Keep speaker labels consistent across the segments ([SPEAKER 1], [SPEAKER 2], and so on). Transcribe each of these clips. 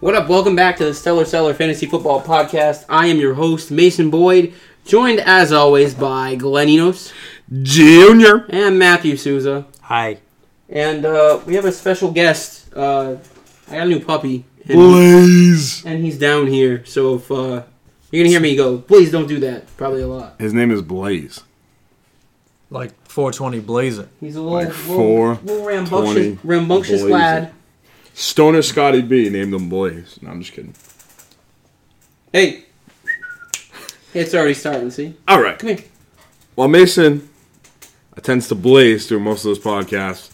[SPEAKER 1] What up? Welcome back to the Stellar Seller Fantasy Football Podcast. I am your host, Mason Boyd, joined as always by Glenn Enos
[SPEAKER 2] Junior.
[SPEAKER 1] and Matthew Souza.
[SPEAKER 3] Hi.
[SPEAKER 1] And uh, we have a special guest. Uh, I got a new puppy, and,
[SPEAKER 2] Blaze.
[SPEAKER 1] and he's down here. So if uh, you're gonna hear me go, please don't do that. Probably a lot.
[SPEAKER 2] His name is Blaze.
[SPEAKER 3] Like 420 blazing.
[SPEAKER 1] He's a little,
[SPEAKER 2] Like
[SPEAKER 1] little-
[SPEAKER 2] four,
[SPEAKER 1] little rambunctious,
[SPEAKER 2] 20
[SPEAKER 1] rambunctious
[SPEAKER 2] boys.
[SPEAKER 1] lad.
[SPEAKER 2] Stoner Scotty B named him Blaze. No, I'm just kidding.
[SPEAKER 1] Hey, it's already starting. See,
[SPEAKER 2] All right.
[SPEAKER 1] come here.
[SPEAKER 2] Well, Mason attends to Blaze through most of this podcast.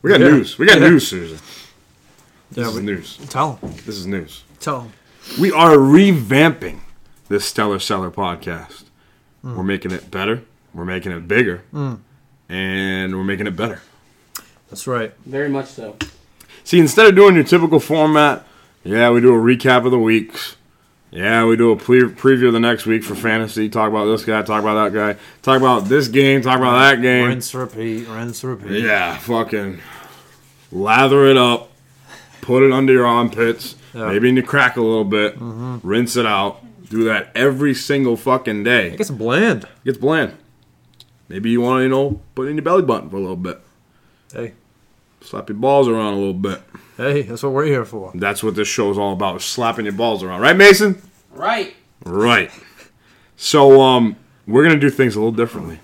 [SPEAKER 2] We got
[SPEAKER 3] Yeah.
[SPEAKER 2] news. We got
[SPEAKER 3] Yeah.
[SPEAKER 2] news, Susan. This
[SPEAKER 3] Yeah,
[SPEAKER 2] is
[SPEAKER 3] we-
[SPEAKER 2] news.
[SPEAKER 3] Tell him.
[SPEAKER 2] This is news.
[SPEAKER 3] Tell him.
[SPEAKER 2] We are revamping this Stellar Seller podcast.
[SPEAKER 3] Hmm.
[SPEAKER 2] We're making it better. We're making it bigger. And we're making it better.
[SPEAKER 3] That's right.
[SPEAKER 1] Very much so.
[SPEAKER 2] See, instead of doing your typical format, yeah, we do a recap of the weeks. Yeah, we do a pre- preview of the next week for fantasy. Talk about this guy, talk about that guy, talk about this game, talk about that game.
[SPEAKER 3] Rinse, repeat, rinse, repeat.
[SPEAKER 2] Yeah, fucking lather it up, put it under your armpits,
[SPEAKER 3] Yeah.
[SPEAKER 2] maybe in your crack a little bit, rinse it out. Do that every single fucking day.
[SPEAKER 3] It gets bland.
[SPEAKER 2] It gets bland. Maybe you want to, you know, put it in your belly button for a little bit,
[SPEAKER 3] Hey,
[SPEAKER 2] slap your balls around a little bit.
[SPEAKER 3] hey, that's what we're here for.
[SPEAKER 2] That's what this show's all about, slapping your balls around. Right, Mason?
[SPEAKER 1] Right.
[SPEAKER 2] Right. So, um, we're going to do things a little differently.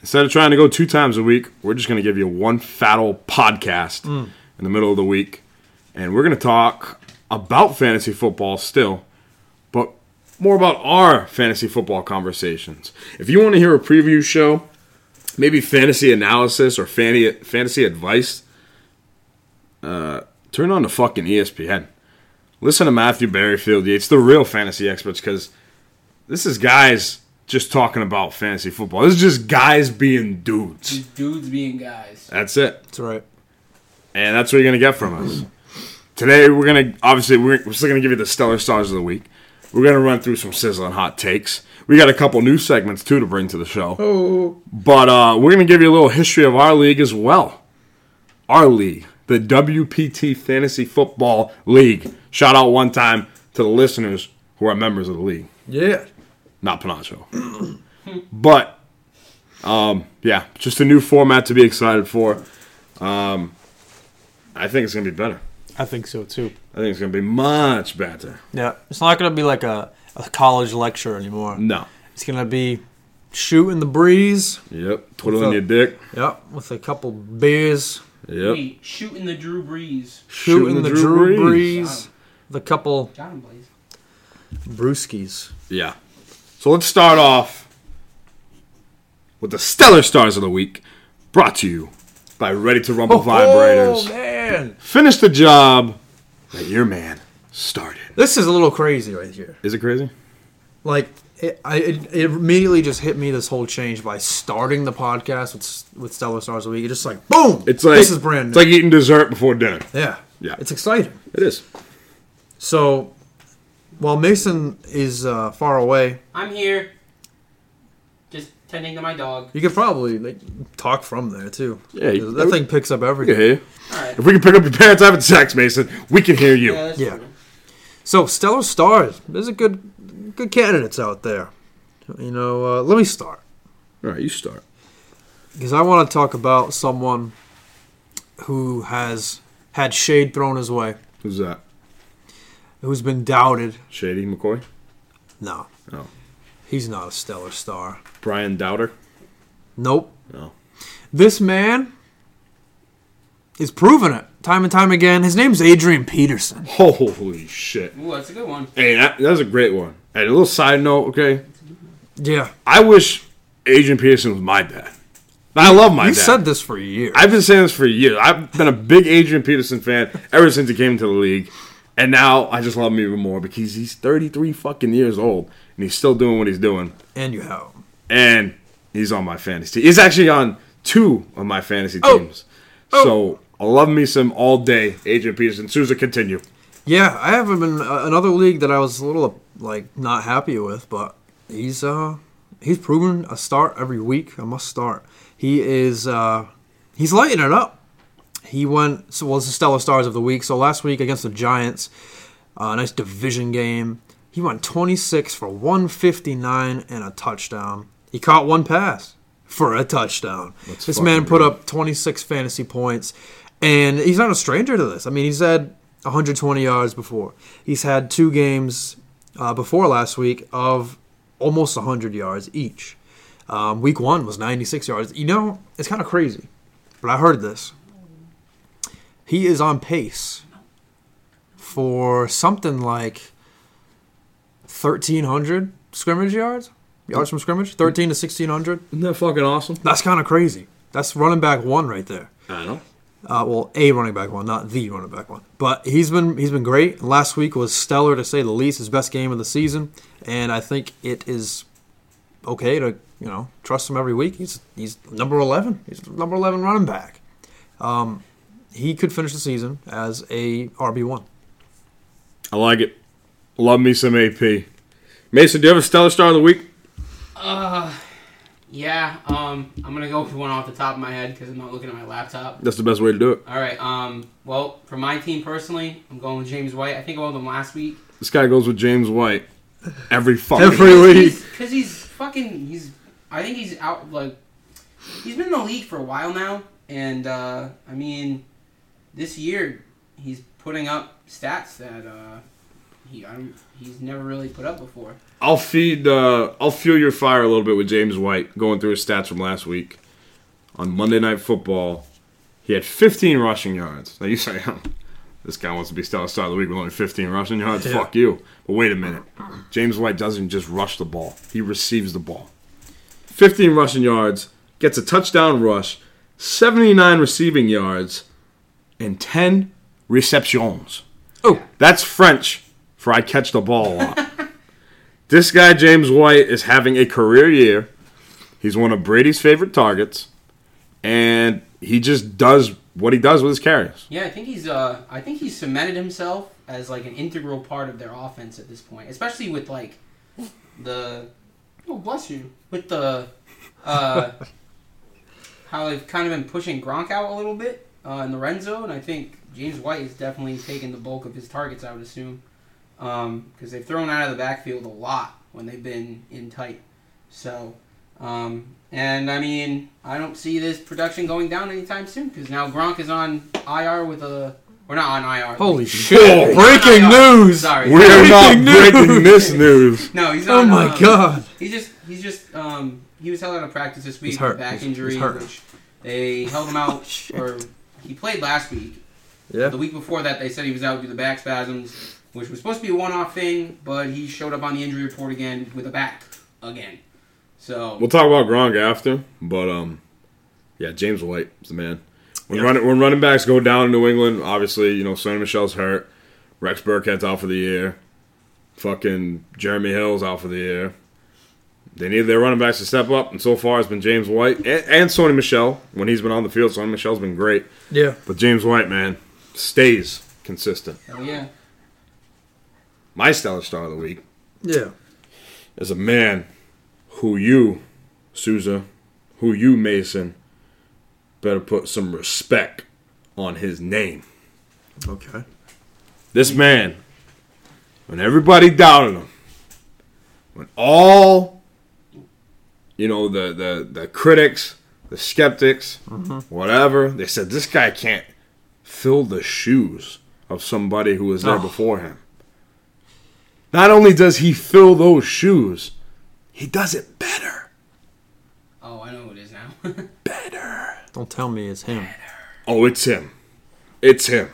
[SPEAKER 2] Instead of trying to go two times a week, we're just going to give you one fat old podcast in the middle of the week. And we're going to talk about fantasy football still, but more about our fantasy football conversations. If you want to hear a preview show, maybe fantasy analysis or fanny, fantasy advice, uh, turn on the fucking ESPN. Listen to Matthew Berryfield Yates, the real fantasy experts, because this is guys just talking about fantasy football. This is just guys being dudes.
[SPEAKER 1] Dudes being guys.
[SPEAKER 2] That's it
[SPEAKER 3] That's right.
[SPEAKER 2] and that's what you're gonna get from us. Today we're gonna obviously we're, we're still gonna give you the stellar stars of the week. We're gonna run through some sizzling hot takes. We got a couple new segments too to bring to the show. Oh. But uh, we're gonna give you a little history of our league as well. Our league, the WPT Fantasy Football League. Shout out one time to the listeners who are members of the league
[SPEAKER 3] Yeah.
[SPEAKER 2] not Panacho. but um, yeah, just a new format to be excited for. Um, I think it's gonna be better.
[SPEAKER 3] I think so too.
[SPEAKER 2] I think it's gonna be much better.
[SPEAKER 3] Yeah. It's not going to be like a, a college lecture anymore.
[SPEAKER 2] No.
[SPEAKER 3] It's going to be shooting the breeze.
[SPEAKER 2] Yep. Twiddling
[SPEAKER 3] up?
[SPEAKER 2] your dick.
[SPEAKER 3] Yep. With a couple beers.
[SPEAKER 2] Yep.
[SPEAKER 1] We shooting the Drew Brees.
[SPEAKER 3] Shooting, the, Drew Brees.
[SPEAKER 1] Wow.
[SPEAKER 3] The couple
[SPEAKER 1] John Blaze.
[SPEAKER 3] brewskis.
[SPEAKER 2] Yeah. So let's start off with the stellar stars of the week, brought to you by Ready to Rumble Vibrators.
[SPEAKER 3] Oh, man.
[SPEAKER 2] Finish the job that your man started.
[SPEAKER 3] This is a little crazy right here.
[SPEAKER 2] Is it crazy?
[SPEAKER 3] like it, I, it, it immediately just hit me this whole change by starting the podcast with S- with Stellar Stars a week. It just like boom,
[SPEAKER 2] It's like
[SPEAKER 3] this is brand
[SPEAKER 2] It's
[SPEAKER 3] new.
[SPEAKER 2] like eating dessert before dinner.
[SPEAKER 3] yeah,
[SPEAKER 2] Yeah.
[SPEAKER 3] it's exciting.
[SPEAKER 2] It is.
[SPEAKER 3] So while Mason is uh, far away,
[SPEAKER 1] I'm here, just tending to my dog.
[SPEAKER 3] you could probably like talk from there too.
[SPEAKER 2] Yeah, you-
[SPEAKER 3] that thing picks up
[SPEAKER 2] We
[SPEAKER 3] everything.
[SPEAKER 2] can hear you.
[SPEAKER 1] All right.
[SPEAKER 2] If we can pick up your parents having sex, Mason, we can hear you.
[SPEAKER 1] that's
[SPEAKER 3] Yeah.
[SPEAKER 1] true.
[SPEAKER 3] So Stellar Stars, there's a good good candidates out there. You know, uh, let me start.
[SPEAKER 2] All right, you start.
[SPEAKER 3] because I want to talk about someone who has had shade thrown his way,
[SPEAKER 2] Who's that?
[SPEAKER 3] who's been doubted.
[SPEAKER 2] Shady McCoy?
[SPEAKER 3] No,
[SPEAKER 2] No.
[SPEAKER 3] he's not a stellar star.
[SPEAKER 2] Brian Dowder?
[SPEAKER 3] Nope.
[SPEAKER 2] No.
[SPEAKER 3] This man is proving it time and time again. His name's Adrian Peterson.
[SPEAKER 2] Holy shit.
[SPEAKER 1] Ooh, that's a good one.
[SPEAKER 2] Hey, that, that was a great one. Hey, a little side note, okay?
[SPEAKER 3] Yeah,
[SPEAKER 2] I wish Agent Peterson was my dad. I love my
[SPEAKER 3] you
[SPEAKER 2] dad.
[SPEAKER 3] said this for years.
[SPEAKER 2] I've been saying this for years. I've been a big Adrian Peterson fan ever since he came into the league. And now I just love him even more because he's 33 fucking years old and he's still doing what he's doing.
[SPEAKER 3] and you have. him.
[SPEAKER 2] and he's on my fantasy. He's actually on two of my fantasy
[SPEAKER 3] Oh.
[SPEAKER 2] teams. So I love me some all day, Adrian Peterson. Souza, continue.
[SPEAKER 3] Yeah, I have him in uh, another league that I was a little like not happy with, but he's uh he's proven a start every week. I must start. He is uh he's lighting it up. He went so well. It's the stellar stars of the week. So last week against the Giants, Uh, nice division game. He went 26 for 159 and a touchdown. He caught one pass for a touchdown.
[SPEAKER 2] Let's
[SPEAKER 3] this
[SPEAKER 2] fucking
[SPEAKER 3] man put
[SPEAKER 2] go.
[SPEAKER 3] up 26 fantasy points, and he's not a stranger to this. I mean, he's had 120 yards before. He's had two games uh, before last week of almost 100 yards each. Um, week one was 96 yards. You know, it's kind of crazy, but I heard this. He is on pace for something like 1,300 scrimmage yards, yards from scrimmage, 13 to 1,600.
[SPEAKER 2] Isn't that fucking awesome?
[SPEAKER 3] That's kind of crazy. That's running back one right there.
[SPEAKER 2] I know.
[SPEAKER 3] Uh, well, a running back one, not the running back one. But he's been he's been great. Last week was stellar to say the least. His best game of the season, and I think it is okay to you know trust him every week. He's he's number eleven. He's number eleven running back. Um, he could finish the season as a RB one.
[SPEAKER 2] I like it. Love me some AP. Mason, do you have a stellar star of the week?
[SPEAKER 1] Yeah, um, I'm gonna go for one off the top of my head because I'm not looking at my laptop.
[SPEAKER 2] That's the best way to do it.
[SPEAKER 1] All right. Um. Well, for my team personally, I'm going with James White. I think I went with him last week.
[SPEAKER 2] This guy goes with James White every fucking
[SPEAKER 3] Every week.
[SPEAKER 1] Because he's fucking. He's. I think he's out. Like, he's been in the league for a while now, and uh, I mean, this year he's putting up stats that uh, he I don't, he's never really put up before.
[SPEAKER 2] I'll feed. Uh, I'll fuel your fire a little bit with James White going through his stats from last week on Monday Night Football. He had 15 rushing yards. Now you say, huh, this guy wants to be stellar star of the week with only 15 rushing yards.
[SPEAKER 3] Yeah.
[SPEAKER 2] Fuck you. But wait a minute. James White doesn't just rush the ball. He receives the ball. 15 rushing yards, gets a touchdown rush, 79 receiving yards, and 10 receptions.
[SPEAKER 3] Oh.
[SPEAKER 2] That's French for I catch the ball a lot. this guy, James White, is having a career year. He's one of Brady's favorite targets, and he just does what he does with his carries.
[SPEAKER 1] Yeah, I think he's. Uh, I think he's cemented himself as like an integral part of their offense at this point, especially with like the. Oh, bless you. With the, uh, how they've kind of been pushing Gronk out a little bit uh, in the red zone. I think James White is definitely taking the bulk of his targets. I would assume, because they've thrown out of the backfield a lot when they've been in tight. So. Um, and I mean, I don't see this production going down anytime soon because now Gronk is on IR with a, or not on IR.
[SPEAKER 3] Holy
[SPEAKER 1] He's
[SPEAKER 3] shit! Breaking
[SPEAKER 1] IR.
[SPEAKER 3] news!
[SPEAKER 1] Sorry.
[SPEAKER 2] We're not
[SPEAKER 3] Breaking
[SPEAKER 2] breaking this news.
[SPEAKER 1] No, he's not.
[SPEAKER 3] Oh my
[SPEAKER 1] um,
[SPEAKER 3] god!
[SPEAKER 1] He just he's just um he was held out of practice this week
[SPEAKER 3] He's hurt.
[SPEAKER 1] with back
[SPEAKER 3] He's-
[SPEAKER 1] injury,
[SPEAKER 3] he's hurt.
[SPEAKER 1] which they held him out or he played last week.
[SPEAKER 3] Yeah.
[SPEAKER 1] The week before that, they said he was out due to back spasms, which was supposed to be a one-off thing, but he showed up on the injury report again with a back again. So
[SPEAKER 2] We'll talk about Gronk after, but um, yeah, James White is the man. When running when running backs go down in New England, obviously you know Sonny Michelle's hurt, Rex Burkhead's out for the year, fucking Jeremy Hill's out for the year. They need their running backs to step up, and so far it's been James White and, and Sony Michelle. When he's been on the field, Sony Michelle's been great,
[SPEAKER 3] Yeah.
[SPEAKER 2] but James White, man, stays consistent.
[SPEAKER 1] hell yeah,
[SPEAKER 2] My stellar star of the week
[SPEAKER 3] Yeah.
[SPEAKER 2] is a man who you, Souza, who you, Mason, better put some respect on his name.
[SPEAKER 3] Okay.
[SPEAKER 2] This man, when everybody doubted him, when all, you know, the, the, the critics, the skeptics, whatever, they said this guy can't fill the shoes of somebody who was there
[SPEAKER 3] Oh.
[SPEAKER 2] before him. Not only does he fill those shoes, he does it better.
[SPEAKER 1] oh I know who it is now.
[SPEAKER 2] Better.
[SPEAKER 3] Don't tell me it's him.
[SPEAKER 2] Oh, it's him. It's him.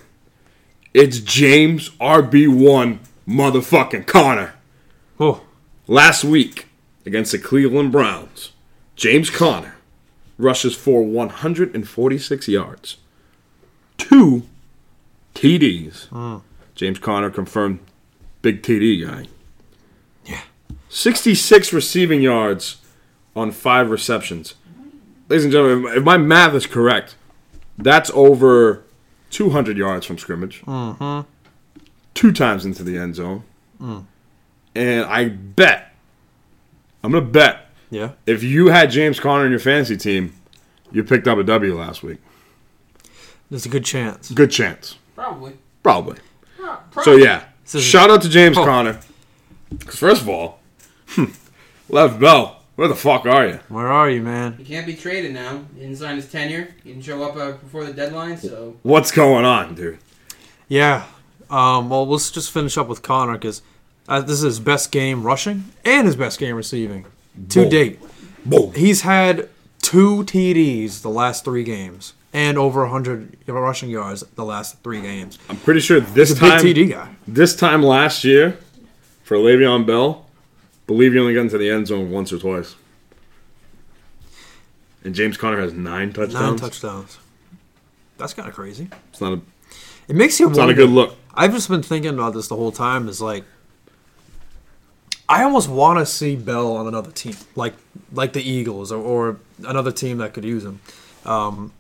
[SPEAKER 2] It's James RB1 motherfucking Connor.
[SPEAKER 3] Oh.
[SPEAKER 2] Last week against the Cleveland Browns, James Conner rushes for 146 yards, two TDs. James Conner confirmed big TD guy.
[SPEAKER 3] Yeah.
[SPEAKER 2] 66 receiving yards on five receptions. Ladies and gentlemen, if my math is correct, that's over 200 yards from scrimmage. Mm-hmm. Two times into the end zone. And I bet, I'm going to bet,
[SPEAKER 3] Yeah.
[SPEAKER 2] if you had James Conner in your fantasy team, you picked up a W last week.
[SPEAKER 3] There's a good chance.
[SPEAKER 2] Good chance.
[SPEAKER 1] Probably.
[SPEAKER 2] Probably.
[SPEAKER 1] Pro-
[SPEAKER 2] So, yeah,
[SPEAKER 3] says-
[SPEAKER 2] Shout out to James
[SPEAKER 3] Oh.
[SPEAKER 2] Conner. Because first of all, Lev Bell, where the fuck are you?
[SPEAKER 3] Where are you, man?
[SPEAKER 1] He can't be traded now. He didn't sign his tenure. He didn't show up uh, before the deadline, so
[SPEAKER 2] What's going on, dude?
[SPEAKER 3] Yeah. Um, well, let's just finish up with Connor because uh, this is his best game rushing and his best game receiving to
[SPEAKER 2] Boom.
[SPEAKER 3] date.
[SPEAKER 2] Boom.
[SPEAKER 3] He's had two TDs the last three games and over 100 rushing yards the last three games.
[SPEAKER 2] I'm pretty sure this
[SPEAKER 3] He's a
[SPEAKER 2] time
[SPEAKER 3] big TD guy.
[SPEAKER 2] this time last year for Le'Veon Bell, believe you only got into the end zone once or twice. And James Conner has nine
[SPEAKER 3] Nine
[SPEAKER 2] touchdowns.
[SPEAKER 3] touchdowns. That's kind of crazy.
[SPEAKER 2] it's not a
[SPEAKER 3] It makes you
[SPEAKER 2] it's not
[SPEAKER 3] wonder.
[SPEAKER 2] a good look.
[SPEAKER 3] I've just been thinking about this the whole time. Is like, I almost want to see Bell on another team, like like the Eagles or, or another team that could use him. Um,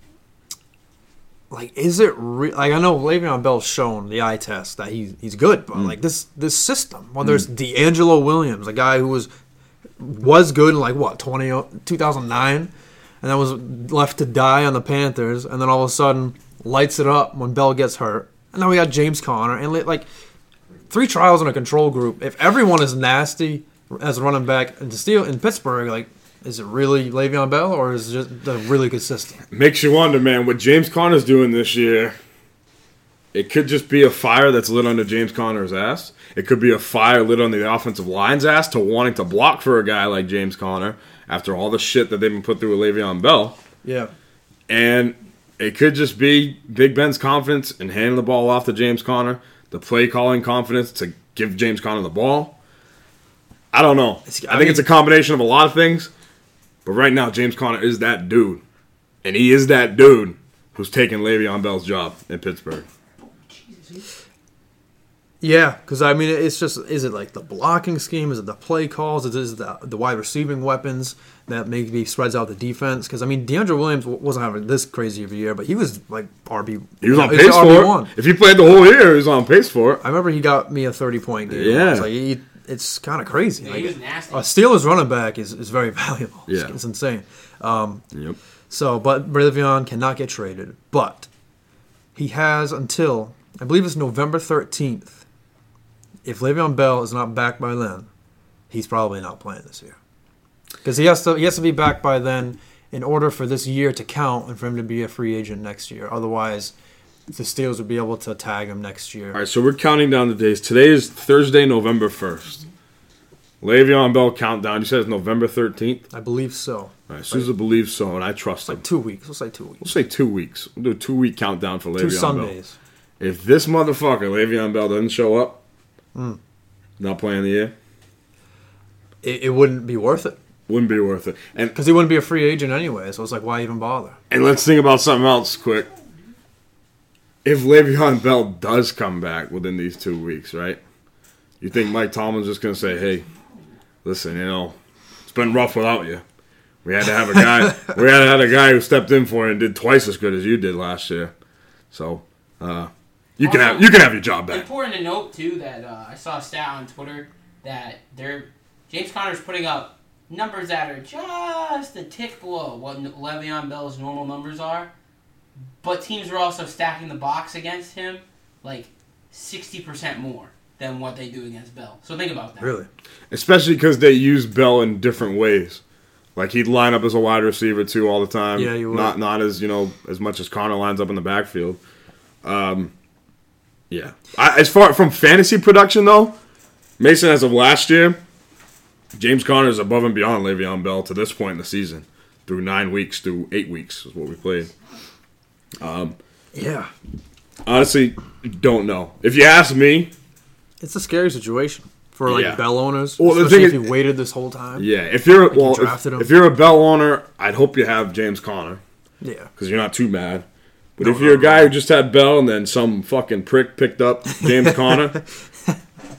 [SPEAKER 3] like, is it re- like I know Le'Veon Bell's shown the eye test that he he's good, but like this this system, whether it's D'Angelo Williams, a guy who was was good in like what 20, o- 2009 and then was left to die on the Panthers and then all of a sudden lights it up when Bell gets hurt and then we got James Conner and li- like three trials in a control group if everyone is nasty as a running back and to steal in Pittsburgh like is it really Le'Veon Bell or is it just the really consistent
[SPEAKER 2] Makes you wonder, man, what James Conner's doing this year. It could just be a fire that's lit under James Conner's ass. It could be a fire lit under the offensive line's ass to wanting to block for a guy like James Conner after all the shit that they've been put through with Le'Veon Bell.
[SPEAKER 3] yeah
[SPEAKER 2] And it could just be Big Ben's confidence in handing the ball off to James Conner, the play calling confidence to give James Conner the ball. I don't know. I
[SPEAKER 3] It's-
[SPEAKER 2] think
[SPEAKER 3] I
[SPEAKER 2] it's a combination of a lot of things. But right now, James Conner is that dude. And he is that dude who's taking Le'Veon Bell's job in Pittsburgh.
[SPEAKER 3] Yeah, because I mean, it's just is it like the blocking scheme? Is it the play calls? Is it the, the wide receiving weapons that maybe spreads out the defense? Because I mean, DeAndre Williams w- wasn't having this crazy of a year, but he was like RB.
[SPEAKER 2] He was on
[SPEAKER 3] he's
[SPEAKER 2] pace for
[SPEAKER 3] RB1.
[SPEAKER 2] it. If he played the whole year, he was on pace for it.
[SPEAKER 3] I remember he got me a thirty point game.
[SPEAKER 2] Yeah.
[SPEAKER 3] it's, like, he- it's kind of crazy.
[SPEAKER 1] yeah,
[SPEAKER 3] like,
[SPEAKER 1] he was nasty.
[SPEAKER 3] a Steelers running back is, is very valuable. It's-
[SPEAKER 2] Yeah.
[SPEAKER 3] it's insane. Um,
[SPEAKER 2] Yep.
[SPEAKER 3] so, but Le'Veon cannot get traded. But he has until I believe it's November thirteenth. If Le'Veon Bell is not back by then, he's probably not playing this year because he has to he has to be back by then in order for this year to count and for him to be a free agent next year. Otherwise, the Steelers would be able to tag him next year.
[SPEAKER 2] All right, so we're counting down the days. Today is Thursday, November 1st. Le'Veon Bell countdown. You said it's November 13th.
[SPEAKER 3] I believe so.
[SPEAKER 2] All right, Sousa believes so, and I trust him.
[SPEAKER 3] Two weeks. Let's say two weeks.
[SPEAKER 2] We'll say two weeks. We'll do a two week countdown for Le'Veon
[SPEAKER 3] Two Sundays.
[SPEAKER 2] Bell. If this motherfucker Le'Veon Bell doesn't show up,
[SPEAKER 3] Hmm.
[SPEAKER 2] not playing the year,
[SPEAKER 3] It, it wouldn't be worth it
[SPEAKER 2] wouldn't be worth it. And
[SPEAKER 3] because he wouldn't be a free agent anyway. So it's like, why even bother?
[SPEAKER 2] and let's think about something else quick. If Le'Veon Bell does come back within these two weeks, right? You think Mike Tomlin's just gonna say, "Hey, listen, you know, it's been rough without you. We had to have a guy. we had to have a guy who stepped in for you and did twice as good as you did last year. So, uh, you can have you can have your job back."
[SPEAKER 1] Important to note too that uh, I saw a stat on Twitter that they're James Conner's putting up numbers that are just a tick below what N- Le'Veon Bell's normal numbers are, but teams are also stacking the box against him like sixty percent more than what they do against Bell. So think about that.
[SPEAKER 3] Really.
[SPEAKER 2] especially because they use Bell in different ways. Like he'd line up as a wide receiver too all the time.
[SPEAKER 3] Yeah, he would.
[SPEAKER 2] Not not as you know as much as Connor lines up in the backfield. Um, yeah. I, as far from fantasy production though, Mason as of last year, James Connor is above and beyond Le'Veon Bell to this point in the season. Through nine weeks, through eight weeks is what we played.
[SPEAKER 3] Yeah.
[SPEAKER 2] Honestly, don't know. If you ask me,
[SPEAKER 3] It's a scary situation for like
[SPEAKER 2] Yeah.
[SPEAKER 3] Bell owners,
[SPEAKER 2] Well, the
[SPEAKER 3] especially
[SPEAKER 2] thing
[SPEAKER 3] if
[SPEAKER 2] is-
[SPEAKER 3] you waited this whole time.
[SPEAKER 2] yeah. If you're well, if,
[SPEAKER 3] drafted him.
[SPEAKER 2] if you're a Bell owner, I'd hope you have James Connor.
[SPEAKER 3] Yeah.
[SPEAKER 2] because you're not too mad. But if you're a guy who just had Bell and then some fucking prick picked up James Conner,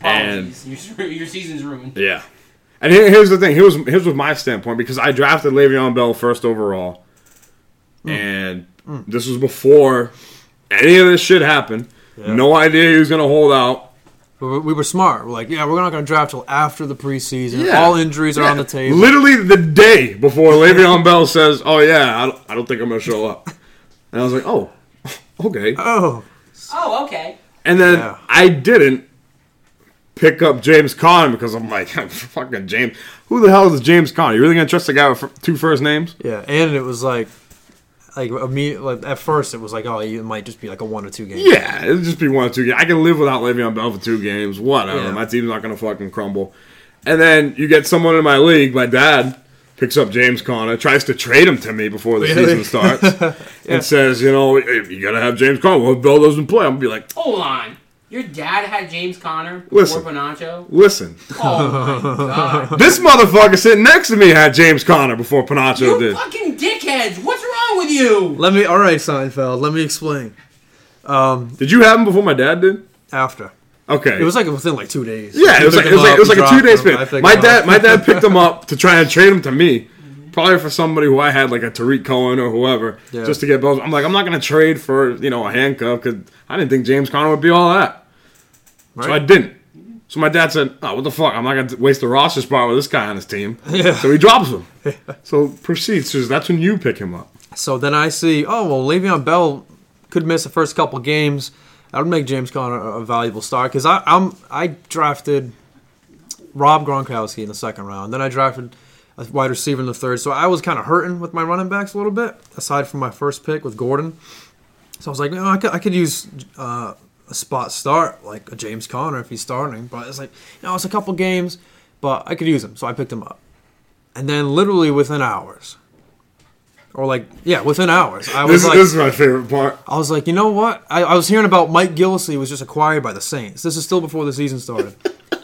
[SPEAKER 2] and
[SPEAKER 1] Apologies. your, your season's ruined.
[SPEAKER 2] yeah. And here- here's the thing. Here's here's was my standpoint because I drafted Le'Veon Bell first overall, and this was before any of this shit happened. No idea he was gonna hold out.
[SPEAKER 3] We were, we were smart. We're like, yeah, we're not going to draft till after the preseason.
[SPEAKER 2] Yeah.
[SPEAKER 3] All injuries are on the table.
[SPEAKER 2] Literally the day before Le'Veon Bell says, "Oh yeah, I don't, I don't think I'm gonna show up," and I was like, "Oh, okay."
[SPEAKER 3] oh,
[SPEAKER 1] Oh, okay.
[SPEAKER 2] And then
[SPEAKER 3] Yeah.
[SPEAKER 2] I didn't. pick up James Conn because I'm like, fucking James. Who the hell is James Conn? You really gonna trust a guy with f- two first names?
[SPEAKER 3] Yeah, and it was like, like imme- like at first it was like, oh, it might just be like a one or two game.
[SPEAKER 2] Yeah, it'll just be one or two games. I can live without Le'Veon Bell for two games. Whatever.
[SPEAKER 3] Yeah.
[SPEAKER 2] My team's not gonna fucking crumble. And then you get someone in my league. My dad picks up James Conner, tries to trade him to me before the season
[SPEAKER 3] Really?
[SPEAKER 2] starts, and says, you know, "Hey, you gotta have James Conner. Well, if Bell doesn't play, I'm gonna be like,
[SPEAKER 1] Hold on. Your dad had James Conner before
[SPEAKER 2] Listen.
[SPEAKER 1] Bonacho?
[SPEAKER 2] listen,
[SPEAKER 1] Oh my god.
[SPEAKER 2] this motherfucker sitting next to me had James Conner before Panacho
[SPEAKER 1] You
[SPEAKER 2] did.
[SPEAKER 1] fucking dickheads! What's wrong with you?
[SPEAKER 3] Let me. All right, Seinfeld. Let me explain.
[SPEAKER 2] Did you have him before my dad did?
[SPEAKER 3] After
[SPEAKER 2] Okay,
[SPEAKER 3] it was like within like two days.
[SPEAKER 2] Yeah,
[SPEAKER 3] He
[SPEAKER 2] it was
[SPEAKER 3] picked
[SPEAKER 2] like it was
[SPEAKER 3] him
[SPEAKER 2] like,
[SPEAKER 3] up,
[SPEAKER 2] it was like a
[SPEAKER 3] dropped
[SPEAKER 2] two day
[SPEAKER 3] him, I
[SPEAKER 2] span.
[SPEAKER 3] picked
[SPEAKER 2] My
[SPEAKER 3] him up.
[SPEAKER 2] dad, my dad picked him up to try and trade him to me, probably for somebody who I had like a Tariq Cohen or whoever,
[SPEAKER 3] Yeah.
[SPEAKER 2] just to get Bells. I'm like, I'm not gonna trade for you know a handcuff because I didn't think James Conner would be all that, so I
[SPEAKER 3] Right.
[SPEAKER 2] didn't. So my dad said, "Oh, what the fuck? I'm not gonna waste the roster spot with this guy on his team." So he drops him. So proceeds. So that's when you pick him up.
[SPEAKER 3] So then I see, oh well, Le'Veon Bell could miss the first couple games. That would make James Conner a a valuable start because I'm I drafted Rob Gronkowski in the second round. Then I drafted a wide receiver in the third. So I was kind of hurting with my running backs a little bit, aside from my first pick with Gordon. So I was like, no, I could, I could use uh, a spot start like a James Conner if he's starting, but it's like, no, it's a couple games, but I could use him. So I picked him up, and then literally within hours. Or like yeah, within hours. I was
[SPEAKER 2] This,
[SPEAKER 3] like,
[SPEAKER 2] this is my favorite part.
[SPEAKER 3] I was like, you know what? I, I was hearing about Mike Gillisley was just acquired by the Saints. This is still before the season started.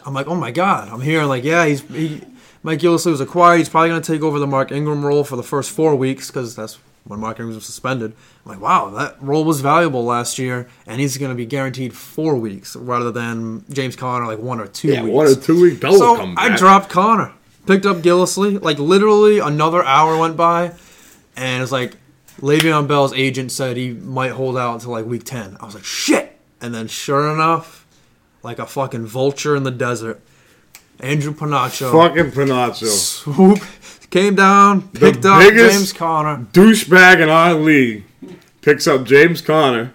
[SPEAKER 3] I'm like, oh my god! I'm hearing like, yeah, he's he, Mike Gillisley was acquired. He's probably going to take over the Mark Ingram role for the first four weeks because that's when Mark Ingram was suspended. I'm like, wow, that role was valuable last year, and he's going to be guaranteed four weeks rather than James Conner like one or two.
[SPEAKER 2] Yeah,
[SPEAKER 3] weeks.
[SPEAKER 2] one or two week Bell will
[SPEAKER 3] So
[SPEAKER 2] Oh, come back.
[SPEAKER 3] I dropped Connor, picked up Gillisley. Like literally another hour went by, and it's like Le'Veon Bell's agent said he might hold out until like week ten. I was like, shit. And then sure enough, like a fucking vulture in the desert, Andrew Panacho
[SPEAKER 2] Fucking Panacho.
[SPEAKER 3] swoop came down, picked up
[SPEAKER 2] biggest-
[SPEAKER 3] James Connor.
[SPEAKER 2] douchebag in our league picks up James Conner.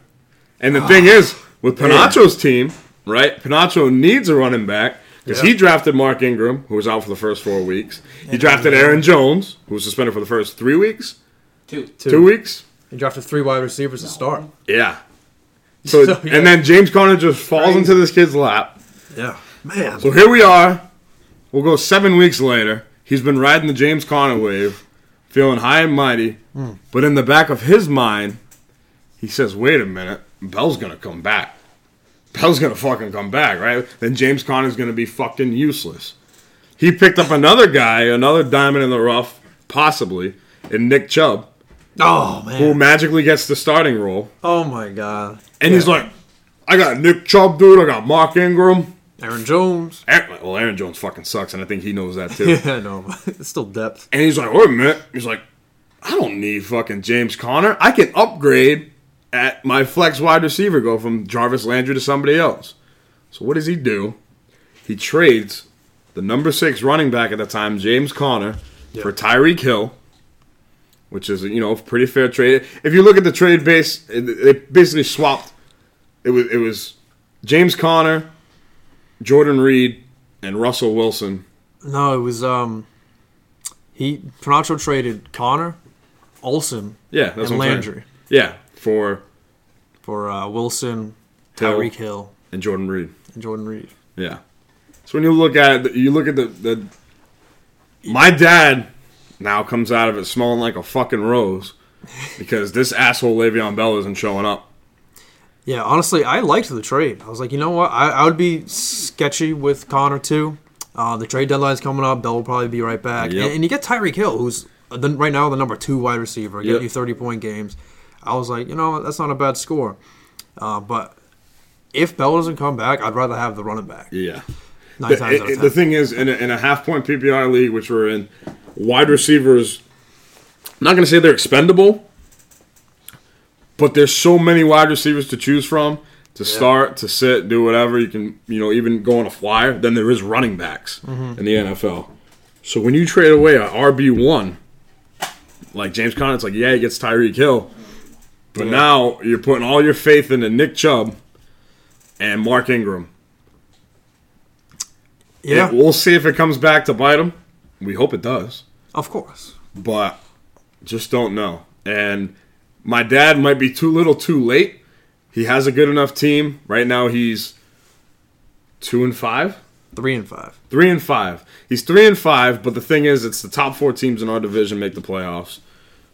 [SPEAKER 2] And the thing is, with Panacho's team, right? Panacho needs a running back because he
[SPEAKER 3] Yeah.
[SPEAKER 2] drafted Mark Ingram, who was out for the first four weeks. He drafted Aaron Jones, who was suspended for the first three weeks,
[SPEAKER 1] Two.
[SPEAKER 2] two weeks.
[SPEAKER 3] He drafted three wide receivers to start.
[SPEAKER 2] Yeah. So,
[SPEAKER 3] So, yeah.
[SPEAKER 2] and then James Conner just falls
[SPEAKER 1] Crazy.
[SPEAKER 2] into this kid's lap.
[SPEAKER 3] Yeah, man.
[SPEAKER 2] So here we are. We'll go seven weeks later. He's been riding the James Conner wave, feeling high and mighty. But in the back of his mind, he says, wait a minute. Bell's going to come back. Bell's going to fucking come back, right? Then James Conner's going to be fucking useless. He picked up another guy, another diamond in the rough, possibly, in Nick Chubb,
[SPEAKER 3] Oh
[SPEAKER 2] who
[SPEAKER 3] man.
[SPEAKER 2] magically gets the starting role.
[SPEAKER 3] Oh my god.
[SPEAKER 2] And he's like, I got Nick Chubb, dude. I got Mark Ingram.
[SPEAKER 3] Aaron Jones.
[SPEAKER 2] Aaron, well, Aaron Jones fucking sucks, and I think he knows that too.
[SPEAKER 3] Yeah, no, it's still depth.
[SPEAKER 2] And he's like, wait a minute. He's like, I don't need fucking James Conner. I can upgrade at my flex wide receiver, go from Jarvis Landry to somebody else. So what does he do? He trades the number six running back at the time, James Conner, for Tyreek Hill, which is, you know, a pretty fair trade. If you look at the trade base, they basically swapped. It was, it was James Conner, Jordan Reed, and Russell Wilson.
[SPEAKER 3] No, it was um. He Panacho traded Connor, Olson
[SPEAKER 2] Yeah, that's
[SPEAKER 3] and
[SPEAKER 2] what I'm saying.
[SPEAKER 3] Landry
[SPEAKER 2] Yeah, for
[SPEAKER 3] for uh, Wilson,
[SPEAKER 2] Hill.
[SPEAKER 3] Tyreek Hill,
[SPEAKER 2] and Jordan Reed.
[SPEAKER 3] and Jordan Reed.
[SPEAKER 2] Yeah. So when you look at it, you look at the, the my dad now comes out of it smelling like a fucking rose because this asshole Le'Veon Bell isn't showing up.
[SPEAKER 3] Yeah, honestly, I liked the trade. I was like, you know what? I, I would be sketchy with Connor too. Uh, the trade deadline's coming up. Bell will probably be right back.
[SPEAKER 2] Yep.
[SPEAKER 3] And, and you get Tyreek Hill, who's uh, the, right now the number two wide receiver, getting
[SPEAKER 2] Yep.
[SPEAKER 3] you 30 point games. I was like, you know, what? that's not a bad score. Uh, but if Bell doesn't come back, I'd rather have the running back.
[SPEAKER 2] Yeah.
[SPEAKER 3] Nine
[SPEAKER 2] The,
[SPEAKER 3] times out
[SPEAKER 2] it-
[SPEAKER 3] of
[SPEAKER 2] the
[SPEAKER 3] ten.
[SPEAKER 2] thing is, in a, in a half point PPR league, which we're in, wide receivers. I'm not going to say they're expendable, but there's so many wide receivers to choose from to start, to sit, do whatever. You can, you know, even go on a flyer. Then there is running backs
[SPEAKER 3] Mm-hmm.
[SPEAKER 2] in the NFL. So when you trade away a RB one, like James Conner, it's like yeah, he gets Tyreek Hill, but now you're putting all your faith into Nick Chubb and Mark Ingram.
[SPEAKER 3] Yeah,
[SPEAKER 2] It- we'll see if it comes back to bite him. We hope it does,
[SPEAKER 3] of course.
[SPEAKER 2] but just don't know. And my dad might be too little, too late. He has a good enough team right now. He's two and five.
[SPEAKER 3] Three and five.
[SPEAKER 2] Three and five. He's three and five, but the thing is, it's the top four teams in our division make the playoffs.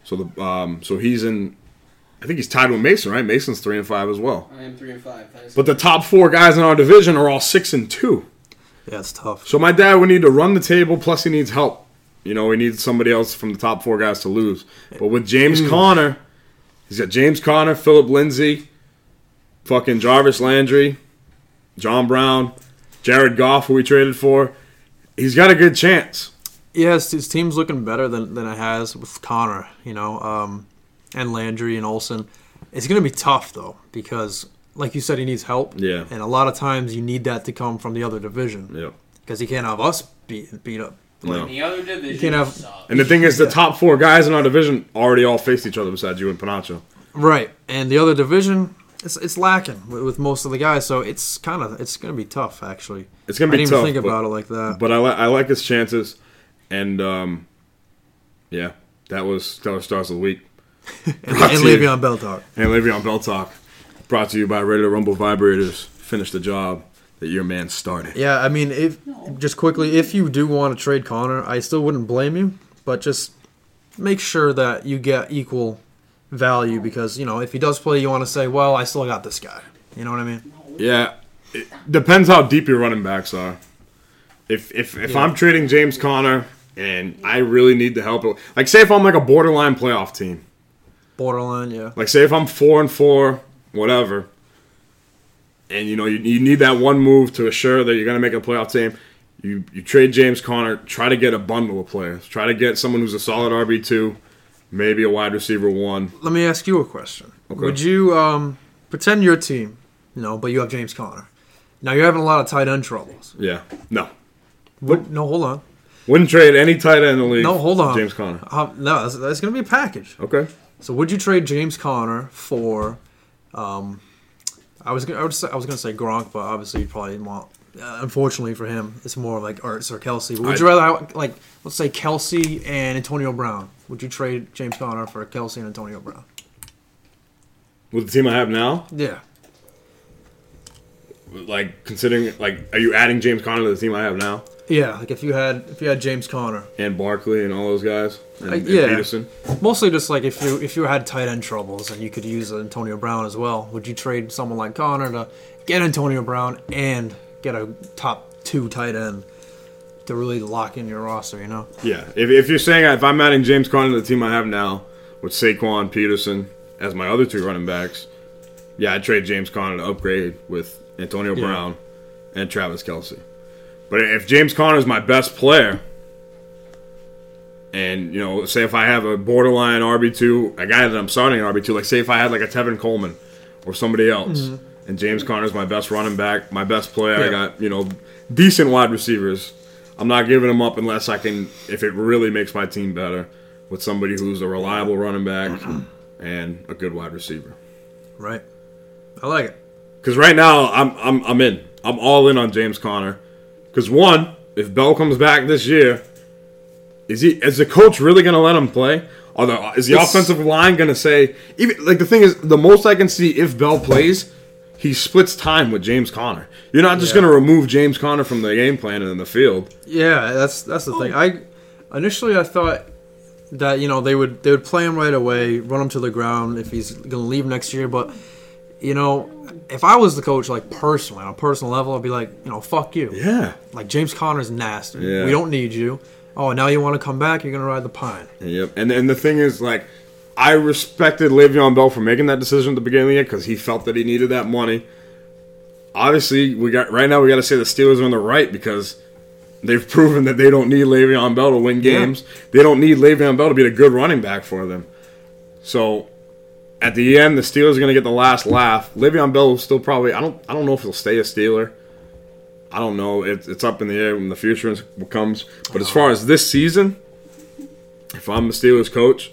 [SPEAKER 2] So the um, so he's in. I think he's tied with Mason, right? Mason's three and five as well.
[SPEAKER 1] I am three and five. That is
[SPEAKER 2] But the top four guys in our division are all six and two.
[SPEAKER 3] Yeah, it's tough.
[SPEAKER 2] So my dad would need to run the table. Plus, he needs help. You know, he needs somebody else from the top four guys to lose. But with James Conner, he's got James Conner, Philip Lindsay, fucking Jarvis Landry, John Brown, Jared Goff, who we traded for. He's got a good chance.
[SPEAKER 3] Yes, his team's looking better than, than it has with Connor, you know, um, and Landry and Olson. It's going to be tough, though, because, like you said, he needs help.
[SPEAKER 2] Yeah.
[SPEAKER 3] And a lot of times you need that to come from the other division
[SPEAKER 2] Yeah.
[SPEAKER 3] because he can't have us beat, beat up.
[SPEAKER 2] No.
[SPEAKER 1] the other division.
[SPEAKER 3] You can't have-
[SPEAKER 1] sucks.
[SPEAKER 2] And the thing is, the top four guys in our division already all faced each other besides you and Panacho.
[SPEAKER 3] Right. And the other division, it's, it's lacking with, with most of the guys, so it's kind of it's going to be tough, actually.
[SPEAKER 2] It's gonna
[SPEAKER 3] I
[SPEAKER 2] be
[SPEAKER 3] didn't
[SPEAKER 2] tough.
[SPEAKER 3] even think
[SPEAKER 2] but,
[SPEAKER 3] about it like that.
[SPEAKER 2] but I, li- I like his chances, and um, yeah, that was Stellar Stars of the Week.
[SPEAKER 3] and
[SPEAKER 2] Brought
[SPEAKER 3] and
[SPEAKER 2] to you-
[SPEAKER 3] Le'Veon Bell talk.
[SPEAKER 2] And Le'Veon Bell Talk, brought to you by Ready to Rumble Vibrators. Finish the job that your man started.
[SPEAKER 3] Yeah, I mean, if
[SPEAKER 1] No.
[SPEAKER 3] just quickly, if you do want to trade Connor, I still wouldn't blame you, but just make sure that you get equal value because you know if he does play, you want to say, well, I still got this guy. You know what I mean?
[SPEAKER 2] Yeah, it depends how deep your running backs are. If if if I'm trading James Conner and I really need the help, like say if I'm like a borderline playoff team,
[SPEAKER 3] Borderline, yeah.
[SPEAKER 2] Like, say if I'm four and four, whatever, and you know you, you need that one move to assure that you're going to make a playoff team. You you trade James Conner, try to get a bundle of players, try to get someone who's a solid RB two, maybe a wide receiver one.
[SPEAKER 3] Let me ask you a question. Would you um, pretend your team, you know, but you have James Connor? Now you're having a lot of tight end troubles.
[SPEAKER 2] Yeah, no,
[SPEAKER 3] Would, no, hold on.
[SPEAKER 2] wouldn't trade any tight end in the league.
[SPEAKER 3] No, hold
[SPEAKER 2] for
[SPEAKER 3] on.
[SPEAKER 2] James Conner.
[SPEAKER 3] Uh, no, that's, that's going to be a package.
[SPEAKER 2] Okay,
[SPEAKER 3] So would you trade James Conner for? Um, I was gonna, I, would say, I was gonna say Gronk, but obviously you probably want. Uh, unfortunately for him, it's more like Ertz or Kelsey. But would
[SPEAKER 2] I-
[SPEAKER 3] you rather have, like let's say Kelsey and Antonio Brown? Would you trade James Conner for Kelsey and Antonio Brown?
[SPEAKER 2] with the team I have now,
[SPEAKER 3] Yeah,
[SPEAKER 2] like considering like, are you adding James Conner to the team I have now
[SPEAKER 3] yeah. Like if you had if you had James Conner,
[SPEAKER 2] and Barkley and all those guys and,
[SPEAKER 3] Uh,
[SPEAKER 2] and
[SPEAKER 3] yeah.
[SPEAKER 2] Peterson?
[SPEAKER 3] mostly just like if you if you had tight end troubles and you could use Antonio Brown as well, would you trade someone like Conner to get Antonio Brown and get a top two tight end to really lock in your roster? You know.
[SPEAKER 2] Yeah, if, if you're saying if I'm adding James Conner to the team I have now with Saquon Peterson as my other two running backs, yeah, I'd trade James Conner to upgrade with Antonio
[SPEAKER 3] Yeah.
[SPEAKER 2] Brown and Travis Kelsey. But if James Conner is my best player, and you know, say if I have a borderline RB two, a guy that I'm starting RB two, like say if I had like a Tevin Coleman or somebody else, and James Conner is my best running back, my best player. I
[SPEAKER 3] Mm-hmm. Yeah.
[SPEAKER 2] got you know decent wide receivers. I'm not giving them up unless I can, if it really makes my team better, with somebody who's a reliable running back and a good wide receiver.
[SPEAKER 3] Right. I like it.
[SPEAKER 2] Because right now I'm I'm I'm in. I'm all in on James Conner. Because one, if Bell comes back this year, is he is the coach really going to let him play? Or the, is the
[SPEAKER 3] It's-
[SPEAKER 2] offensive line going to say even like the thing is the most I can see if Bell plays, he splits time with James Conner. You're not just
[SPEAKER 3] Yeah.
[SPEAKER 2] going to remove James Conner from the game plan and in the field.
[SPEAKER 3] Yeah, that's that's the thing. I initially I thought that you know they would they would play him right away, run him to the ground if he's gonna leave next year. But you know, if I was the coach, like personally on a personal level, I'd be like, you know, fuck you.
[SPEAKER 2] Yeah,
[SPEAKER 3] Like James Connor's nasty.
[SPEAKER 2] Yeah.
[SPEAKER 3] We don't need you. Oh, now you want to come back? You're gonna ride the pine.
[SPEAKER 2] Yep. And and the thing is, like, I respected Le'Veon Bell for making that decision at the beginning of the year because he felt that he needed that money. Obviously, we got right now. We got to say the Steelers are on the right because they've proven that they don't need Le'Veon Bell to win games. They don't need Le'Veon Bell to be a good running back for them. So. At the end, the Steelers are going to get the last laugh. Le'Veon Bell will still probably. I don't. I don't know if he'll stay a Steeler. I don't know. It's it's up in the air when the future is- comes. But as far as this season, if I'm the Steelers coach,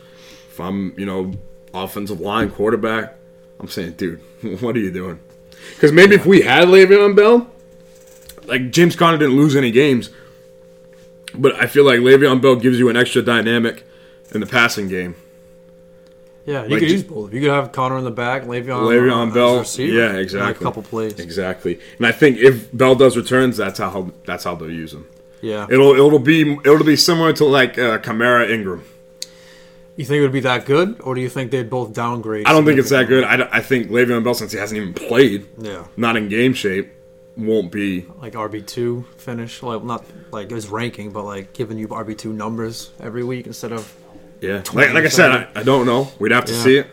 [SPEAKER 2] if I'm you know offensive line quarterback, I'm saying, dude, what are you doing? Because maybe if we had Le'Veon Bell, like James Conner didn't lose any games, but I feel like Le'Veon Bell gives you an extra dynamic in the passing game.
[SPEAKER 3] Yeah, you
[SPEAKER 2] Like,
[SPEAKER 3] could
[SPEAKER 2] ju-
[SPEAKER 3] use both. You could have Connor in the back, Le'Veon,
[SPEAKER 2] Le'Veon
[SPEAKER 3] as
[SPEAKER 2] Bell,
[SPEAKER 3] receiver,
[SPEAKER 2] yeah,
[SPEAKER 3] and
[SPEAKER 2] exactly.
[SPEAKER 3] A couple plays.
[SPEAKER 2] Exactly, and I think if Bell does returns, that's how that's how they'll use him.
[SPEAKER 3] Yeah,
[SPEAKER 2] It'll it'll be it'll be similar to like uh, Kamara Ingram.
[SPEAKER 3] you think it would be that good, or do you think they'd both downgrade?
[SPEAKER 2] I don't think it's that good. I, d- I think Le'Veon Bell, since he hasn't even played,
[SPEAKER 3] Yeah,
[SPEAKER 2] not in game shape, won't be.
[SPEAKER 3] like RB two finish, like not like his ranking, but like giving you RB two numbers every week instead of
[SPEAKER 2] Yeah, like, like I said, I, I don't know. We'd have to
[SPEAKER 3] Yeah.
[SPEAKER 2] see it.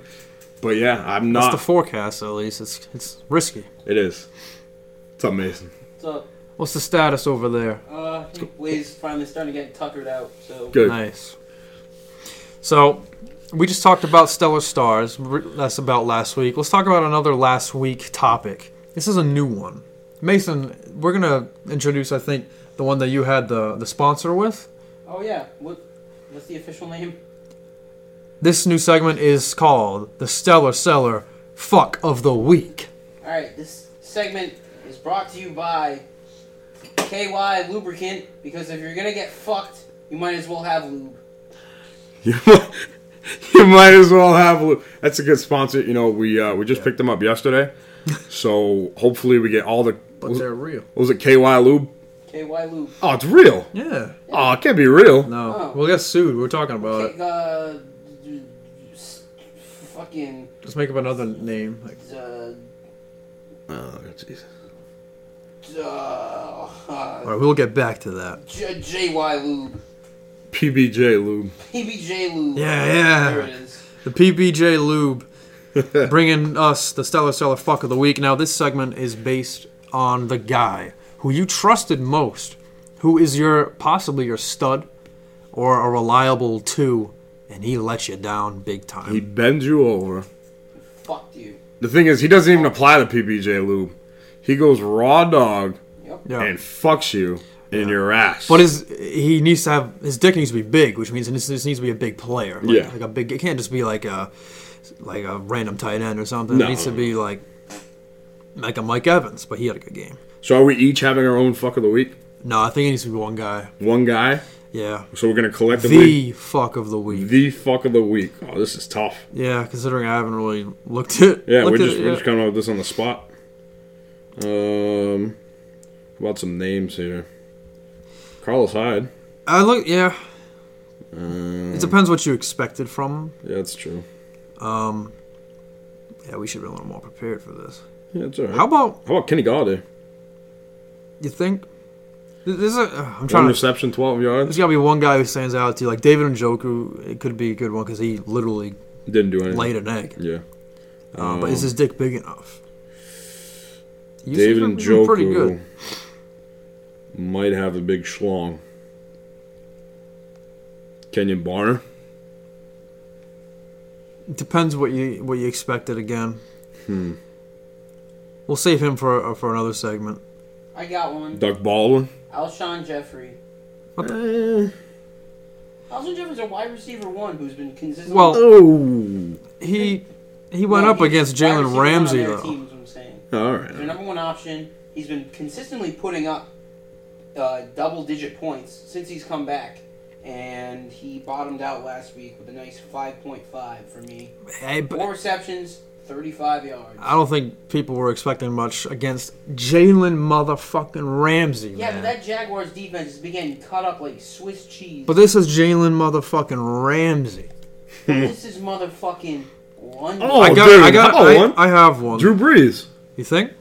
[SPEAKER 2] But yeah, I'm
[SPEAKER 3] that's
[SPEAKER 2] not.
[SPEAKER 3] the forecast at least. It's it's risky.
[SPEAKER 2] it is. It's amazing.
[SPEAKER 1] So,
[SPEAKER 3] What's the status over there?
[SPEAKER 1] uh, I think Blaze finally starting to get tuckered out. So
[SPEAKER 2] Good.
[SPEAKER 3] Nice. So, we just talked about stellar stars. R- That's about last week. Let's talk about another last week topic. This is a new one. Mason, we're gonna introduce, I think, the one that you had the the sponsor with.
[SPEAKER 1] Oh yeah. What? What's the official name?
[SPEAKER 3] This new segment is called the Stellar Seller Fuck of the Week.
[SPEAKER 1] All right. This segment is brought to you by KY Lubricant because if you're gonna get fucked, you might as well have lube.
[SPEAKER 2] You might, you might as well have. a- That's a good sponsor. You know, we uh, we just picked them up yesterday, so hopefully we get all the. What was, what
[SPEAKER 3] real.
[SPEAKER 2] was it KY Lube?
[SPEAKER 1] KY Lube.
[SPEAKER 2] Oh, it's real.
[SPEAKER 3] Yeah.
[SPEAKER 2] Oh, it can't be real.
[SPEAKER 3] No,
[SPEAKER 1] Oh.
[SPEAKER 3] we'll get sued. We're talking about
[SPEAKER 1] K-
[SPEAKER 3] it.
[SPEAKER 1] uh, d- s- fucking.
[SPEAKER 3] Just make up another name. Like,
[SPEAKER 1] Uh,
[SPEAKER 2] Oh, jeez.
[SPEAKER 1] d- uh,
[SPEAKER 3] all
[SPEAKER 1] uh,
[SPEAKER 3] right, we'll get back to that.
[SPEAKER 1] J- JY Lube.
[SPEAKER 2] PBJ Lube.
[SPEAKER 1] PBJ Lube.
[SPEAKER 3] Yeah, yeah.
[SPEAKER 1] There it is.
[SPEAKER 3] The PBJ Lube bringing us the Stellar Seller Fuck of the Week. Now, this segment is based on the guy who you trusted most, who is your possibly your stud or a reliable two, and he let you down big time.
[SPEAKER 2] He bends you over.
[SPEAKER 1] Fucked you.
[SPEAKER 2] The thing is, he doesn't even apply the PBJ lube. He goes raw dog
[SPEAKER 1] Yep.
[SPEAKER 3] yeah.
[SPEAKER 2] and fucks you in your ass.
[SPEAKER 3] but his he needs to have his dick needs to be big, which means this, this needs to be a big player. Like,
[SPEAKER 2] Yeah.
[SPEAKER 3] like a big. It can't just be like a like a random tight end or something.
[SPEAKER 2] No.
[SPEAKER 3] It needs to be like like a Mike Evans, but he had a good game.
[SPEAKER 2] so are we each having our own fuck of the week?
[SPEAKER 3] No, I think it needs to be one guy.
[SPEAKER 2] One guy.
[SPEAKER 3] Yeah.
[SPEAKER 2] So we're gonna collectively
[SPEAKER 3] the fuck of the week.
[SPEAKER 2] the fuck of the week. Oh, this is tough.
[SPEAKER 3] Yeah, considering I haven't really looked at.
[SPEAKER 2] Yeah,
[SPEAKER 3] looked
[SPEAKER 2] we're
[SPEAKER 3] at
[SPEAKER 2] just
[SPEAKER 3] it
[SPEAKER 2] we're
[SPEAKER 3] yet.
[SPEAKER 2] just coming up with this on the spot. Um, how about some names here. Carlos Hyde.
[SPEAKER 3] I look. Yeah,
[SPEAKER 2] Uh,
[SPEAKER 3] it depends what you expected from
[SPEAKER 2] yeah, that's true.
[SPEAKER 3] him. Um, yeah, we should be a little more prepared for this.
[SPEAKER 2] Yeah, it's alright. How,
[SPEAKER 3] How about
[SPEAKER 2] about Kenny Galladay?
[SPEAKER 3] you think? th- This is a, uh, I'm
[SPEAKER 2] One
[SPEAKER 3] trying to.
[SPEAKER 2] reception, twelve yards.
[SPEAKER 3] There's gotta be one guy who stands out to you, like David Njoku. It could be a good one because he literally
[SPEAKER 2] Didn't do anything.
[SPEAKER 3] laid an egg.
[SPEAKER 2] Yeah.
[SPEAKER 3] Um, but is his dick big enough? You seem
[SPEAKER 2] David
[SPEAKER 3] to
[SPEAKER 2] and
[SPEAKER 3] be doing Pretty
[SPEAKER 2] Joku
[SPEAKER 3] good.
[SPEAKER 2] might have a big schlong. Kenyon Barner.
[SPEAKER 3] Depends what you what you expected again.
[SPEAKER 2] Hmm.
[SPEAKER 3] We'll save him for uh, for another segment.
[SPEAKER 1] I got one.
[SPEAKER 2] Doug Baldwin.
[SPEAKER 1] Alshon Jeffrey.
[SPEAKER 2] Eh,
[SPEAKER 1] Alshon Jeffrey's a wide receiver one who's been consistent.
[SPEAKER 3] Well,
[SPEAKER 2] oh.
[SPEAKER 3] He he went up against Jalen Ramsey though.
[SPEAKER 1] Teams, I'm saying.
[SPEAKER 2] All
[SPEAKER 1] Their
[SPEAKER 2] right.
[SPEAKER 1] number one option. He's been consistently putting up uh, double-digit points since he's come back, and he bottomed out last week with a nice 5.5 for me.
[SPEAKER 3] Hey, but
[SPEAKER 1] Four receptions, 35 yards.
[SPEAKER 3] I don't think people were expecting much against Jalen motherfucking Ramsey,
[SPEAKER 1] yeah,
[SPEAKER 3] man.
[SPEAKER 1] but that Jaguars defense has been getting cut up like Swiss cheese.
[SPEAKER 3] but this is Jalen motherfucking Ramsey.
[SPEAKER 1] this is motherfucking London.
[SPEAKER 2] Oh,
[SPEAKER 3] I got,
[SPEAKER 2] dude,
[SPEAKER 3] I got,
[SPEAKER 2] how about one?
[SPEAKER 3] I, I have one.
[SPEAKER 2] Drew Brees.
[SPEAKER 3] You think?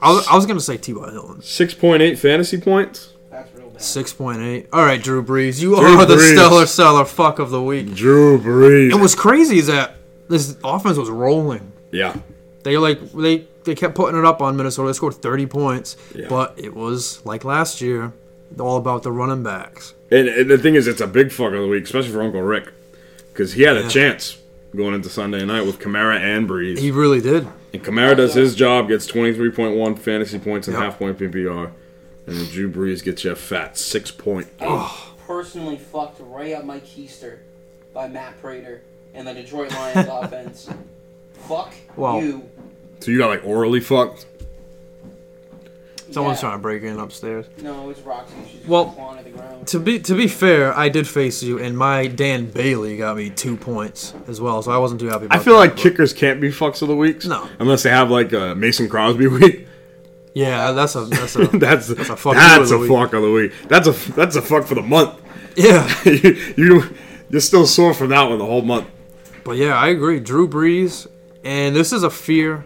[SPEAKER 3] I was, I was gonna say T.Y. Hilton.
[SPEAKER 2] 6.8 fantasy points.
[SPEAKER 1] That's real bad.
[SPEAKER 3] Six point eight. All right, Drew Brees, you
[SPEAKER 2] Drew
[SPEAKER 3] are the
[SPEAKER 2] Brees.
[SPEAKER 3] stellar seller fuck of the week.
[SPEAKER 2] Drew Brees.
[SPEAKER 3] It was crazy is that this offense was rolling.
[SPEAKER 2] yeah.
[SPEAKER 3] They like they they kept putting it up on Minnesota. They scored 30 points,
[SPEAKER 2] Yeah.
[SPEAKER 3] but it was like last year, all about the running backs.
[SPEAKER 2] And, and the thing is, it's a big fuck of the week, especially for Uncle Rick. Because he had a chance going into Sunday night with Kamara and Brees.
[SPEAKER 3] He really did.
[SPEAKER 2] And Kamara does his job, gets 23.1 fantasy points and
[SPEAKER 3] Yep.
[SPEAKER 2] half point PPR. And then Drew Brees gets you a fat 6.8.
[SPEAKER 1] I personally fucked right up my keister by Matt Prater and the Detroit Lions offense. Fuck
[SPEAKER 3] Well,
[SPEAKER 1] you.
[SPEAKER 2] So you got like orally fucked?
[SPEAKER 3] Someone's
[SPEAKER 1] Yeah.
[SPEAKER 3] trying to break in upstairs.
[SPEAKER 1] No, it's Roxy. She's just
[SPEAKER 3] Well,
[SPEAKER 1] clawing at the ground.
[SPEAKER 3] To be to be fair, I did face you, and my Dan Bailey got me two points as well, so I wasn't too happy. About
[SPEAKER 2] I feel
[SPEAKER 3] that,
[SPEAKER 2] like
[SPEAKER 3] but-
[SPEAKER 2] kickers can't be fucks of the weeks.
[SPEAKER 3] No.
[SPEAKER 2] Unless they have like a Mason Crosby week.
[SPEAKER 3] yeah, that's a that's a
[SPEAKER 2] That's that's
[SPEAKER 3] a
[SPEAKER 2] a
[SPEAKER 3] fuck
[SPEAKER 2] fuck,
[SPEAKER 3] you of the week.
[SPEAKER 2] of the week. That's a that's a fuck for the month.
[SPEAKER 3] yeah.
[SPEAKER 2] you, you you're still sore from that one the whole month.
[SPEAKER 3] But yeah, I agree. Drew Brees, and this is a fear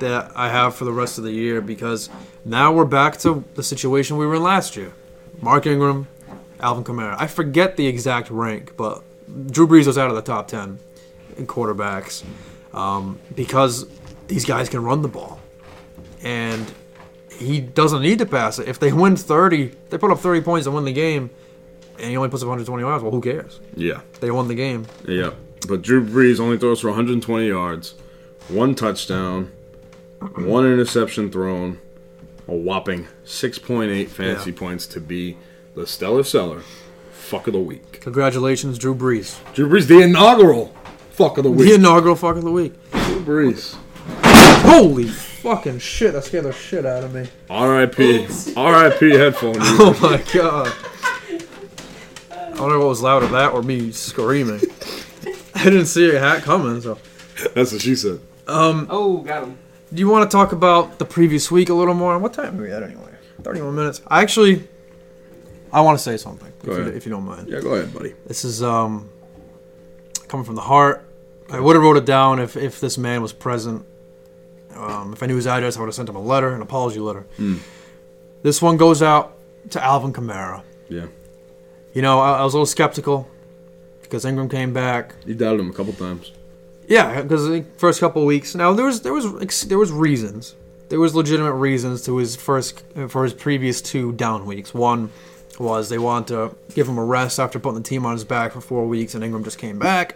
[SPEAKER 3] that I have for the rest of the year because now we're back to the situation we were in last year. Mark Ingram, Alvin Kamara. I forget the exact rank, but Drew Brees was out of the top ten in quarterbacks um, because these guys can run the ball, and he doesn't need to pass it. If they win thirty, they put up thirty points and win the game, and he only puts up 120 yards. Well, who cares?
[SPEAKER 2] Yeah.
[SPEAKER 3] They won the game.
[SPEAKER 2] Yeah. But Drew Brees only throws for 120 yards, one touchdown, one interception thrown, a whopping 6.8 fantasy points to be the stellar seller, fuck of the week.
[SPEAKER 3] Congratulations, Drew Brees.
[SPEAKER 2] Drew Brees, the inaugural fuck of the
[SPEAKER 3] The
[SPEAKER 2] week.
[SPEAKER 3] inaugural fuck of the week.
[SPEAKER 2] Drew Brees.
[SPEAKER 3] Holy fucking shit, that scared the shit out of me.
[SPEAKER 2] R.I.P. R.I.P. headphone. dude.
[SPEAKER 3] Oh my god. I don't know what was louder, that or me screaming. I didn't see a hat coming, so.
[SPEAKER 2] That's what she said.
[SPEAKER 1] Oh, got him.
[SPEAKER 3] Do you want to talk about the previous week a little more? What time are we at anyway? 31 minutes. I actually. I want to say something, if
[SPEAKER 2] Go
[SPEAKER 3] you,
[SPEAKER 2] ahead.
[SPEAKER 3] if you don't mind.
[SPEAKER 2] Yeah, go ahead, buddy.
[SPEAKER 3] This is um, coming from the heart. I would have wrote it down if, if this man was present. Um, if I knew his address, I would have sent him a letter, an apology letter. This one goes out to Alvin Kamara.
[SPEAKER 2] Yeah.
[SPEAKER 3] You know, I, I was a little skeptical because Ingram came back.
[SPEAKER 2] You doubted him a couple times.
[SPEAKER 3] Yeah, because the first couple weeks. Now there was there was ex- there was reasons. There was legitimate reasons to his first for his previous two down weeks. One was they wanted to give him a rest after putting the team on his back for four weeks, and Ingram just came back.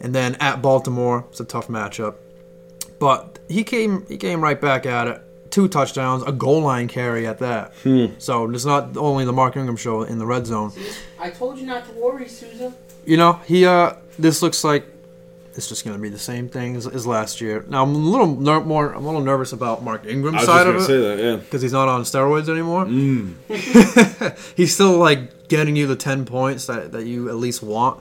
[SPEAKER 3] And then at Baltimore, it's a tough matchup, but he came he came right back at it. Two touchdowns, a goal line carry at that. So it's not only the Mark Ingram show in the red zone.
[SPEAKER 1] I told you not to worry, Sousa.
[SPEAKER 3] You know, he uh, this looks like it's just going to be the same thing as, as last year. Now I'm a little ner- more, I'm a little nervous about Mark
[SPEAKER 2] I
[SPEAKER 3] Ingram's
[SPEAKER 2] was
[SPEAKER 3] side
[SPEAKER 2] just
[SPEAKER 3] of
[SPEAKER 2] gonna say
[SPEAKER 3] it
[SPEAKER 2] that. Yeah.
[SPEAKER 3] because he's not on steroids anymore.
[SPEAKER 2] Mm.
[SPEAKER 3] he's still like getting you the ten points that, that you at least want,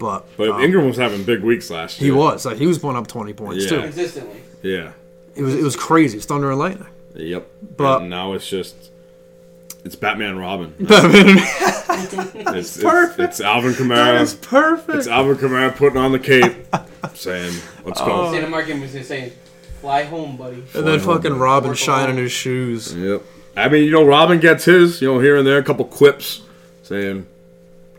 [SPEAKER 3] but
[SPEAKER 2] But
[SPEAKER 3] um,
[SPEAKER 2] Ingram was having big weeks last
[SPEAKER 3] he
[SPEAKER 2] year.
[SPEAKER 3] was like he was putting up twenty points
[SPEAKER 2] Yeah.
[SPEAKER 3] too.
[SPEAKER 1] Consistently.
[SPEAKER 2] Yeah.
[SPEAKER 3] It was it was crazy. It's thunder and lightning.
[SPEAKER 2] Yep.
[SPEAKER 3] But-
[SPEAKER 2] But now it's just it's Batman Robin.
[SPEAKER 3] That's
[SPEAKER 2] It's, it's,
[SPEAKER 3] perfect.
[SPEAKER 2] it's Alvin Kamara.
[SPEAKER 3] perfect.
[SPEAKER 2] It's Alvin Kamara putting on the cape, saying, "Let's go."
[SPEAKER 3] Oh.
[SPEAKER 1] Santa Markin was just saying, fly home, buddy.
[SPEAKER 3] and then fucking Robin shining his shoes.
[SPEAKER 2] Yep. I mean, you know, Robin gets his, you know, here and there, a couple quips, saying,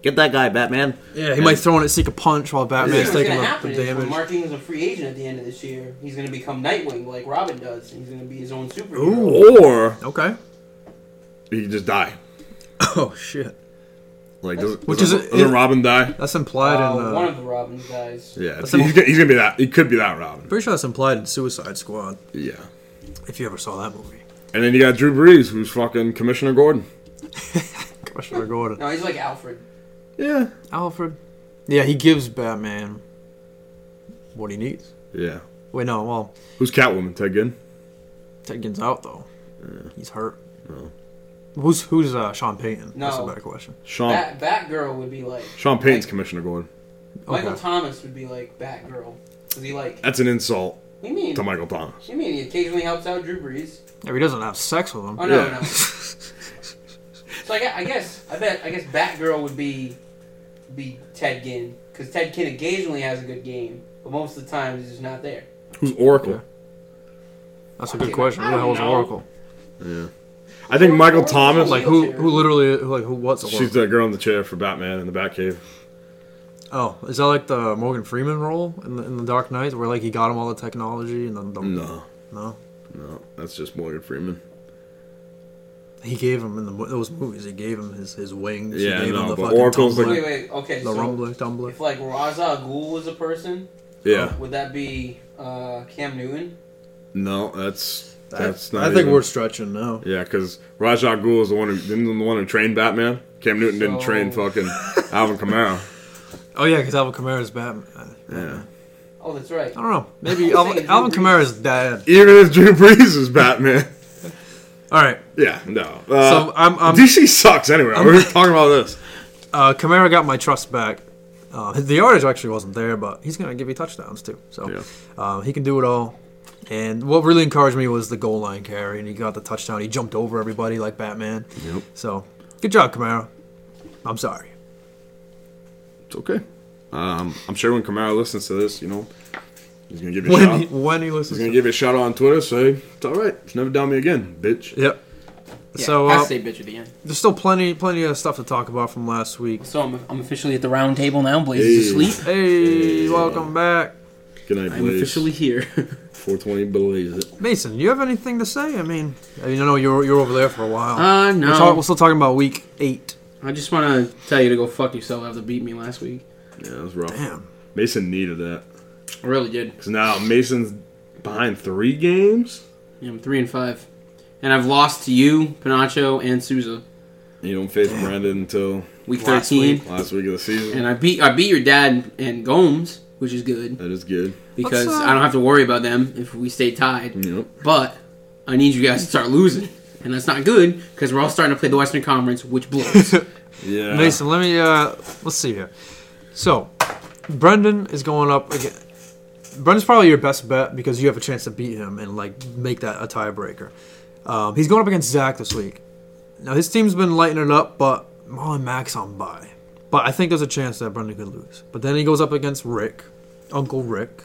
[SPEAKER 2] "Get that guy, Batman."
[SPEAKER 3] Yeah, he might throw in it, seek a punch while Batman's
[SPEAKER 1] What's going
[SPEAKER 3] taking
[SPEAKER 1] to
[SPEAKER 3] the,
[SPEAKER 1] happen
[SPEAKER 3] the
[SPEAKER 1] is when
[SPEAKER 3] damage.
[SPEAKER 1] Mark Ingram's a free agent at the end of this year, he's going to become Nightwing like Robin does. and He's going to be his own superhero.
[SPEAKER 2] Or
[SPEAKER 3] Okay.
[SPEAKER 2] he can just die.
[SPEAKER 3] Oh shit.
[SPEAKER 2] Like, does,
[SPEAKER 3] Which
[SPEAKER 2] Which
[SPEAKER 3] is
[SPEAKER 2] does,
[SPEAKER 3] a-
[SPEAKER 2] doesn't Robin die?
[SPEAKER 3] That's implied
[SPEAKER 1] Uh,
[SPEAKER 3] in. Uh,
[SPEAKER 1] one of the Robins guys.
[SPEAKER 2] Yeah,
[SPEAKER 3] That's
[SPEAKER 2] he's,
[SPEAKER 3] a-
[SPEAKER 2] gonna- he's gonna be that. He could be that Robin.
[SPEAKER 3] pretty sure that's implied in Suicide Squad.
[SPEAKER 2] Yeah.
[SPEAKER 3] If you ever saw that movie,
[SPEAKER 2] And then you got Drew Brees, who's fucking Commissioner Gordon.
[SPEAKER 3] Commissioner Gordon,
[SPEAKER 1] No, he's like Alfred.
[SPEAKER 2] Yeah.
[SPEAKER 3] Alfred. Yeah, he gives Batman what he needs.
[SPEAKER 2] Yeah.
[SPEAKER 3] Wait, no. Well,
[SPEAKER 2] Who's Catwoman? Ted Ginn.
[SPEAKER 3] Tedkin's out though. He's hurt. Who's who's uh, Sean Payton? That's a
[SPEAKER 1] No.
[SPEAKER 3] better question.
[SPEAKER 2] Sean.
[SPEAKER 1] Bat Batgirl would be like.
[SPEAKER 2] Sean Payton's Commissioner Gordon.
[SPEAKER 1] Michael
[SPEAKER 3] Okay.
[SPEAKER 1] Thomas would be like Batgirl. Because he like. What
[SPEAKER 2] That's an insult
[SPEAKER 1] do you mean?
[SPEAKER 2] to Michael Thomas.
[SPEAKER 1] What do you mean? He occasionally helps out Drew Brees.
[SPEAKER 3] If he doesn't have sex with him,
[SPEAKER 1] Oh, no,
[SPEAKER 2] Yeah.
[SPEAKER 1] no. so I guess, I guess, I bet, I guess Batgirl would be be Ted Ginn. Because Ted Ginn occasionally has a good game, but most of the time he's just not there.
[SPEAKER 2] Who's Oracle?
[SPEAKER 3] that's a good question. Who the hell is
[SPEAKER 1] I don't know.
[SPEAKER 3] Oracle?
[SPEAKER 2] I think Michael Thomas,
[SPEAKER 3] Like
[SPEAKER 2] like,
[SPEAKER 3] who? Who literally? Who, like who? What's Oracle?
[SPEAKER 2] she's the girl in the chair for Batman in the Batcave.
[SPEAKER 3] oh, is that like the Morgan Freeman role in the, in the Dark Knight, where like he got him all the technology and then the,
[SPEAKER 2] No,
[SPEAKER 3] no,
[SPEAKER 2] no, that's just Morgan Freeman.
[SPEAKER 3] he gave him in the, mo- those movies. He gave him his his wings. he
[SPEAKER 2] Yeah,
[SPEAKER 3] gave
[SPEAKER 2] no,
[SPEAKER 3] him the
[SPEAKER 2] but
[SPEAKER 3] fucking
[SPEAKER 2] Oracle's like-
[SPEAKER 3] tumbler.
[SPEAKER 1] Wait, wait, okay.
[SPEAKER 3] The
[SPEAKER 1] so
[SPEAKER 3] Rumbler Tumbler.
[SPEAKER 1] if like Raza al Ghul was a person,
[SPEAKER 2] Yeah,
[SPEAKER 1] would that be uh, Cam Newton?
[SPEAKER 2] no, that's that's not.
[SPEAKER 3] I think
[SPEAKER 2] even-
[SPEAKER 3] we're stretching now.
[SPEAKER 2] Yeah, because Rajah Ghul is the one who didn't the one who trained Batman. Cam Newton didn't
[SPEAKER 1] So-
[SPEAKER 2] train fucking Alvin Kamara.
[SPEAKER 3] Oh yeah, because Alvin Kamara's Batman.
[SPEAKER 2] Yeah,
[SPEAKER 1] Oh, that's right.
[SPEAKER 3] I don't know. Maybe
[SPEAKER 1] I was
[SPEAKER 3] Alvin,
[SPEAKER 1] thinking
[SPEAKER 3] Alvin
[SPEAKER 1] Drew
[SPEAKER 3] Kamara's dad.
[SPEAKER 2] even if Drew Brees is Batman,
[SPEAKER 3] All right.
[SPEAKER 2] Yeah, no.
[SPEAKER 3] So
[SPEAKER 2] Uh,
[SPEAKER 3] I'm, I'm
[SPEAKER 2] DC sucks anyway. We're talking about this.
[SPEAKER 3] uh, Kamara got my trust back. Uh, the yardage actually wasn't there, but he's going to give you touchdowns too. So
[SPEAKER 2] Yeah.
[SPEAKER 3] uh, he can do it all. And what really encouraged me was the goal line carry, and he got the touchdown. He jumped over everybody like Batman.
[SPEAKER 2] Yep.
[SPEAKER 3] So good job, Kamara. I'm sorry.
[SPEAKER 2] It's okay. Um, I'm sure when Kamara listens to this, you know, he's gonna give you a
[SPEAKER 3] When
[SPEAKER 2] shout.
[SPEAKER 3] he, when he listens,
[SPEAKER 2] He's gonna
[SPEAKER 3] to-
[SPEAKER 2] give you a shout out on Twitter. Say it's all right. It's never down me again, bitch.
[SPEAKER 3] yep.
[SPEAKER 1] Yeah,
[SPEAKER 3] so
[SPEAKER 1] I
[SPEAKER 3] uh,
[SPEAKER 1] say bitch at the end.
[SPEAKER 3] there's still plenty, plenty of stuff to talk about from last week.
[SPEAKER 1] So I'm, I'm officially at the round table now. Blaze is
[SPEAKER 2] Hey.
[SPEAKER 1] asleep.
[SPEAKER 3] Hey, welcome back,
[SPEAKER 2] Good night,
[SPEAKER 1] I'm
[SPEAKER 2] Blaze.
[SPEAKER 1] officially here.
[SPEAKER 2] 420 Blaze. it.
[SPEAKER 3] Mason. You have anything to say? I mean, I mean, I know you're you're over there for a while.
[SPEAKER 1] uh, no.
[SPEAKER 3] We're, talk, we're still talking about week eight.
[SPEAKER 1] I just want to tell you to go fuck yourself after beating me last week.
[SPEAKER 2] Yeah, that was rough.
[SPEAKER 3] Damn.
[SPEAKER 2] Mason needed that
[SPEAKER 1] I really did.
[SPEAKER 2] because now Mason's behind three games.
[SPEAKER 1] I'm three and five, and I've lost to you, Panacho, and Souza
[SPEAKER 2] You don't face Brandon until
[SPEAKER 1] week
[SPEAKER 3] Last
[SPEAKER 1] thirteen.
[SPEAKER 2] last week of the season.
[SPEAKER 1] And I beat I beat your dad and Gomes, which is good
[SPEAKER 2] That is good.
[SPEAKER 1] because
[SPEAKER 3] Let's, uh,
[SPEAKER 1] I don't have to worry about them if we stay tied.
[SPEAKER 2] Yep.
[SPEAKER 1] But I need you guys to start losing, and that's not good because we're all starting to play the Western Conference, which blows.
[SPEAKER 2] Yeah.
[SPEAKER 3] Mason, let me uh let's see here. So, Brendan is going up again. Brendan's probably your best bet because you have a chance to beat him and like make that a tiebreaker. Um, he's going up against Zach this week. Now his team's been lighting it up, but Marlon Mack's on by. But I think there's a chance that Brendan could lose. But then he goes up against Rick, Uncle Rick.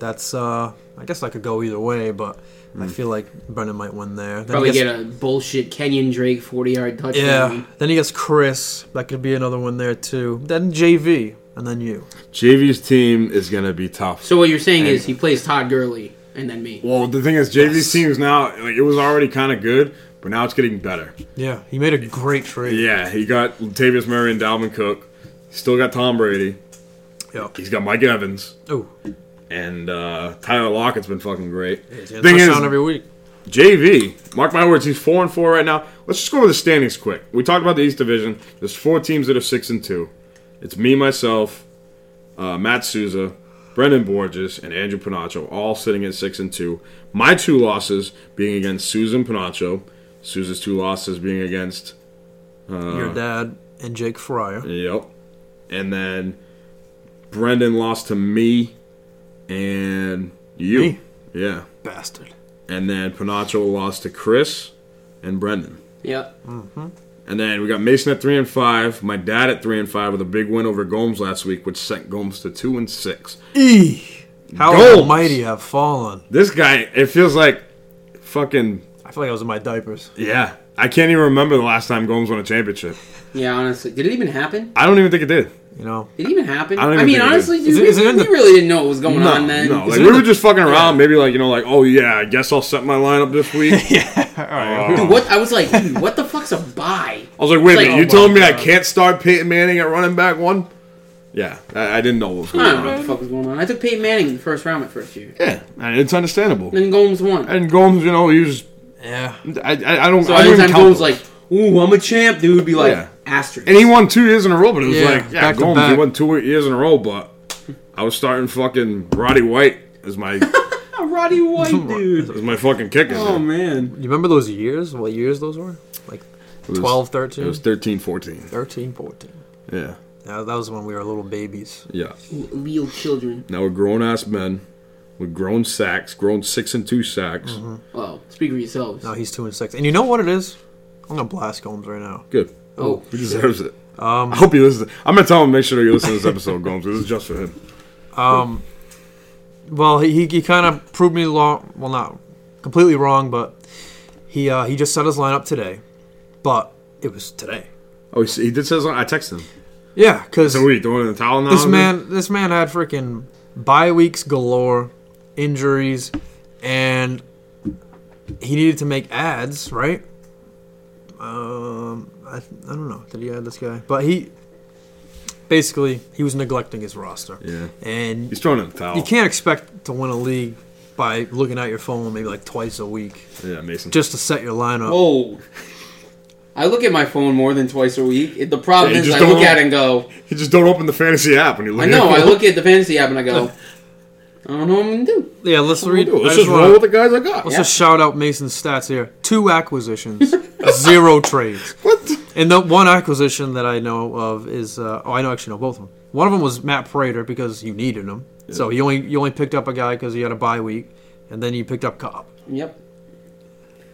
[SPEAKER 3] That's uh, I guess I could go either way, but I feel like Brendan might win there. Then he
[SPEAKER 1] Hmm. Probably
[SPEAKER 3] gets-
[SPEAKER 1] get a bullshit Kenyon Drake forty yard
[SPEAKER 3] yeah.
[SPEAKER 1] touchdown.
[SPEAKER 3] Then he gets Chris. That could be another one there too. Then JV, and then you.
[SPEAKER 2] JV's team is gonna be tough.
[SPEAKER 1] So what you're saying is he plays Todd Gurley and then me.
[SPEAKER 2] Well, the thing is, JV's team is now like it was already kind of good, but now it's getting better.
[SPEAKER 3] Yeah, he made a great trade.
[SPEAKER 2] Yeah, he got Latavius Murray and Dalvin Cook. He's still got Tom Brady.
[SPEAKER 3] Yeah.
[SPEAKER 2] He's got Mike Evans.
[SPEAKER 3] Oh,
[SPEAKER 2] And uh, Tyler Lockett's been fucking great. Thing
[SPEAKER 3] thing
[SPEAKER 2] is,
[SPEAKER 3] is, every week.
[SPEAKER 2] JV, mark my words, he's four and four right now. Let's just go over the standings quick. We talked about the East Division. There's four teams that are six and two. It's me, myself, uh, Matt Souza, Brendan Borges, and Andrew Panacho, all sitting at six and two. My two losses being against Susan Panacho. Souza's two losses being against
[SPEAKER 3] Your dad and Jake Fryer.
[SPEAKER 2] Yep. And then Brendan lost to me and you.
[SPEAKER 3] Me?
[SPEAKER 2] Yeah.
[SPEAKER 3] Bastard.
[SPEAKER 2] And then Panacho lost to Chris and Brendan.
[SPEAKER 1] Yeah.
[SPEAKER 2] And then we got Mason at three and five. My dad at three and five with a big win over Gomes last week, which sent Gomes to two and six.
[SPEAKER 3] E. How
[SPEAKER 2] Goals.
[SPEAKER 3] almighty have fallen.
[SPEAKER 2] This guy, it feels like fucking
[SPEAKER 3] I feel like I was in my diapers.
[SPEAKER 2] yeah. I can't even remember the last time Gomes won a championship.
[SPEAKER 1] Yeah, honestly. Did it even happen?
[SPEAKER 2] I don't even think it did.
[SPEAKER 3] You know.
[SPEAKER 1] Did it even happen?
[SPEAKER 2] I
[SPEAKER 1] I,
[SPEAKER 2] don't even
[SPEAKER 1] mean,
[SPEAKER 2] think it
[SPEAKER 1] honestly,
[SPEAKER 3] Is
[SPEAKER 1] dude,
[SPEAKER 3] it-
[SPEAKER 1] we,
[SPEAKER 3] is it in
[SPEAKER 1] we
[SPEAKER 3] the-
[SPEAKER 1] really didn't know what was going
[SPEAKER 2] No,
[SPEAKER 1] on then.
[SPEAKER 2] no.
[SPEAKER 1] Is
[SPEAKER 2] Like
[SPEAKER 1] it
[SPEAKER 2] we
[SPEAKER 1] in
[SPEAKER 2] were
[SPEAKER 1] the-
[SPEAKER 2] just fucking around. Maybe like you know, like oh yeah, I guess I'll set my lineup this week. Uh,
[SPEAKER 1] Dude, what? I was like, dude, what the fuck's a buy?
[SPEAKER 2] I was like, wait
[SPEAKER 1] It's
[SPEAKER 2] a minute,
[SPEAKER 1] like,
[SPEAKER 2] you
[SPEAKER 1] oh
[SPEAKER 2] telling
[SPEAKER 1] my
[SPEAKER 2] me I
[SPEAKER 1] God.
[SPEAKER 2] can't start Peyton Manning at running back one? Yeah, I, I didn't know what was
[SPEAKER 1] I
[SPEAKER 2] going
[SPEAKER 1] don't know what
[SPEAKER 2] on.
[SPEAKER 1] the fuck was going on. I took Peyton Manning in the first round my first year.
[SPEAKER 2] Yeah, and it's understandable.
[SPEAKER 1] Then Gomes won.
[SPEAKER 2] And Gomes, you know, he was.
[SPEAKER 3] Yeah.
[SPEAKER 2] I, I, I don't.
[SPEAKER 1] So
[SPEAKER 2] I don't
[SPEAKER 1] every
[SPEAKER 2] even
[SPEAKER 1] time
[SPEAKER 2] count
[SPEAKER 1] Gomes
[SPEAKER 2] those.
[SPEAKER 1] like, ooh, I'm a champ, dude, be like,
[SPEAKER 2] Yeah.
[SPEAKER 1] asterisk.
[SPEAKER 2] and he won two years in a row, but it was
[SPEAKER 3] Yeah,
[SPEAKER 2] like, yeah,
[SPEAKER 3] back to
[SPEAKER 2] Gomes, he
[SPEAKER 3] back.
[SPEAKER 2] won two years in a row, but I was starting fucking Roddy White as my
[SPEAKER 1] Ah, Roddy White, dude.
[SPEAKER 2] as my fucking kicker.
[SPEAKER 1] Oh man.
[SPEAKER 3] You remember those years? What years those were? Like
[SPEAKER 2] It was-
[SPEAKER 3] 12,
[SPEAKER 2] It
[SPEAKER 3] 13?
[SPEAKER 2] was 13, 14.
[SPEAKER 3] 13, 14.
[SPEAKER 2] Yeah,
[SPEAKER 3] Yeah, that was when we were little babies.
[SPEAKER 2] yeah.
[SPEAKER 1] Real children.
[SPEAKER 2] Now we're grown ass men with grown sacks, grown six and two sacks.
[SPEAKER 3] Mm-hmm.
[SPEAKER 1] Oh, speak for yourselves.
[SPEAKER 3] Now he's 2 and 6. And you know what it is? I'm going to blast Gomes right now.
[SPEAKER 2] Good.
[SPEAKER 1] Oh,
[SPEAKER 2] He deserves it.
[SPEAKER 3] Um,
[SPEAKER 2] I hope he listens. I'm gonna tell him make sure you listen to this episode, Gomes. This is just for him.
[SPEAKER 3] Well, he, he, he kind of proved me wrong. Well, not completely wrong, but he uh, he just set his lineup today. But it was today.
[SPEAKER 2] Oh, he, he did say something. I texted him.
[SPEAKER 3] Yeah, because
[SPEAKER 2] So we throwing in the towel now.
[SPEAKER 3] this man this man had freaking bye weeks galore, injuries, and he needed to make ads, right? Um, I, I don't know. Did he add this guy? But he basically he was neglecting his roster.
[SPEAKER 2] Yeah.
[SPEAKER 3] and
[SPEAKER 2] He's throwing in the towel.
[SPEAKER 3] You can't expect to win a league by looking at your phone maybe like twice a week
[SPEAKER 2] Yeah, Mason.
[SPEAKER 3] just to set your lineup.
[SPEAKER 1] Oh. I look at my phone more than twice a week. It- The problem
[SPEAKER 2] Yeah, you
[SPEAKER 1] is,
[SPEAKER 2] just
[SPEAKER 1] I
[SPEAKER 2] don't
[SPEAKER 1] look
[SPEAKER 2] know.
[SPEAKER 1] at it and go,
[SPEAKER 2] you just don't open the fantasy app when you look.
[SPEAKER 1] I know.
[SPEAKER 2] At
[SPEAKER 1] I look at the fantasy app and I go, I don't know what I'm gonna do.
[SPEAKER 3] Yeah, let's
[SPEAKER 2] We'll
[SPEAKER 3] read.
[SPEAKER 2] do it. Let's
[SPEAKER 3] I just
[SPEAKER 2] just
[SPEAKER 3] wanna-
[SPEAKER 2] roll with the guys I got.
[SPEAKER 3] Let's just shout out Mason's stats here. Two acquisitions, zero trades.
[SPEAKER 2] What? the-
[SPEAKER 3] And the one acquisition that I know of is uh, oh, I know actually know both of them. One of them was Matt Prater because you needed him. So you only you only picked up a guy because he had a bye week, and then you picked up Cobb.
[SPEAKER 1] Yep.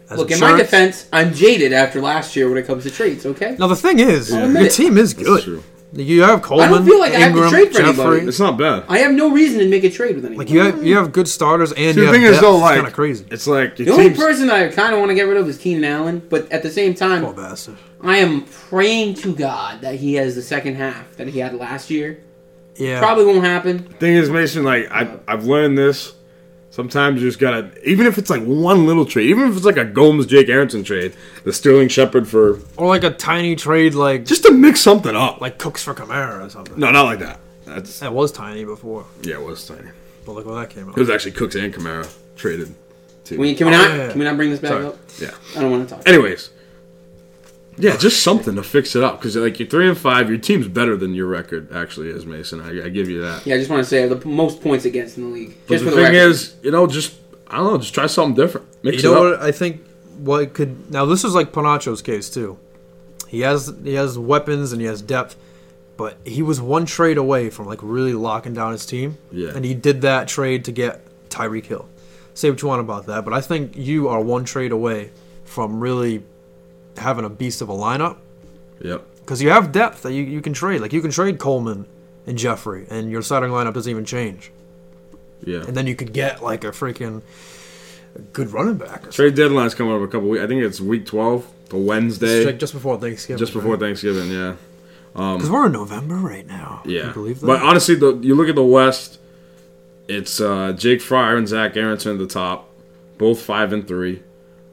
[SPEAKER 3] as
[SPEAKER 1] Look, in my
[SPEAKER 3] insurance.
[SPEAKER 1] defense, I'm jaded after last year when it comes to trades. Okay.
[SPEAKER 3] Now the thing is,
[SPEAKER 1] admit
[SPEAKER 3] your
[SPEAKER 1] it.
[SPEAKER 3] team is
[SPEAKER 2] That's
[SPEAKER 3] good.
[SPEAKER 2] true.
[SPEAKER 3] You have Coleman,
[SPEAKER 1] feel like I have to
[SPEAKER 3] Ingram,
[SPEAKER 1] trade for
[SPEAKER 3] Jeffrey.
[SPEAKER 1] anybody.
[SPEAKER 2] It's not bad.
[SPEAKER 1] I have no reason to make a trade with anyone.
[SPEAKER 3] Like you have you have good starters and
[SPEAKER 2] See, the
[SPEAKER 3] you have
[SPEAKER 2] thing is
[SPEAKER 3] depth.
[SPEAKER 2] though,
[SPEAKER 3] It's
[SPEAKER 2] like
[SPEAKER 3] kinda crazy.
[SPEAKER 2] It's like your
[SPEAKER 1] the only
[SPEAKER 2] team's-
[SPEAKER 1] person that I kind of want to get rid of is Keenan Allen, but at the same time,
[SPEAKER 3] Poor bastard.
[SPEAKER 1] I am praying to God that he has the second half that he had last year.
[SPEAKER 3] Yeah.
[SPEAKER 1] Probably won't happen.
[SPEAKER 2] thing is, Mason. Like I, I've learned this. Sometimes you just gotta, even if it's like one little trade, even if it's like a Gomes Jake Aronson trade, the Sterling Shepherd for
[SPEAKER 3] Or like a tiny trade like
[SPEAKER 2] just to mix something up. Like
[SPEAKER 3] like Cooks for Kamara or something.
[SPEAKER 2] no, not like that. That's
[SPEAKER 3] That was tiny before,
[SPEAKER 2] yeah, it was tiny. It
[SPEAKER 3] but look where that came out.
[SPEAKER 2] was actually Cooks and Kamara traded. Too.
[SPEAKER 1] We, can we not?
[SPEAKER 3] Oh, yeah.
[SPEAKER 1] Can we not bring this back
[SPEAKER 3] Sorry.
[SPEAKER 1] up?
[SPEAKER 2] yeah.
[SPEAKER 1] I don't want to talk.
[SPEAKER 2] Anyways, yeah, just something to fix it up because like you're three and five, your team's better than your record actually is, Mason. I, I give you that.
[SPEAKER 1] Yeah, I just want to say the p- most points against in the league.
[SPEAKER 2] But
[SPEAKER 1] Just
[SPEAKER 2] the,
[SPEAKER 1] for the
[SPEAKER 2] thing
[SPEAKER 1] record.
[SPEAKER 2] is, you know, just I don't know, just try something different. Mix
[SPEAKER 3] You know
[SPEAKER 2] it up.
[SPEAKER 3] what I think? What could now? This is like Panacho's case too. He has he has weapons and he has depth, but he was one trade away from like really locking down his team.
[SPEAKER 2] Yeah.
[SPEAKER 3] And he did that trade to get Tyreek Hill. Say what you want about that, but I think you are one trade away from really having a beast of a lineup
[SPEAKER 2] Yep.
[SPEAKER 3] because you have depth that you, you can trade. Like you can trade Coleman and Jeffrey, and your starting lineup doesn't even change.
[SPEAKER 2] Yeah.
[SPEAKER 3] And then you could get like a freaking good running back. Or something.
[SPEAKER 2] Trade deadline's coming up a couple weeks. I think it's week twelve, the Wednesday,
[SPEAKER 3] It's like just before Thanksgiving.
[SPEAKER 2] just before Thanksgiving. Yeah.
[SPEAKER 3] Because we're in November right now. Can
[SPEAKER 2] Yeah.
[SPEAKER 3] you believe that?
[SPEAKER 2] But honestly, the, you look at the West, it's uh, Jake Fryer and Zach Aronson at the top, both five and three.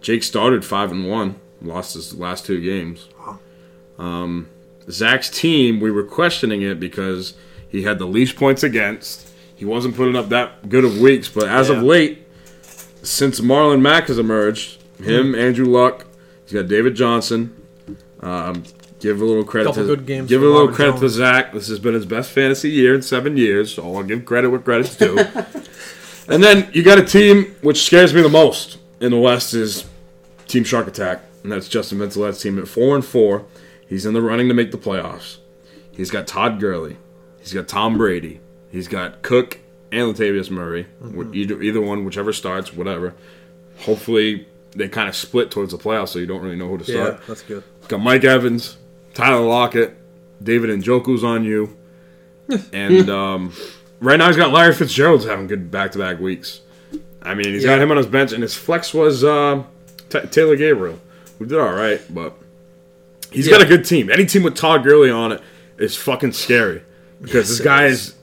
[SPEAKER 2] Jake started five and one, lost his last two games.
[SPEAKER 3] Wow.
[SPEAKER 2] Um, Zach's team, we were questioning it because he had the least points against. He wasn't putting up that good of weeks, but as of
[SPEAKER 3] Yeah.
[SPEAKER 2] late, since Marlon Mack has emerged,
[SPEAKER 3] Mm-hmm.
[SPEAKER 2] him, Andrew Luck, he's got David Johnson. Um, give a little credit
[SPEAKER 3] Couple
[SPEAKER 2] to
[SPEAKER 3] good games
[SPEAKER 2] give a
[SPEAKER 3] for
[SPEAKER 2] little
[SPEAKER 3] Marvin
[SPEAKER 2] credit to
[SPEAKER 3] Jones.
[SPEAKER 2] Zach. This has been his best fantasy year in seven years, so I'll give credit where credit's due. and then you got a team which scares me the most in the West is Team Shark Attack, and that's Justin Vincelet's team at four and four. He's in the running to make the playoffs. He's got Todd Gurley. He's got Tom Brady. He's got Cook and Latavius Murray. Wh- Either either one, whichever starts, whatever. Hopefully they kind of split towards the playoffs, so you don't really know who to start.
[SPEAKER 3] that's good.
[SPEAKER 2] Got Mike Evans, Tyler Lockett, David Njoku's on you. and um, right now he's got Larry Fitzgerald's having good back to back weeks. I mean, he's got
[SPEAKER 3] Yeah.
[SPEAKER 2] him on his bench, and his flex was um Ta Taylor Gabriel, who did all right, but he's got
[SPEAKER 3] Yeah.
[SPEAKER 2] a good team. Any team with Todd Gurley on it is fucking scary because this
[SPEAKER 3] it
[SPEAKER 2] guy
[SPEAKER 3] is.
[SPEAKER 2] is
[SPEAKER 1] yeah,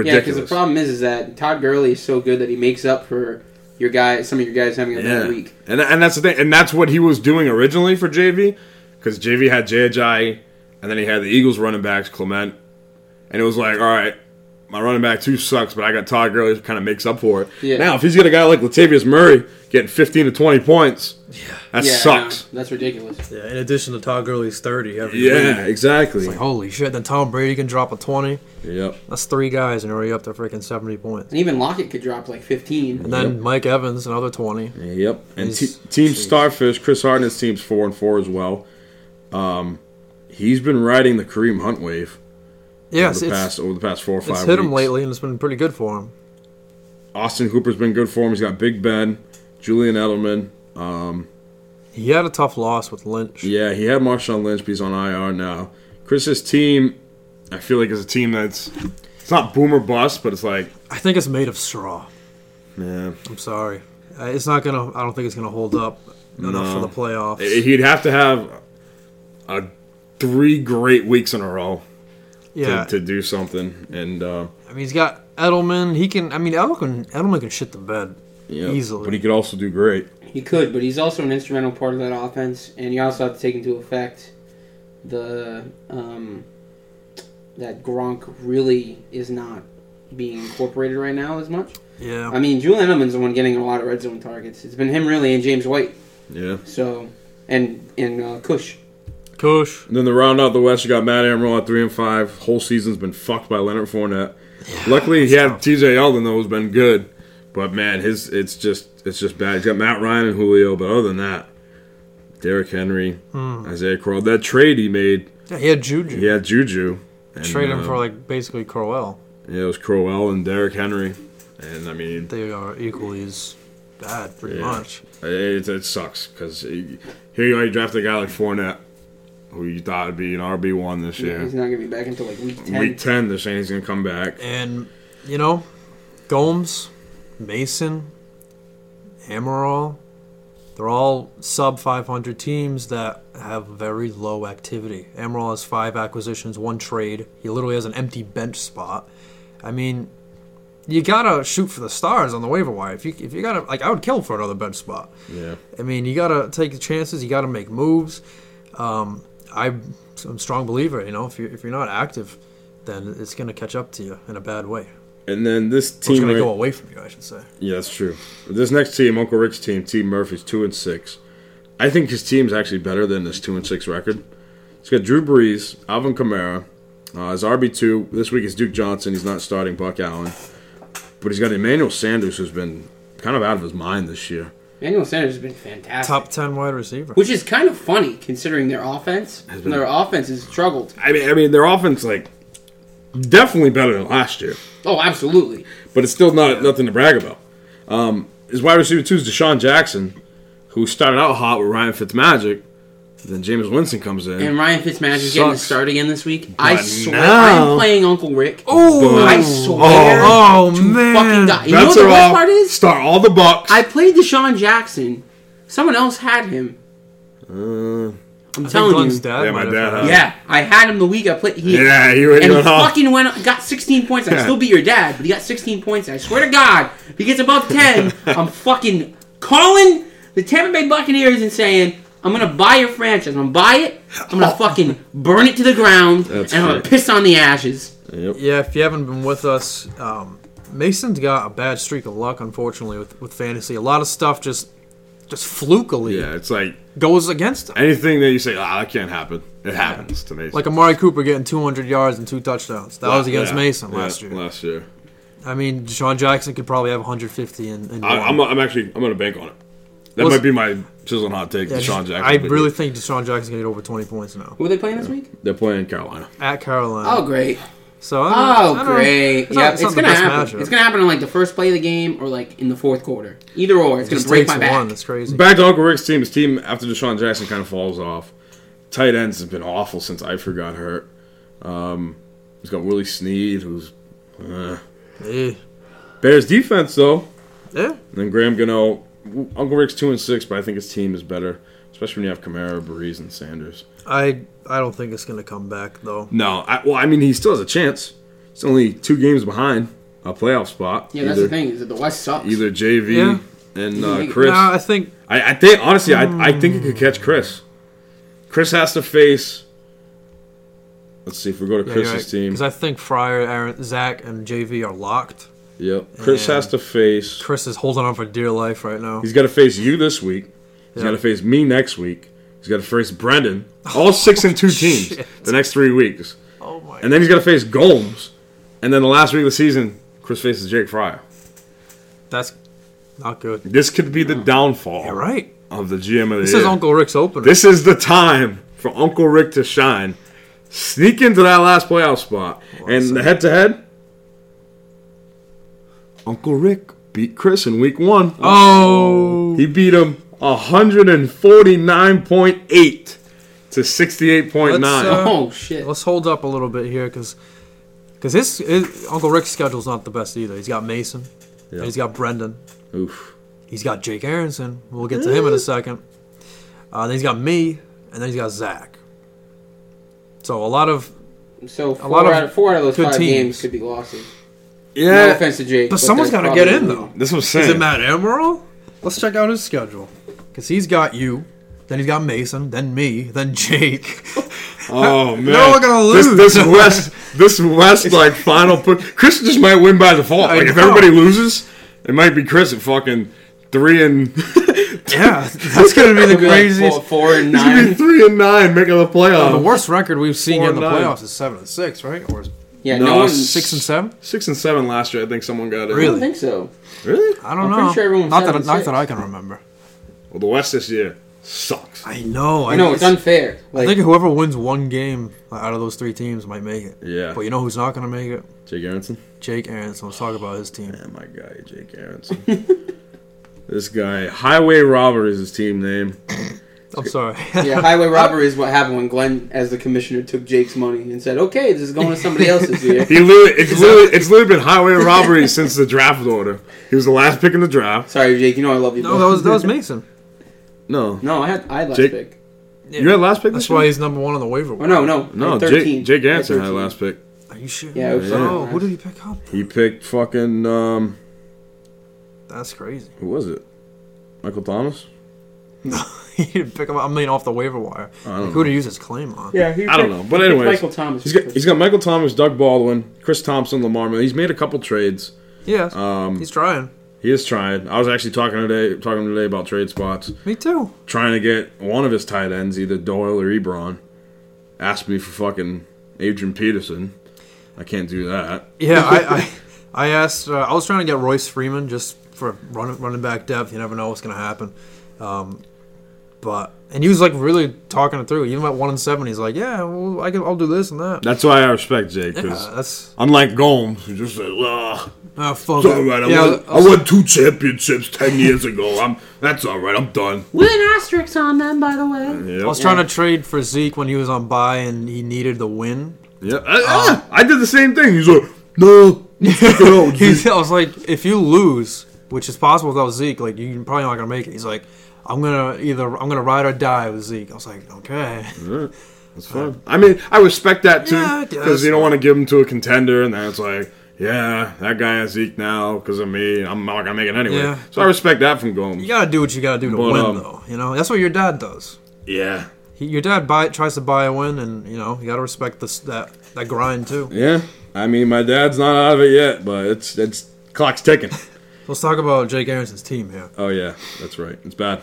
[SPEAKER 1] because
[SPEAKER 2] ridiculous.
[SPEAKER 1] the problem is, is that Todd Gurley is so good that he makes up for your guy, some of your guys having a bad week.
[SPEAKER 2] And, and that's the thing. And that's what he was doing originally for JV because JV had JHI and then he had the Eagles running backs, Clement. And it was like, all right, my running back two sucks, but I got Todd Gurley who kind of makes up for it.
[SPEAKER 1] Yeah.
[SPEAKER 2] Now, if he's got a guy like Latavius Murray getting 15 to 20 points, that
[SPEAKER 1] Yeah,
[SPEAKER 2] sucks.
[SPEAKER 1] no, that's ridiculous.
[SPEAKER 3] Yeah, in addition to Todd Gurley's 30 every
[SPEAKER 2] Yeah,
[SPEAKER 3] week.
[SPEAKER 2] exactly.
[SPEAKER 3] Holy shit, then Tom Brady can drop a 20.
[SPEAKER 2] Yep.
[SPEAKER 3] That's three guys and already up to freaking 70 points.
[SPEAKER 1] And even Lockett could drop like 15.
[SPEAKER 3] And then Mike Evans, another 20.
[SPEAKER 2] Yep. And te-
[SPEAKER 3] He's-
[SPEAKER 2] Team
[SPEAKER 3] jeez.
[SPEAKER 2] Starfish, Chris Hardin's team's four and four as well. Um, he's been riding the Kareem Hunt wave
[SPEAKER 3] Yes,
[SPEAKER 2] over the
[SPEAKER 3] it's,
[SPEAKER 2] past over the past four or five.
[SPEAKER 3] it's hit him
[SPEAKER 2] weeks.
[SPEAKER 3] lately and it's been pretty good for him.
[SPEAKER 2] Austin Hooper's been good for him. He's got Big Ben, Julian Edelman.
[SPEAKER 3] He had a tough loss with Lynch.
[SPEAKER 2] Yeah, he had Marshawn Lynch, but he's on IR now. Chris's team, I feel like is a team that's it's not boomer bust, but it's like
[SPEAKER 3] I think it's made of straw.
[SPEAKER 2] yeah,
[SPEAKER 3] I'm sorry. Uh, It's not going to, I don't think it's going to hold up enough for the playoffs.
[SPEAKER 2] he'd have to have a three great weeks in a row to,
[SPEAKER 3] yeah.
[SPEAKER 2] to do something. And uh,
[SPEAKER 3] I mean, he's got Edelman. He can, I mean, Edelman, Edelman can shit the bed
[SPEAKER 2] yeah,
[SPEAKER 3] easily.
[SPEAKER 2] but he could also do great.
[SPEAKER 1] He could, but he's also an instrumental part of that offense, and you also have to take into effect the um, that Gronk really is not being incorporated right now as much.
[SPEAKER 3] yeah.
[SPEAKER 1] I mean, Julian Edelman's the one getting a lot of red zone targets. It's been him really and James White.
[SPEAKER 2] Yeah.
[SPEAKER 1] So and and uh, Cush.
[SPEAKER 3] Kush.
[SPEAKER 2] And then the round out of the West, you got Matt Amaral at three and five. Whole season's been fucked by Leonard Fournette. Luckily, he had T.J. Elden though, who's been good, but man, his it's just it's just bad. He's got Matt Ryan and Julio, but other than that, Derrick Henry,
[SPEAKER 3] Hmm.
[SPEAKER 2] Isaiah Crowell. That trade he made,
[SPEAKER 3] Yeah, he had Juju.
[SPEAKER 2] he had Juju. And,
[SPEAKER 3] Trade him
[SPEAKER 2] uh,
[SPEAKER 3] for like basically Crowell.
[SPEAKER 2] yeah, it was Crowell and Derrick Henry, and I mean
[SPEAKER 3] They are equally as bad, pretty
[SPEAKER 2] Yeah.
[SPEAKER 3] much.
[SPEAKER 2] It, it sucks because here you are, you draft a guy like Fournette, who you thought would be an RB one this year.
[SPEAKER 1] He's not gonna be back until like week ten.
[SPEAKER 2] Week ten, they're saying he's gonna come back.
[SPEAKER 3] And you know, Gomes, Mason, Amaral, they're all sub 500 teams that have very low activity. Amaral has five acquisitions, one trade. He literally has an empty bench spot. I mean, you gotta shoot for the stars on the waiver wire. If you if you gotta like, I would kill for another bench spot.
[SPEAKER 2] Yeah,
[SPEAKER 3] I mean, you gotta take the chances. You gotta make moves. Um, I'm I'm a strong believer. You know, if you're if you're not active, then it's gonna catch up to you in a bad way.
[SPEAKER 2] and then this
[SPEAKER 3] Or It's
[SPEAKER 2] team,
[SPEAKER 3] gonna
[SPEAKER 2] right-
[SPEAKER 3] go away from you, I should say.
[SPEAKER 2] yeah, that's true. This next team, Uncle Rick's team, Team Murphy's two and six. I think his team's actually better than this two and six record. It's got Drew Brees, Alvin Kamara, uh, his RB two this week is Duke Johnson. He's not starting Buck Allen, but he's got Emmanuel Sanders, who's been kind of out of his mind this year.
[SPEAKER 1] Manuel Sanders has been fantastic.
[SPEAKER 3] Top ten wide receiver.
[SPEAKER 1] Which is kind of funny considering their offense.
[SPEAKER 2] been-
[SPEAKER 1] Their offense has struggled.
[SPEAKER 2] I mean, I mean, their offense like definitely better than last year,
[SPEAKER 1] Oh, absolutely.
[SPEAKER 2] but it's still not nothing to brag about. Um, his wide receiver two is Deshaun Jackson, who started out hot with Ryan Fitzmagic. Then James Winston comes in.
[SPEAKER 1] And Ryan Fitzmagic's getting the
[SPEAKER 2] Sucks.
[SPEAKER 1] start again this week. I swear,
[SPEAKER 2] now-
[SPEAKER 1] I'm playing Uncle Rick.
[SPEAKER 3] Oh,
[SPEAKER 1] I swear.
[SPEAKER 3] Oh,
[SPEAKER 1] to
[SPEAKER 3] man.
[SPEAKER 1] Fucking die. You know
[SPEAKER 2] That's
[SPEAKER 1] what the
[SPEAKER 2] a
[SPEAKER 1] worst
[SPEAKER 2] rough-
[SPEAKER 1] part is?
[SPEAKER 2] Start all the Bucks.
[SPEAKER 1] I played Deshaun Jackson. Someone else had him.
[SPEAKER 2] Uh,
[SPEAKER 1] I'm telling you.
[SPEAKER 3] dad.
[SPEAKER 2] Yeah, my
[SPEAKER 3] might have
[SPEAKER 2] dad
[SPEAKER 3] had
[SPEAKER 2] has.
[SPEAKER 3] it.
[SPEAKER 1] Yeah, I had him the week I played. He,
[SPEAKER 2] yeah, you were
[SPEAKER 1] And he
[SPEAKER 2] going off.
[SPEAKER 1] fucking went got 16 points. I
[SPEAKER 2] Yeah.
[SPEAKER 1] still beat your dad, but he got 16 points. I swear to God, if he gets above 10, I'm fucking calling the Tampa Bay Buccaneers and saying, I'm gonna buy your franchise. I'm gonna buy it. I'm gonna fucking burn it to the ground,
[SPEAKER 2] Oh. That's
[SPEAKER 1] and I'm gonna
[SPEAKER 2] fair.
[SPEAKER 1] piss on the ashes.
[SPEAKER 2] Yep.
[SPEAKER 3] Yeah, if you haven't been with us, um, Mason's got a bad streak of luck, unfortunately, with, with fantasy. A lot of stuff just just flukily
[SPEAKER 2] Yeah, it's like
[SPEAKER 3] goes against him.
[SPEAKER 2] anything that you say, ah, that can't happen. It happens to me.
[SPEAKER 3] Like Amari Cooper getting 200 yards and two touchdowns. That was against
[SPEAKER 2] Yeah,
[SPEAKER 3] Mason
[SPEAKER 2] yeah,
[SPEAKER 3] last year.
[SPEAKER 2] Last year,
[SPEAKER 3] I mean, Deshaun Jackson could probably have 150 and. and
[SPEAKER 2] I,
[SPEAKER 3] one.
[SPEAKER 2] I'm, I'm actually I'm gonna bank on it. That
[SPEAKER 3] Was-
[SPEAKER 2] might be my chiseling hot take.
[SPEAKER 3] Yeah,
[SPEAKER 2] Deshaun Jackson.
[SPEAKER 3] I really think Deshaun Jackson's gonna get over 20 points now
[SPEAKER 1] Who are they playing this week?
[SPEAKER 2] they're playing Carolina.
[SPEAKER 3] at Carolina.
[SPEAKER 1] Oh, great.
[SPEAKER 3] so I don't- I
[SPEAKER 1] Oh,
[SPEAKER 3] don't-
[SPEAKER 1] great.
[SPEAKER 3] It's
[SPEAKER 1] yeah,
[SPEAKER 3] not-
[SPEAKER 1] it's,
[SPEAKER 3] not the
[SPEAKER 1] gonna
[SPEAKER 3] best
[SPEAKER 1] happen.
[SPEAKER 3] matchup.
[SPEAKER 1] It's gonna happen on like the first play of the game or like in the fourth quarter. Either or, it's
[SPEAKER 3] It
[SPEAKER 1] gonna
[SPEAKER 3] just
[SPEAKER 1] break
[SPEAKER 3] takes
[SPEAKER 1] my
[SPEAKER 3] one.
[SPEAKER 1] back.
[SPEAKER 3] That's crazy.
[SPEAKER 2] Back to Uncle Rick's team. His team after Deshaun Jackson kind of falls off. Tight ends has been awful since Eifer got hurt. Um, he's got Willie Sneed, who's uh.
[SPEAKER 3] Eh.
[SPEAKER 2] Bears defense though.
[SPEAKER 3] Yeah.
[SPEAKER 2] And then Graham Gano. Uncle Rick's two and six, but I think his team is better, especially when you have Kamara, Breeze, and Sanders.
[SPEAKER 3] I I don't think it's gonna come back though.
[SPEAKER 2] No, I, well, I mean he still has a chance. It's only two games behind a playoff spot.
[SPEAKER 1] Yeah, that's the
[SPEAKER 2] either,
[SPEAKER 1] thing. Is that the West sucks?
[SPEAKER 2] Either JV and uh, Chris.
[SPEAKER 3] Nah, I think
[SPEAKER 2] I, I think honestly, I, I think it
[SPEAKER 3] Hmm.
[SPEAKER 2] could catch Chris. Chris has to face. Let's see if we go to Chris's team.
[SPEAKER 3] because I think Fryer, Aaron, Zach, and JV are locked.
[SPEAKER 2] yep, Chris
[SPEAKER 3] Yeah.
[SPEAKER 2] has to face.
[SPEAKER 3] Chris is holding on for dear life right now.
[SPEAKER 2] He's got to face you this week. He's
[SPEAKER 3] Yeah.
[SPEAKER 2] got to face me next week. He's got to face Brendan. All six and two teams
[SPEAKER 3] Oh, shit.
[SPEAKER 2] the next three weeks,
[SPEAKER 3] oh my!
[SPEAKER 2] and then he's got to face Gomes, and then the last week of the season, Chris faces Jake Fryer.
[SPEAKER 3] That's not good.
[SPEAKER 2] This could be the downfall
[SPEAKER 3] All right.
[SPEAKER 2] of the GM of the
[SPEAKER 3] This
[SPEAKER 2] year.
[SPEAKER 3] is Uncle Rick's opener.
[SPEAKER 2] this is the time for Uncle Rick to shine. Sneak into that last playoff spot. and the head to head, Uncle Rick beat Chris in week one.
[SPEAKER 3] oh,
[SPEAKER 2] He beat him 149.8 to 68.9.
[SPEAKER 3] Let's, uh,
[SPEAKER 1] oh shit.
[SPEAKER 3] let's hold up a little bit here because because his, his Uncle Rick's schedule's not the best either. He's got Mason, and he's got Brendan,
[SPEAKER 2] Oof.
[SPEAKER 3] He's got Jake Aronson. We'll get to him in a second. Uh, then he's got me, and then he's got Zach. So a lot of,
[SPEAKER 1] So four,
[SPEAKER 3] lot of
[SPEAKER 1] out, of, four out of those
[SPEAKER 3] good
[SPEAKER 1] five
[SPEAKER 3] teams.
[SPEAKER 1] games could be losses.
[SPEAKER 2] Yeah.
[SPEAKER 1] No offense to Jake,
[SPEAKER 3] but someone's
[SPEAKER 1] that's
[SPEAKER 3] got to get
[SPEAKER 1] probably-
[SPEAKER 3] in though.
[SPEAKER 2] This was
[SPEAKER 3] Is it
[SPEAKER 2] saying.
[SPEAKER 3] Matt Amaral? Let's check out his schedule, because he's got you, then he's got Mason, then me, then Jake.
[SPEAKER 2] Oh man,
[SPEAKER 3] we're gonna lose.
[SPEAKER 2] This, this West, this West, like final put. Chris just might win by default.
[SPEAKER 3] I
[SPEAKER 2] Like if
[SPEAKER 3] know.
[SPEAKER 2] everybody loses, it might be Chris at fucking three and.
[SPEAKER 3] yeah, that's gonna be the
[SPEAKER 1] It'll be like
[SPEAKER 3] craziest.
[SPEAKER 1] four, four and
[SPEAKER 2] He's gonna be
[SPEAKER 1] nine.
[SPEAKER 3] Oh,
[SPEAKER 2] three and nine, making the playoffs.
[SPEAKER 3] the worst record we've seen
[SPEAKER 2] Four
[SPEAKER 3] in the
[SPEAKER 2] and nine.
[SPEAKER 3] playoffs is seven and six, right? Or is-
[SPEAKER 1] Yeah,
[SPEAKER 2] No,
[SPEAKER 1] no, one.
[SPEAKER 2] s-
[SPEAKER 3] Six and seven?
[SPEAKER 2] Six and seven last year. I think someone got it.
[SPEAKER 1] I
[SPEAKER 3] Really?
[SPEAKER 1] don't think so.
[SPEAKER 2] Really?
[SPEAKER 3] I don't
[SPEAKER 1] I'm
[SPEAKER 3] know.
[SPEAKER 1] pretty sure everyone
[SPEAKER 3] not
[SPEAKER 1] said
[SPEAKER 3] that
[SPEAKER 1] it was
[SPEAKER 3] not
[SPEAKER 1] six.
[SPEAKER 3] that I can remember.
[SPEAKER 2] Well, the West this year sucks.
[SPEAKER 3] I know.
[SPEAKER 1] I know it's unfair.
[SPEAKER 3] I
[SPEAKER 1] Like
[SPEAKER 3] think whoever wins one game out of those three teams might make it.
[SPEAKER 2] Yeah.
[SPEAKER 3] But you know who's not going to make it?
[SPEAKER 2] Jake Aronson.
[SPEAKER 3] Jake Aronson. Let's talk about his team.
[SPEAKER 2] Yeah, Oh my guy, Jake Aronson. this guy, Highway Robber is his team name.
[SPEAKER 3] I'm sorry.
[SPEAKER 1] yeah, highway robbery is what happened when Glenn, as the commissioner, took Jake's money and said, "Okay, this is going to somebody else's here."
[SPEAKER 2] He literally, it's literally, it's literally been Highway Robbery since the draft order. He was the last pick in the draft.
[SPEAKER 1] Sorry, Jake. You know I love you.
[SPEAKER 3] no,
[SPEAKER 1] but-
[SPEAKER 3] that was that was Mason.
[SPEAKER 2] No,
[SPEAKER 1] no. I had I had last
[SPEAKER 2] Jake-
[SPEAKER 1] pick.
[SPEAKER 2] you had last pick.
[SPEAKER 3] That's
[SPEAKER 2] this year?
[SPEAKER 3] why he's number one on the waiver
[SPEAKER 1] Oh
[SPEAKER 3] wire.
[SPEAKER 1] no, no,
[SPEAKER 2] No,
[SPEAKER 1] I had 13.
[SPEAKER 2] Jake, Jake
[SPEAKER 1] I had
[SPEAKER 2] Aronson had
[SPEAKER 1] 13.
[SPEAKER 2] last pick.
[SPEAKER 3] Are you sure?
[SPEAKER 1] Yeah, it was
[SPEAKER 2] Yeah.
[SPEAKER 1] something
[SPEAKER 3] Oh,
[SPEAKER 1] like
[SPEAKER 3] who
[SPEAKER 1] that.
[SPEAKER 3] did he pick up?
[SPEAKER 2] He picked fucking um,
[SPEAKER 3] That's crazy.
[SPEAKER 2] who was it? Michael Thomas.
[SPEAKER 3] No, he didn't pick him up. I mean, off the waiver wire.
[SPEAKER 2] don't
[SPEAKER 3] Like, who to use his claim on?
[SPEAKER 1] Yeah, he
[SPEAKER 2] I don't
[SPEAKER 1] picked-
[SPEAKER 2] know, but
[SPEAKER 1] he picked
[SPEAKER 2] anyways,
[SPEAKER 1] Michael Thomas.
[SPEAKER 2] He's got he's got Michael Thomas, Doug Baldwin, Chris Thompson, Lamar. Miller. He's made a couple trades.
[SPEAKER 3] Yeah.
[SPEAKER 2] Um,
[SPEAKER 3] he's trying.
[SPEAKER 2] he is trying. I was actually talking today, talking today about trade spots.
[SPEAKER 3] Me too.
[SPEAKER 2] trying to get one of his tight ends, either Doyle or Ebron, asked me for fucking Adrian Peterson. I can't do that.
[SPEAKER 3] Yeah, I, I, I asked. Uh, I was trying to get Royce Freeman just for running running back depth. You never know what's gonna happen. Um, but and he was like really talking it through. Even at one and seven, he's like, "Yeah, well, I can, I'll do this and that."
[SPEAKER 2] That's why I respect Jake
[SPEAKER 3] Yeah,
[SPEAKER 2] because
[SPEAKER 3] that's
[SPEAKER 2] unlike Gomes, who just says, "Ah,
[SPEAKER 3] oh, fuck.
[SPEAKER 2] it's all right. I,
[SPEAKER 3] yeah,
[SPEAKER 2] won,
[SPEAKER 3] I was-
[SPEAKER 2] I won two championships ten years ago. I'm that's all right. I'm done."
[SPEAKER 1] with an asterisk on them, by the way.
[SPEAKER 2] Yeah,
[SPEAKER 3] I was trying to trade for Zeke when he was on bye and he needed the win.
[SPEAKER 2] yeah. I, ah, I did the same thing. He's like, "No, no,
[SPEAKER 3] He's, I was like, if you lose, which is possible without Zeke, like you're probably not gonna make it. He's like, I'm gonna either I'm gonna ride or die with Zeke. I was like, okay.
[SPEAKER 2] It's fun. I mean, I respect that too
[SPEAKER 3] Yeah, I guess.
[SPEAKER 2] because you don't want to give him to a contender, and then it's like, yeah, that guy has Zeke now because of me. I'm not gonna make it anyway.
[SPEAKER 3] Yeah.
[SPEAKER 2] So I respect that from Gomes.
[SPEAKER 3] You gotta do what you gotta do to
[SPEAKER 2] But,
[SPEAKER 3] win,
[SPEAKER 2] um,
[SPEAKER 3] though. You know that's what your dad does.
[SPEAKER 2] Yeah,
[SPEAKER 3] He, your dad buy, tries to buy a win, and you know you gotta respect this that that grind too.
[SPEAKER 2] yeah. I mean, my dad's not out of it yet, but it's it's clock's ticking.
[SPEAKER 3] Let's talk about Jake Aronson's team here.
[SPEAKER 2] oh yeah, that's right. It's bad.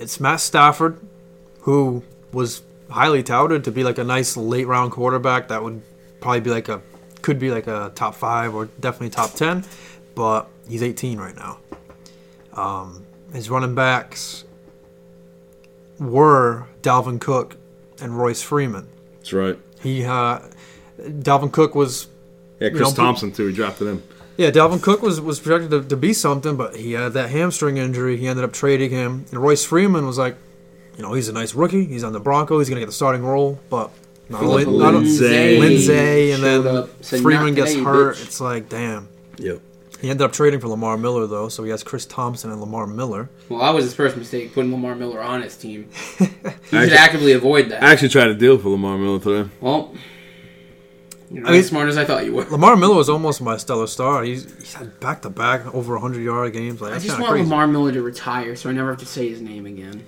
[SPEAKER 3] It's Matt Stafford, who was highly touted to be like a nice late round quarterback that would probably be like a could be like a top five or definitely top ten, but he's 18 right now. Um, his running backs were Dalvin Cook and Royce Freeman.
[SPEAKER 2] That's right.
[SPEAKER 3] He uh, Dalvin Cook was
[SPEAKER 2] Yeah,
[SPEAKER 3] know,
[SPEAKER 2] Chris
[SPEAKER 3] but-
[SPEAKER 2] Thompson too. He drafted him.
[SPEAKER 3] yeah Dalvin Cook was was projected to, to be something, but he had that hamstring injury. He ended up trading him, and Royce Freeman was like, you know, he's a nice rookie. He's on the Broncos. He's gonna get the starting role, but not only not only-
[SPEAKER 2] Lindsay.
[SPEAKER 3] Lindsay, and
[SPEAKER 1] Showed
[SPEAKER 3] then
[SPEAKER 1] up, said,
[SPEAKER 3] Freeman
[SPEAKER 1] "Not
[SPEAKER 3] gets
[SPEAKER 1] today,
[SPEAKER 3] hurt.
[SPEAKER 1] bitch."
[SPEAKER 3] It's like damn.
[SPEAKER 2] Yep.
[SPEAKER 3] He ended up trading for Lamar Miller though, so he has Chris Thompson and Lamar Miller.
[SPEAKER 1] Well, that was his first mistake, putting Lamar Miller on his team. He should
[SPEAKER 2] Actually-
[SPEAKER 1] actively avoid
[SPEAKER 2] I
[SPEAKER 1] that.
[SPEAKER 2] actually tried to deal for Lamar Miller today.
[SPEAKER 1] Well, you're not
[SPEAKER 3] mean-
[SPEAKER 1] as smart as I thought you were.
[SPEAKER 3] Lamar Miller was almost my stellar star. He's, he's had back to back over 100 yard games. Like
[SPEAKER 1] I
[SPEAKER 3] that's
[SPEAKER 1] just
[SPEAKER 3] kind
[SPEAKER 1] want
[SPEAKER 3] of crazy.
[SPEAKER 1] Lamar Miller to retire so I never have to say his name again.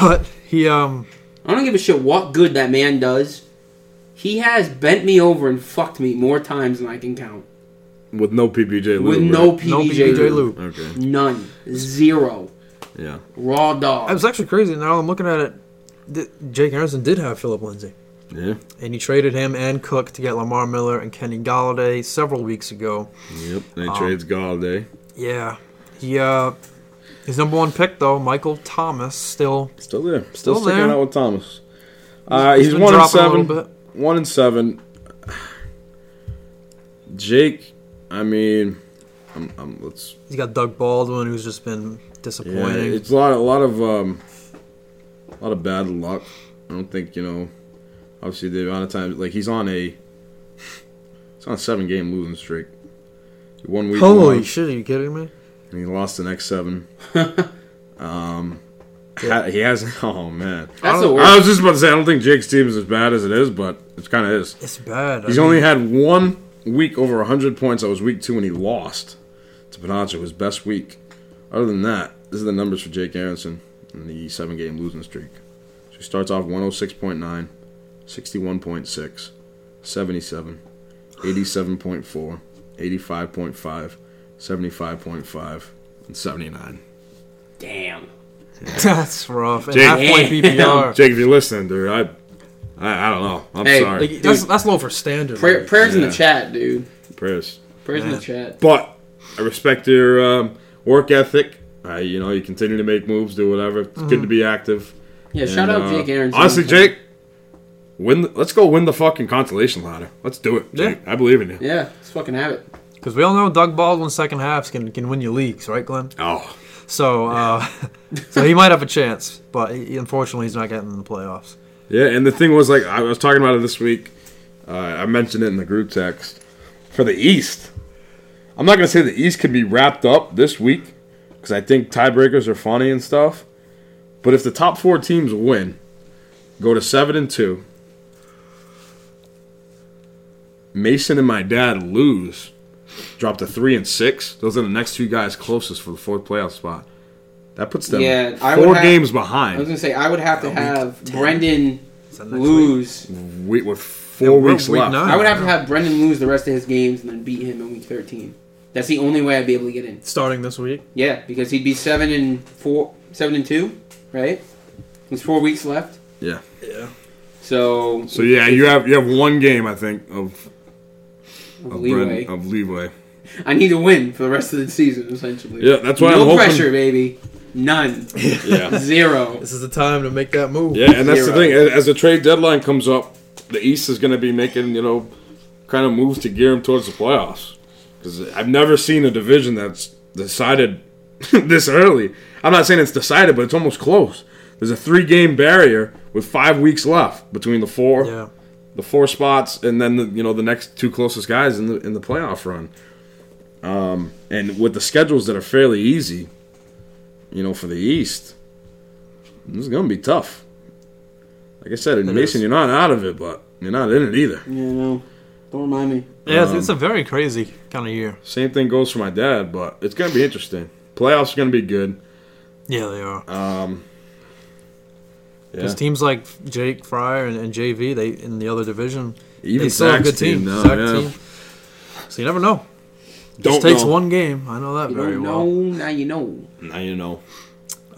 [SPEAKER 3] but he um
[SPEAKER 1] I don't give a shit what good that man does. He has bent me over and fucked me more times than I can count.
[SPEAKER 2] With no PBJ.
[SPEAKER 1] With
[SPEAKER 2] Lou,
[SPEAKER 1] no
[SPEAKER 2] right?
[SPEAKER 1] PBJ,
[SPEAKER 3] no PBJ
[SPEAKER 1] loop.
[SPEAKER 3] loop.
[SPEAKER 2] Okay.
[SPEAKER 1] None. Zero.
[SPEAKER 2] Yeah.
[SPEAKER 1] Raw
[SPEAKER 3] It
[SPEAKER 1] dog.
[SPEAKER 3] was actually crazy. Now I'm looking at it. th- Jake Anderson did have Philip Lindsay,
[SPEAKER 2] Yeah.
[SPEAKER 3] and he traded him and Cook to get Lamar Miller and Kenny Galladay several weeks ago.
[SPEAKER 2] Yep. And
[SPEAKER 3] Um,
[SPEAKER 2] he trades Galladay.
[SPEAKER 3] Yeah, he uh, his number one pick though, Michael Thomas, still
[SPEAKER 2] Still there. Still,
[SPEAKER 3] Still
[SPEAKER 2] sticking
[SPEAKER 3] there.
[SPEAKER 2] out with Thomas. Uh,
[SPEAKER 3] he's
[SPEAKER 2] he's
[SPEAKER 3] been
[SPEAKER 2] one and
[SPEAKER 3] dropping a little
[SPEAKER 2] seven. One and seven. Jake, I mean, I'm, I'm, let's.
[SPEAKER 3] he's got Doug Baldwin, who's just been
[SPEAKER 2] Yeah,
[SPEAKER 3] disappointing.
[SPEAKER 2] it's a lot, a lot of, um, a lot of bad luck. I don't think you know. Obviously, the amount of times like he's on a, he's on a seven game losing streak. One week.
[SPEAKER 3] Holy
[SPEAKER 2] won.
[SPEAKER 3] shit! Are you kidding me?
[SPEAKER 2] and he lost the next seven. um, ha- he hasn't. Oh man,
[SPEAKER 1] That's the
[SPEAKER 2] I
[SPEAKER 1] worst.
[SPEAKER 2] was just about to say I don't think Jake's team is as bad as it is, but it kind of is.
[SPEAKER 3] It's bad. I
[SPEAKER 2] He's
[SPEAKER 3] mean,
[SPEAKER 2] only had one week over 100 points. That was week two, and he lost to Panache, his best week. Other than that, this is the numbers for Jake Aronson in the seven game losing streak. So he starts off 106.9, 61.6, 77, 87.4, 85.5, 75.5, and 79.
[SPEAKER 1] Damn.
[SPEAKER 3] that's rough. And
[SPEAKER 2] Jake-
[SPEAKER 3] half point
[SPEAKER 1] Yeah.
[SPEAKER 3] PPR.
[SPEAKER 2] Jake, if you're listening, dude, I I, I don't know. I'm
[SPEAKER 4] Hey,
[SPEAKER 2] sorry.
[SPEAKER 3] Like, that's that's low for standard.
[SPEAKER 4] Prayer,
[SPEAKER 3] like.
[SPEAKER 4] prayers in
[SPEAKER 2] Yeah.
[SPEAKER 4] the chat, dude.
[SPEAKER 2] Prayers.
[SPEAKER 4] Prayers in the chat.
[SPEAKER 2] But I respect your um, work ethic. Uh, you know, you continue to make moves, do whatever. It's good to be active.
[SPEAKER 4] Yeah, Mm-hmm. shout
[SPEAKER 2] And,
[SPEAKER 4] out
[SPEAKER 2] uh,
[SPEAKER 4] Jake Aaronson.
[SPEAKER 2] Honestly, Jake, win. The, let's go win the fucking consolation ladder. Let's do it. Jake. I believe in you.
[SPEAKER 4] Yeah, let's fucking have it.
[SPEAKER 3] Because we all know Doug Baldwin's second halves can, can win you leagues, right, Glenn?
[SPEAKER 2] Oh,
[SPEAKER 3] So, uh, so he might have a chance, but he, unfortunately, he's not getting in the playoffs.
[SPEAKER 2] yeah. And the thing was, like, I was talking about it this week. Uh, I mentioned it in the group text for the East. I'm not gonna say the East can be wrapped up this week because I think tiebreakers are funny and stuff. But if the top four teams win, go to seven and two. Mason and my dad lose, drop to three and six. Those are the next two guys closest for the fourth playoff spot. That puts them
[SPEAKER 1] Yeah, I would
[SPEAKER 2] four
[SPEAKER 1] have-
[SPEAKER 2] games
[SPEAKER 1] I was
[SPEAKER 2] behind
[SPEAKER 1] gonna say I would have to have Brendan
[SPEAKER 3] that next
[SPEAKER 1] lose.
[SPEAKER 2] we, with four
[SPEAKER 3] we're
[SPEAKER 2] weeks
[SPEAKER 3] week
[SPEAKER 2] left.
[SPEAKER 3] nine.
[SPEAKER 1] I would have to have Brendan lose the rest of his games and then beat him in week thirteen. That's the only way I'd be able to get in.
[SPEAKER 3] Starting this week,
[SPEAKER 1] Yeah, because he'd be seven and four, seven and two, right? There's four weeks left,
[SPEAKER 2] Yeah.
[SPEAKER 1] so
[SPEAKER 2] So yeah, you have you have one game I think of of
[SPEAKER 1] leeway.
[SPEAKER 2] leeway. of leeway.
[SPEAKER 1] I need to win for the rest of the season, essentially.
[SPEAKER 2] Yeah, that's why
[SPEAKER 1] no
[SPEAKER 2] I'm hoping-
[SPEAKER 1] pressure, baby. None.
[SPEAKER 2] Yeah.
[SPEAKER 1] Zero.
[SPEAKER 3] this is the time to make that move.
[SPEAKER 2] Yeah, and that's the
[SPEAKER 1] Zero.
[SPEAKER 2] thing. As as the trade deadline comes up, the East is going to be making you know kind of moves to gear them towards the playoffs. Because I've never seen a division that's decided this early. I'm not saying it's decided, but it's almost close. There's a three game barrier with five weeks left between the four,
[SPEAKER 3] Yeah.
[SPEAKER 2] the four spots, and then the, you know the next two closest guys in the in the playoff run. Um, and with the schedules that are fairly easy, you know, for the East, this is going to be tough. Like I said, in Mason,
[SPEAKER 3] is.
[SPEAKER 2] you're not out of it, but you're not in it either.
[SPEAKER 1] Yeah, no. Don't remind me.
[SPEAKER 3] Yeah,
[SPEAKER 2] Um,
[SPEAKER 3] it's, it's a very crazy kind of year.
[SPEAKER 2] Same thing goes for my dad, but it's going to be interesting. Playoffs are going to be good.
[SPEAKER 3] Yeah, they are.
[SPEAKER 2] Yeah.
[SPEAKER 3] Because teams like Jake Fryer and, and JV, they in the other division,
[SPEAKER 2] Even
[SPEAKER 3] they still have a good
[SPEAKER 2] Zach's
[SPEAKER 3] team.
[SPEAKER 2] team now,
[SPEAKER 3] Zach's
[SPEAKER 2] yeah.
[SPEAKER 3] team. So you never know.
[SPEAKER 2] Don't
[SPEAKER 3] Just takes
[SPEAKER 2] know.
[SPEAKER 3] one game. I know that
[SPEAKER 1] You
[SPEAKER 3] very
[SPEAKER 1] don't
[SPEAKER 3] well.
[SPEAKER 1] know, now you know.
[SPEAKER 2] Now you know.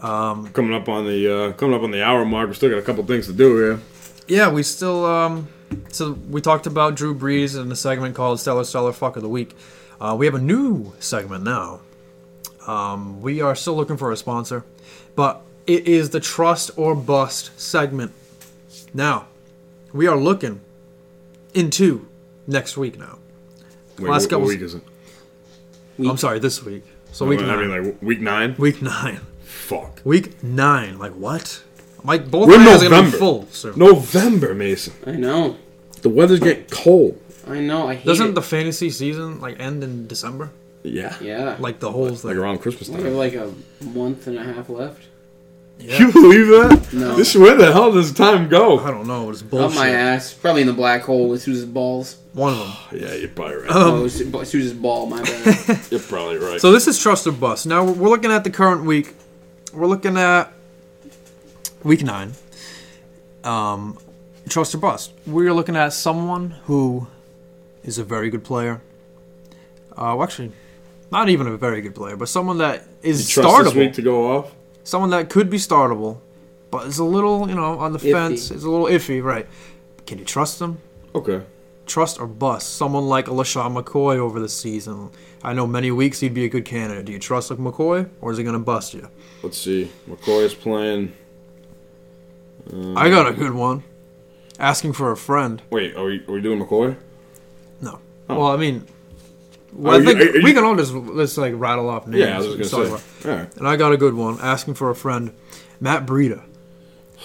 [SPEAKER 2] Um, coming up on the uh, coming up on the hour mark, we still got a couple things to do here.
[SPEAKER 3] Yeah, we still. Um, so we talked about Drew Brees in a segment called "Stellar Stellar Fuck of the Week." Uh, we have a new segment now. Um, we are still looking for a sponsor, but it is the Trust or Bust segment. Now, we are looking into next week. Now,
[SPEAKER 2] Wait,
[SPEAKER 3] Last
[SPEAKER 2] what,
[SPEAKER 3] couple-
[SPEAKER 2] what week is it?
[SPEAKER 3] I'm sorry, this week. So
[SPEAKER 2] I
[SPEAKER 3] week
[SPEAKER 2] mean,
[SPEAKER 3] nine.
[SPEAKER 2] I mean, like week nine.
[SPEAKER 3] week nine.
[SPEAKER 2] Fuck.
[SPEAKER 3] Week nine. Like what? Like both
[SPEAKER 2] We're
[SPEAKER 3] We're are gonna be
[SPEAKER 2] November.
[SPEAKER 3] full. So.
[SPEAKER 2] November, Mason.
[SPEAKER 1] I know.
[SPEAKER 2] The weather's getting cold.
[SPEAKER 1] I know. I hate
[SPEAKER 3] Doesn't
[SPEAKER 1] it.
[SPEAKER 3] the fantasy season like end in December?
[SPEAKER 2] Yeah.
[SPEAKER 1] yeah.
[SPEAKER 3] Like the whole
[SPEAKER 2] Like
[SPEAKER 3] thing.
[SPEAKER 2] around Christmas
[SPEAKER 1] we
[SPEAKER 2] time.
[SPEAKER 1] have like a month and a half left.
[SPEAKER 3] Yeah.
[SPEAKER 2] You believe that?
[SPEAKER 1] No.
[SPEAKER 2] This where the hell does time
[SPEAKER 3] I
[SPEAKER 2] go?
[SPEAKER 3] don't know. It's
[SPEAKER 1] Up my
[SPEAKER 3] bullshit.
[SPEAKER 1] ass. Probably in the black hole with Susan's balls.
[SPEAKER 3] One of them.
[SPEAKER 2] Yeah, you're probably right.
[SPEAKER 3] Um,
[SPEAKER 1] oh, Su- bu- Susan's ball, my bad.
[SPEAKER 2] You're probably right.
[SPEAKER 3] So this is Trust or Bust. Now we're- we're looking at the current week. We're looking at week nine. Um, Trust or Bust. We're looking at someone who is a very good player. Uh, well, actually, not even a very good player, but someone that is
[SPEAKER 2] trust this
[SPEAKER 3] startable.
[SPEAKER 2] week to go off.
[SPEAKER 3] someone that could be startable, but is a little, you know, on the
[SPEAKER 1] Iffy.
[SPEAKER 3] fence. Is a little iffy, right? Can you trust them?
[SPEAKER 2] Okay.
[SPEAKER 3] trust or bust someone like LaShawn McCoy over the season? I know many weeks he'd be a good candidate. Do you trust like McCoy or is he going to bust you?
[SPEAKER 2] Let's see. McCoy is playing.
[SPEAKER 3] I got a good one. Asking for a friend.
[SPEAKER 2] Wait, are we, are we doing McCoy?
[SPEAKER 3] No. Well, I mean, well,
[SPEAKER 2] Are
[SPEAKER 3] I
[SPEAKER 2] you-
[SPEAKER 3] think
[SPEAKER 2] are- are
[SPEAKER 3] we
[SPEAKER 2] you-
[SPEAKER 3] can all just let's like rattle off names.
[SPEAKER 2] Yeah, I was
[SPEAKER 3] and
[SPEAKER 2] just
[SPEAKER 3] talk
[SPEAKER 2] gonna
[SPEAKER 3] about-
[SPEAKER 2] say. All right.
[SPEAKER 3] And I got a good one. Asking for a friend. Matt Breida.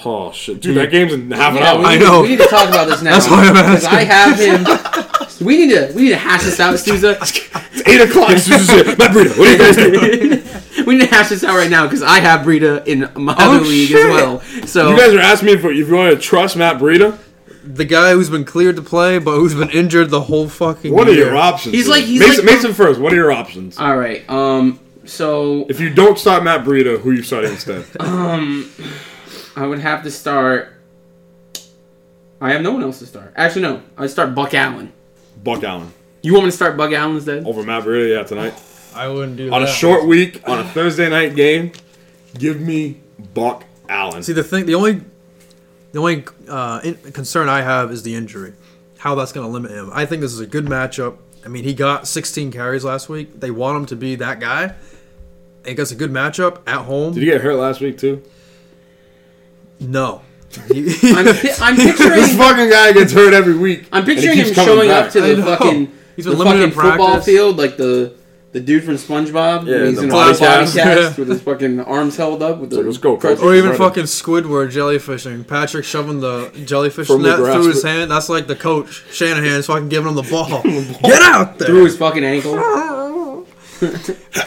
[SPEAKER 2] Oh shit, dude, that game's in half an
[SPEAKER 1] Yeah, we,
[SPEAKER 2] hour.
[SPEAKER 3] I
[SPEAKER 1] need-
[SPEAKER 3] know.
[SPEAKER 1] we need to talk about this now.
[SPEAKER 3] That's why I'm
[SPEAKER 1] 'Cause I have him. we need to. We need to hash this out, Susan.
[SPEAKER 2] It's eight o'clock. This is it. Matt Breida, what do you guys do?
[SPEAKER 1] we need to hash this out right now because I have Brita in my
[SPEAKER 3] Oh,
[SPEAKER 1] other league
[SPEAKER 3] shit.
[SPEAKER 1] as well. So
[SPEAKER 2] You guys are asking me if, if you want to trust Matt Breida.
[SPEAKER 3] The guy who's been cleared to play, but who's been injured the whole fucking
[SPEAKER 2] What are
[SPEAKER 3] year.
[SPEAKER 2] your options?
[SPEAKER 1] He's
[SPEAKER 2] here?
[SPEAKER 1] like- he's
[SPEAKER 2] Mason,
[SPEAKER 1] like-
[SPEAKER 2] Mason first. What are your options?
[SPEAKER 1] all right. Um. So
[SPEAKER 2] If you don't start Matt Breida, who you starting instead?
[SPEAKER 1] I would have to start. I have no one else to start. Actually, no. I'd start Buck Allen.
[SPEAKER 2] Buck Allen
[SPEAKER 1] You want me to start Buck Allen instead?
[SPEAKER 2] over Matt Breida. Yeah, tonight.
[SPEAKER 3] I wouldn't do
[SPEAKER 2] on a
[SPEAKER 3] that.
[SPEAKER 2] short week, on a Thursday night game, give me Buck Allen.
[SPEAKER 3] See the thing, the only The only uh, in- concern I have is the injury, how that's going to limit him. I think this is a good matchup. I mean, he got 16 carries last week. They want him to be that guy. It gets a good matchup at home.
[SPEAKER 2] Did he get hurt last week too?
[SPEAKER 3] no.
[SPEAKER 5] I'm, pi- I'm
[SPEAKER 2] this
[SPEAKER 5] picturing.
[SPEAKER 2] fucking guy gets hurt every week.
[SPEAKER 1] I'm
[SPEAKER 2] and he
[SPEAKER 1] picturing
[SPEAKER 2] keeps
[SPEAKER 1] him
[SPEAKER 2] coming
[SPEAKER 1] showing
[SPEAKER 2] back.
[SPEAKER 1] up to
[SPEAKER 3] I
[SPEAKER 1] the
[SPEAKER 3] know.
[SPEAKER 1] fucking,
[SPEAKER 3] He's
[SPEAKER 1] the
[SPEAKER 3] been limited
[SPEAKER 1] fucking
[SPEAKER 3] in
[SPEAKER 1] football
[SPEAKER 3] practice.
[SPEAKER 1] field, like the the dude from SpongeBob.
[SPEAKER 2] Yeah,
[SPEAKER 1] when he's
[SPEAKER 2] the
[SPEAKER 1] in a
[SPEAKER 2] body
[SPEAKER 1] body cast,
[SPEAKER 2] cast.
[SPEAKER 1] with his fucking arms held up. With the
[SPEAKER 2] Like, let's go,
[SPEAKER 1] crutches.
[SPEAKER 2] coach.
[SPEAKER 3] Or even
[SPEAKER 2] Right.
[SPEAKER 3] fucking Squidward jellyfishing. Patrick shoving the jellyfish
[SPEAKER 2] From the
[SPEAKER 3] net through
[SPEAKER 2] grasp.
[SPEAKER 3] his hand. That's like the coach, Shanahan's fucking giving him the ball. Get out there!
[SPEAKER 1] through his fucking ankle.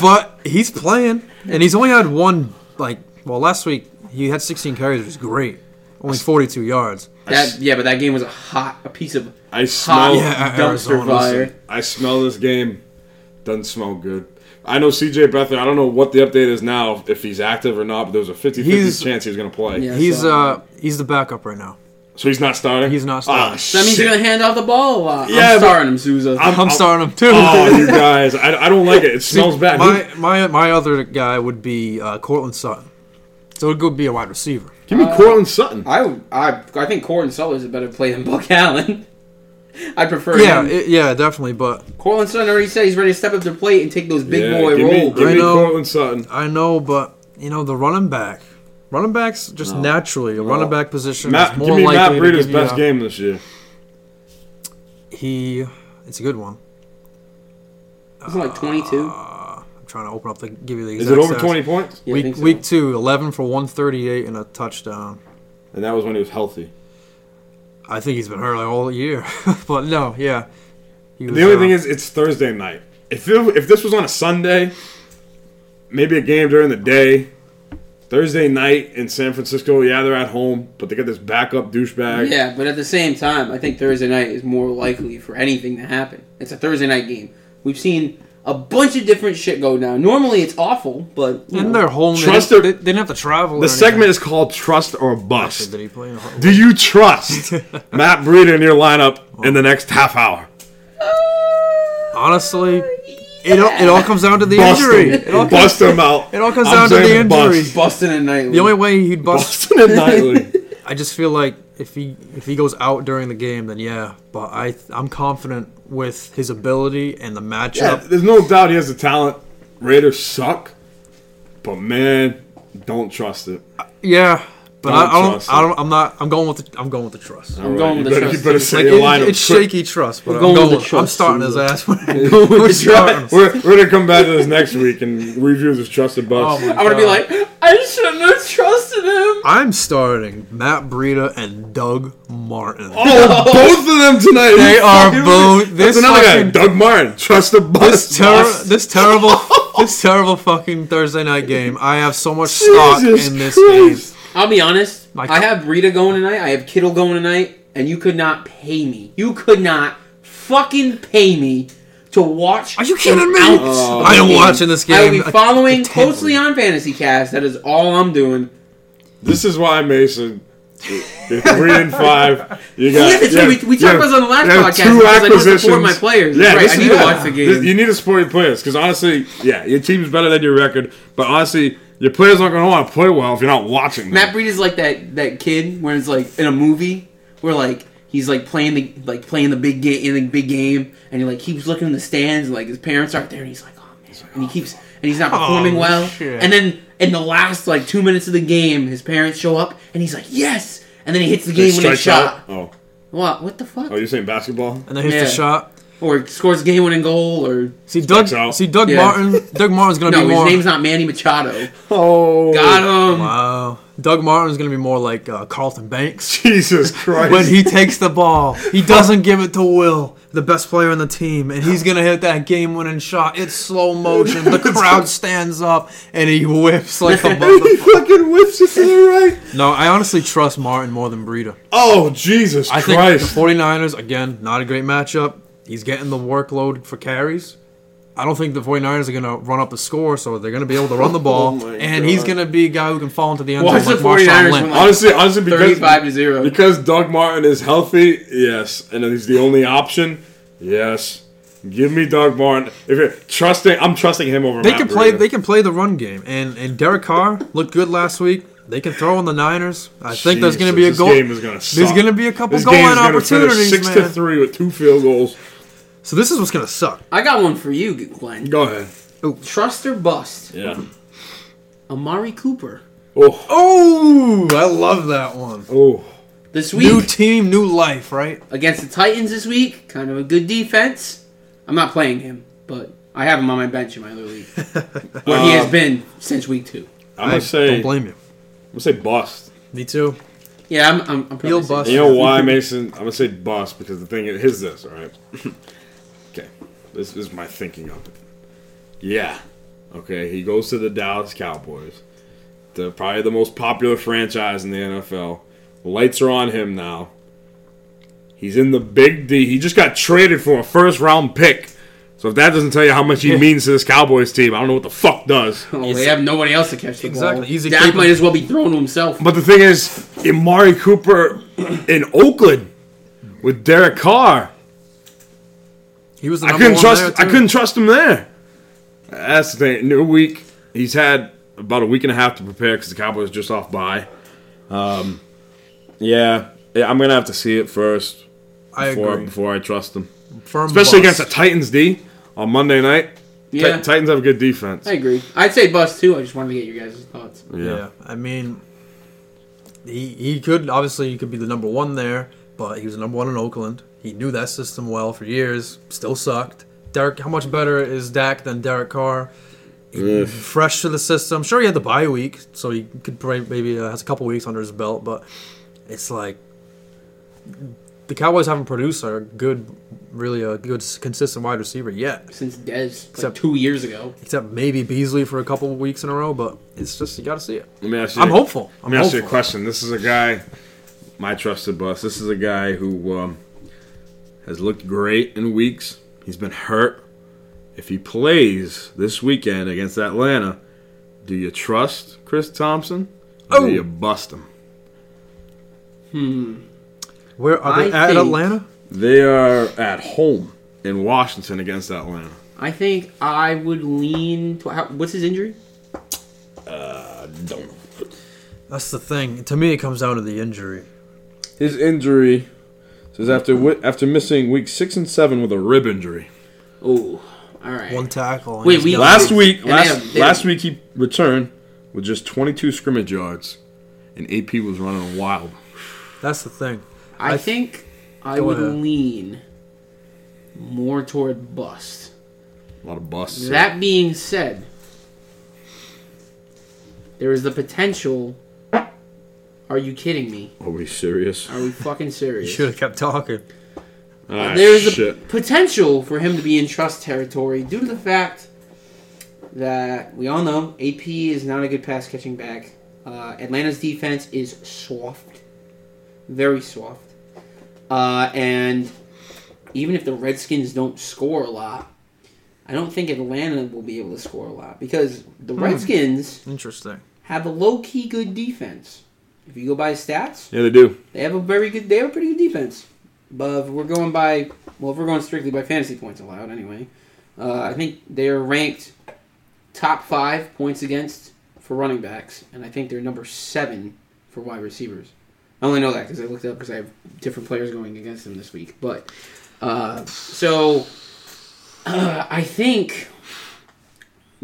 [SPEAKER 3] But he's playing, and he's only had one. Like, well, last week he had 16 carries, which is great. Only 42 yards.
[SPEAKER 1] That yeah, but that game was a hot, a piece of
[SPEAKER 2] I
[SPEAKER 1] hot
[SPEAKER 2] smell.
[SPEAKER 3] Yeah,
[SPEAKER 1] dumpster
[SPEAKER 3] Arizona,
[SPEAKER 1] fire.
[SPEAKER 2] I smell this game. Doesn't smell good. I know CJ Beathard. I don't know what the update is now, if he's active or not. But there was a 50-50
[SPEAKER 3] He's-
[SPEAKER 2] chance he was going to play.
[SPEAKER 1] Yeah.
[SPEAKER 3] He's
[SPEAKER 1] so-
[SPEAKER 3] uh he's the backup right now.
[SPEAKER 2] So he's not starting.
[SPEAKER 3] He's not starting.
[SPEAKER 2] Ah,
[SPEAKER 1] So that means
[SPEAKER 2] shit.
[SPEAKER 1] you're gonna hand off the ball a lot.
[SPEAKER 2] Yeah,
[SPEAKER 1] I'm
[SPEAKER 2] but-
[SPEAKER 1] starring him, Souza.
[SPEAKER 2] I'm-
[SPEAKER 3] I'm, starting him too.
[SPEAKER 2] oh, you guys! I, I don't like it. It smells bad.
[SPEAKER 3] My my my other guy would be uh, Cortland Sutton. So it would be a wide receiver.
[SPEAKER 2] Give me Cortland Sutton.
[SPEAKER 1] I would- I I think Corn Sutler's a better play than Buck Allen. I prefer
[SPEAKER 3] Yeah,
[SPEAKER 1] him.
[SPEAKER 3] it, yeah, definitely. But
[SPEAKER 1] Corlin Sutton already said he's ready to step up to the plate and take those big
[SPEAKER 2] Yeah,
[SPEAKER 1] boy
[SPEAKER 2] give me,
[SPEAKER 1] roles.
[SPEAKER 2] give
[SPEAKER 3] I
[SPEAKER 2] me
[SPEAKER 3] know.
[SPEAKER 2] Cortland Sutton.
[SPEAKER 3] I know, but you know the running back. Running backs just naturally, the running back position
[SPEAKER 2] Matt,
[SPEAKER 3] is more
[SPEAKER 2] give me
[SPEAKER 3] likely
[SPEAKER 2] Matt
[SPEAKER 3] to
[SPEAKER 2] Breeder's
[SPEAKER 3] give you
[SPEAKER 2] best
[SPEAKER 3] a-
[SPEAKER 2] game this year.
[SPEAKER 3] He, it's a good one.
[SPEAKER 1] He's
[SPEAKER 3] Uh,
[SPEAKER 1] like 22.
[SPEAKER 3] I'm trying to open up the give you the.
[SPEAKER 2] Is
[SPEAKER 3] exact
[SPEAKER 2] it over
[SPEAKER 3] stats.
[SPEAKER 2] 20 points?
[SPEAKER 1] Yeah, I
[SPEAKER 3] week
[SPEAKER 1] think so.
[SPEAKER 3] week two, 11 for 138 and a touchdown.
[SPEAKER 2] And that was when he was healthy.
[SPEAKER 3] I think he's been hurt like all year, but no, yeah. He was,
[SPEAKER 2] The only
[SPEAKER 3] uh,
[SPEAKER 2] thing is, it's Thursday night. If it, if this was on a Sunday, maybe a game during the day. Thursday night in San Francisco, yeah, they're at home, but they got this backup douchebag.
[SPEAKER 1] Yeah, but at the same time, I think Thursday night is more likely for anything to happen. It's a Thursday night game. We've seen a bunch of different shit go down. Normally it's awful, but you
[SPEAKER 3] in
[SPEAKER 1] know,
[SPEAKER 3] their home.
[SPEAKER 2] Trust
[SPEAKER 3] they,
[SPEAKER 2] their-
[SPEAKER 3] didn't, they didn't have to travel.
[SPEAKER 2] The segment is called Trust or Bust.
[SPEAKER 3] Did he play? in a home-
[SPEAKER 2] Do you trust Matt Breida in your lineup in the next half hour?
[SPEAKER 3] Honestly, it all, it all comes down to the
[SPEAKER 2] Bust
[SPEAKER 3] injury.
[SPEAKER 2] him.
[SPEAKER 3] It all comes,
[SPEAKER 2] Bust him out.
[SPEAKER 3] it all comes
[SPEAKER 2] I'm
[SPEAKER 3] down to the
[SPEAKER 2] saying
[SPEAKER 3] injury.
[SPEAKER 2] bust.
[SPEAKER 1] busting at night.
[SPEAKER 3] the only way he'd bust.
[SPEAKER 2] Bust him nightly.
[SPEAKER 3] I just feel like if he if he goes out during the game, then yeah. But I I'm confident with his ability and the
[SPEAKER 2] Yeah,
[SPEAKER 3] matchup.
[SPEAKER 2] there's no doubt he has the talent. Raiders suck, but man, don't trust it.
[SPEAKER 3] Yeah, but I,
[SPEAKER 2] Don't
[SPEAKER 3] I don't.
[SPEAKER 2] trust
[SPEAKER 3] I don't. I'm not. I'm going with. The, I'm going with the trust.
[SPEAKER 2] All
[SPEAKER 1] going with
[SPEAKER 2] you
[SPEAKER 1] the
[SPEAKER 2] better,
[SPEAKER 1] trust,
[SPEAKER 2] You better
[SPEAKER 1] too.
[SPEAKER 2] say
[SPEAKER 3] Like
[SPEAKER 2] your
[SPEAKER 3] it,
[SPEAKER 2] lineup.
[SPEAKER 3] it's shaky trust, but I'm
[SPEAKER 1] going
[SPEAKER 3] going.
[SPEAKER 1] with the
[SPEAKER 3] with- I'm
[SPEAKER 1] trust,
[SPEAKER 3] starting
[SPEAKER 1] too.
[SPEAKER 3] his ass. We're going with the trust.
[SPEAKER 2] we're, we're gonna come back to this next week and review this trusted bus.
[SPEAKER 3] Oh my
[SPEAKER 1] I want to be
[SPEAKER 3] God.
[SPEAKER 1] like, I shouldn't have trusted him.
[SPEAKER 3] I'm starting Matt Breida and Doug Martin.
[SPEAKER 2] Oh, both of them tonight.
[SPEAKER 3] they are
[SPEAKER 2] Fucking-
[SPEAKER 3] both.
[SPEAKER 2] That's
[SPEAKER 3] This
[SPEAKER 2] another guy,
[SPEAKER 3] fucking
[SPEAKER 2] Doug Martin. Trust the bus.
[SPEAKER 3] this, ter-
[SPEAKER 2] bus.
[SPEAKER 3] this terrible, this terrible fucking Thursday night game. I have so much stock
[SPEAKER 2] Jesus
[SPEAKER 3] in this
[SPEAKER 2] Christ.
[SPEAKER 3] game.
[SPEAKER 1] I'll be honest.
[SPEAKER 3] Like-
[SPEAKER 1] I have Rita going tonight. I have Kittle going tonight, and you could not pay me. You could not fucking pay me to watch.
[SPEAKER 3] Are you kidding
[SPEAKER 1] an
[SPEAKER 3] me?
[SPEAKER 1] ounce
[SPEAKER 3] Oh.
[SPEAKER 1] of
[SPEAKER 3] I am
[SPEAKER 1] the game.
[SPEAKER 3] watching this
[SPEAKER 1] I will
[SPEAKER 3] game
[SPEAKER 1] be following
[SPEAKER 3] attentively.
[SPEAKER 1] closely on Fantasy Cast. That is all I'm doing.
[SPEAKER 2] This is why Mason. You're three and five. You got.
[SPEAKER 1] Yeah, that's
[SPEAKER 2] you
[SPEAKER 1] right.
[SPEAKER 2] have-
[SPEAKER 1] We- we
[SPEAKER 2] you
[SPEAKER 1] talked
[SPEAKER 2] have-
[SPEAKER 1] about this on the last
[SPEAKER 2] you have
[SPEAKER 1] podcast
[SPEAKER 2] two
[SPEAKER 1] because I don't support
[SPEAKER 2] acquisitions.
[SPEAKER 1] my players.
[SPEAKER 2] Yeah,
[SPEAKER 1] Right,
[SPEAKER 2] this
[SPEAKER 1] I
[SPEAKER 2] is-
[SPEAKER 1] need to
[SPEAKER 2] yeah.
[SPEAKER 1] watch the game.
[SPEAKER 2] This- You need to support your players because honestly, yeah, your team's better than your record. But honestly, your players aren't going to want to play well if you're not watching. Them.
[SPEAKER 1] Matt Breed is like that that kid where it's like in a movie where like he's like playing the like playing the big game in the big game and he like keeps looking in the stands and like his parents aren't there and he's like oh man and he keeps and he's not performing
[SPEAKER 3] Oh,
[SPEAKER 1] well
[SPEAKER 3] shit.
[SPEAKER 1] and then in the last like two minutes of the game his parents show up and he's like yes and then he hits the game winning
[SPEAKER 2] Strikes
[SPEAKER 1] shot
[SPEAKER 2] out. Oh,
[SPEAKER 1] what what the fuck
[SPEAKER 2] oh, you're saying basketball?
[SPEAKER 3] And then here's
[SPEAKER 1] Yeah.
[SPEAKER 3] the shot.
[SPEAKER 1] or scores game winning goal or
[SPEAKER 3] See Doug.
[SPEAKER 2] Strikes out.
[SPEAKER 3] See Doug
[SPEAKER 1] Yeah.
[SPEAKER 3] Martin. Doug Martin's gonna
[SPEAKER 1] no
[SPEAKER 3] be
[SPEAKER 1] his
[SPEAKER 3] more.
[SPEAKER 1] name's not Manny Machado
[SPEAKER 2] Oh,
[SPEAKER 1] got him
[SPEAKER 3] Wow. uh, Doug Martin's gonna be more like uh, Carlton Banks.
[SPEAKER 2] Jesus Christ!
[SPEAKER 3] when he takes the ball, he doesn't give it to Will, the best player on the team, and he's gonna hit that game-winning shot. It's slow motion. The crowd stands up, and he whips like a
[SPEAKER 2] He
[SPEAKER 3] mother.
[SPEAKER 2] fucking whips it to the right.
[SPEAKER 3] No, I honestly trust Martin more than Breida.
[SPEAKER 2] Oh Jesus
[SPEAKER 3] I think
[SPEAKER 2] Christ!
[SPEAKER 3] the 49ers again, not a great matchup. He's getting the workload for carries. I don't think the 49ers are going to run up a score, so they're going to be able to run the ball,
[SPEAKER 2] Oh my
[SPEAKER 3] and he's
[SPEAKER 2] God.
[SPEAKER 3] going to be a guy who can fall into the end
[SPEAKER 1] Watch
[SPEAKER 3] zone like
[SPEAKER 1] the 49ers when,
[SPEAKER 3] Marshawn Lynch.
[SPEAKER 1] like,
[SPEAKER 2] honestly, honestly,
[SPEAKER 1] thirty
[SPEAKER 2] because
[SPEAKER 1] five to zero
[SPEAKER 2] because Doug Martin is healthy, yes, and he's the only option, yes. Give me Doug Martin. If you're trusting, I'm trusting him over.
[SPEAKER 3] They
[SPEAKER 2] Matt
[SPEAKER 3] can play.
[SPEAKER 2] Breida.
[SPEAKER 3] They can play the run game, and and Derek Carr looked good last week. They can throw on the Niners. I think there's going
[SPEAKER 2] Jesus,
[SPEAKER 3] to be a
[SPEAKER 2] this
[SPEAKER 3] goal.
[SPEAKER 2] game is gonna
[SPEAKER 3] There's
[SPEAKER 2] suck.
[SPEAKER 3] going to be a couple
[SPEAKER 2] This
[SPEAKER 3] goal
[SPEAKER 2] game
[SPEAKER 3] line
[SPEAKER 2] is gonna finish
[SPEAKER 3] opportunities,
[SPEAKER 2] Six
[SPEAKER 3] man.
[SPEAKER 2] to three with two field goals.
[SPEAKER 3] So this is what's going to suck.
[SPEAKER 1] I got one for you, Glenn.
[SPEAKER 2] Go ahead.
[SPEAKER 1] Trust or bust.
[SPEAKER 2] Yeah.
[SPEAKER 1] Amari Cooper.
[SPEAKER 2] Oh,
[SPEAKER 3] Oh, I love that one.
[SPEAKER 2] oh.
[SPEAKER 1] This week
[SPEAKER 3] New team, new life, right?
[SPEAKER 1] against the Titans this week, kind of a good defense. I'm not playing him, but I have him on my bench in my other league. Where he
[SPEAKER 3] Uh,
[SPEAKER 1] has been since week two.
[SPEAKER 2] I'm gonna
[SPEAKER 3] don't
[SPEAKER 2] say. I'm
[SPEAKER 3] blame you.
[SPEAKER 2] gonna say bust.
[SPEAKER 3] Me too.
[SPEAKER 1] Yeah, I'm. I'm, I'm probably
[SPEAKER 3] You'll
[SPEAKER 1] saying-
[SPEAKER 3] bust.
[SPEAKER 2] You know why, Mason? I'm gonna say bust because the thing is, here's this. All right. okay. This is my thinking of it. Yeah. Okay. He goes to the Dallas Cowboys. The probably the most popular franchise in the NFL. Lights are on him now. He's in the big D. He just got traded for a first round pick. So if that doesn't tell you how much he means to this Cowboys team, I don't know what the fuck does.
[SPEAKER 1] Oh, they have nobody else to catch the
[SPEAKER 3] Exactly.
[SPEAKER 1] ball.
[SPEAKER 3] He's a
[SPEAKER 1] Dak
[SPEAKER 3] keeper.
[SPEAKER 1] might as well be thrown to himself.
[SPEAKER 2] But the thing is, Amari Cooper in Oakland with Derek Carr.
[SPEAKER 3] He was the
[SPEAKER 2] I
[SPEAKER 3] number
[SPEAKER 2] couldn't
[SPEAKER 3] one
[SPEAKER 2] trust.
[SPEAKER 3] there,
[SPEAKER 2] I
[SPEAKER 3] too.
[SPEAKER 2] couldn't trust him there. That's the thing. New week. He's had about a week and a half to prepare because the Cowboys just off by. Um, yeah, yeah, I'm gonna have to see it first
[SPEAKER 3] I
[SPEAKER 2] before
[SPEAKER 3] agree.
[SPEAKER 2] before I trust him,
[SPEAKER 3] Firm
[SPEAKER 2] especially against
[SPEAKER 3] bust.
[SPEAKER 2] the Titans D on Monday night. Ti-
[SPEAKER 1] Yeah,
[SPEAKER 2] Titans have a good defense.
[SPEAKER 1] I agree. I'd say bust too. I just wanted to get your guys' thoughts.
[SPEAKER 2] Yeah.
[SPEAKER 3] Yeah. I mean, he he could obviously he could be the number one there, but he was the number one in Oakland. He knew that system well for years. Still sucked. Derek, how much better is Dak than Derek Carr? Fresh to the system. Sure, he had the bye week, so he could probably maybe uh, has a couple weeks under his belt. But it's like the Cowboys haven't produced a good, really a good consistent wide receiver yet
[SPEAKER 1] Since Dez, like
[SPEAKER 3] Except-
[SPEAKER 1] two years ago.
[SPEAKER 3] except maybe Beasley for a couple of weeks in a row, but it's just you got to see it.
[SPEAKER 2] Let me ask you.
[SPEAKER 3] I'm hopeful.
[SPEAKER 2] Let
[SPEAKER 3] I'm
[SPEAKER 2] me ask
[SPEAKER 3] hopeful.
[SPEAKER 2] you a question. This is a guy, my trusted bus. This is a guy who um, has looked great in weeks. He's been hurt. If he plays this weekend against Atlanta, do you trust Chris Thompson? Or
[SPEAKER 3] Oh.
[SPEAKER 2] Do you bust him?
[SPEAKER 3] Where are they
[SPEAKER 1] I
[SPEAKER 3] at
[SPEAKER 1] think-
[SPEAKER 3] Atlanta?
[SPEAKER 2] They are at home in Washington against Atlanta.
[SPEAKER 1] I think I would lean. To, how, what's his injury?
[SPEAKER 2] Don't.
[SPEAKER 3] That's the thing. To me, it comes down to the injury.
[SPEAKER 2] His injury says after wi- after missing week six and seven with a rib injury.
[SPEAKER 1] Oh, all right.
[SPEAKER 3] One tackle. and
[SPEAKER 1] Wait,
[SPEAKER 3] he's
[SPEAKER 1] we-
[SPEAKER 3] done.
[SPEAKER 2] Last week,
[SPEAKER 1] And they
[SPEAKER 2] last,
[SPEAKER 1] have- they have-
[SPEAKER 2] last week he returned with just 22 scrimmage yards, and AP was running wild.
[SPEAKER 3] That's the thing.
[SPEAKER 1] I
[SPEAKER 3] I-
[SPEAKER 1] think I
[SPEAKER 3] Go
[SPEAKER 1] would
[SPEAKER 3] ahead.
[SPEAKER 1] lean more toward bust.
[SPEAKER 2] A lot of busts.
[SPEAKER 1] That being said, there is the potential. Are you kidding me?
[SPEAKER 2] Are we serious?
[SPEAKER 1] Are we fucking
[SPEAKER 3] You
[SPEAKER 1] serious?
[SPEAKER 3] should have kept talking.
[SPEAKER 2] Ah,
[SPEAKER 1] There's
[SPEAKER 2] shit.
[SPEAKER 1] a potential for him to be in trust territory due to the fact that we all know AP is not a good pass catching back. Uh, Atlanta's defense is soft, very soft, uh, and even if the Redskins don't score a lot, I don't think Atlanta will be able to score a lot because the Redskins
[SPEAKER 3] Interesting.
[SPEAKER 1] have a low key good defense. If you go by stats,
[SPEAKER 2] yeah, they do.
[SPEAKER 1] they have a very good. They have a pretty good defense. But if we're going by well, if we're going strictly by fantasy points allowed, anyway, uh, I think they are ranked top five points against for running backs, and I think they're number seven for wide receivers. I only know that because I looked it up because I have different players going against them this week. But uh, so uh, I think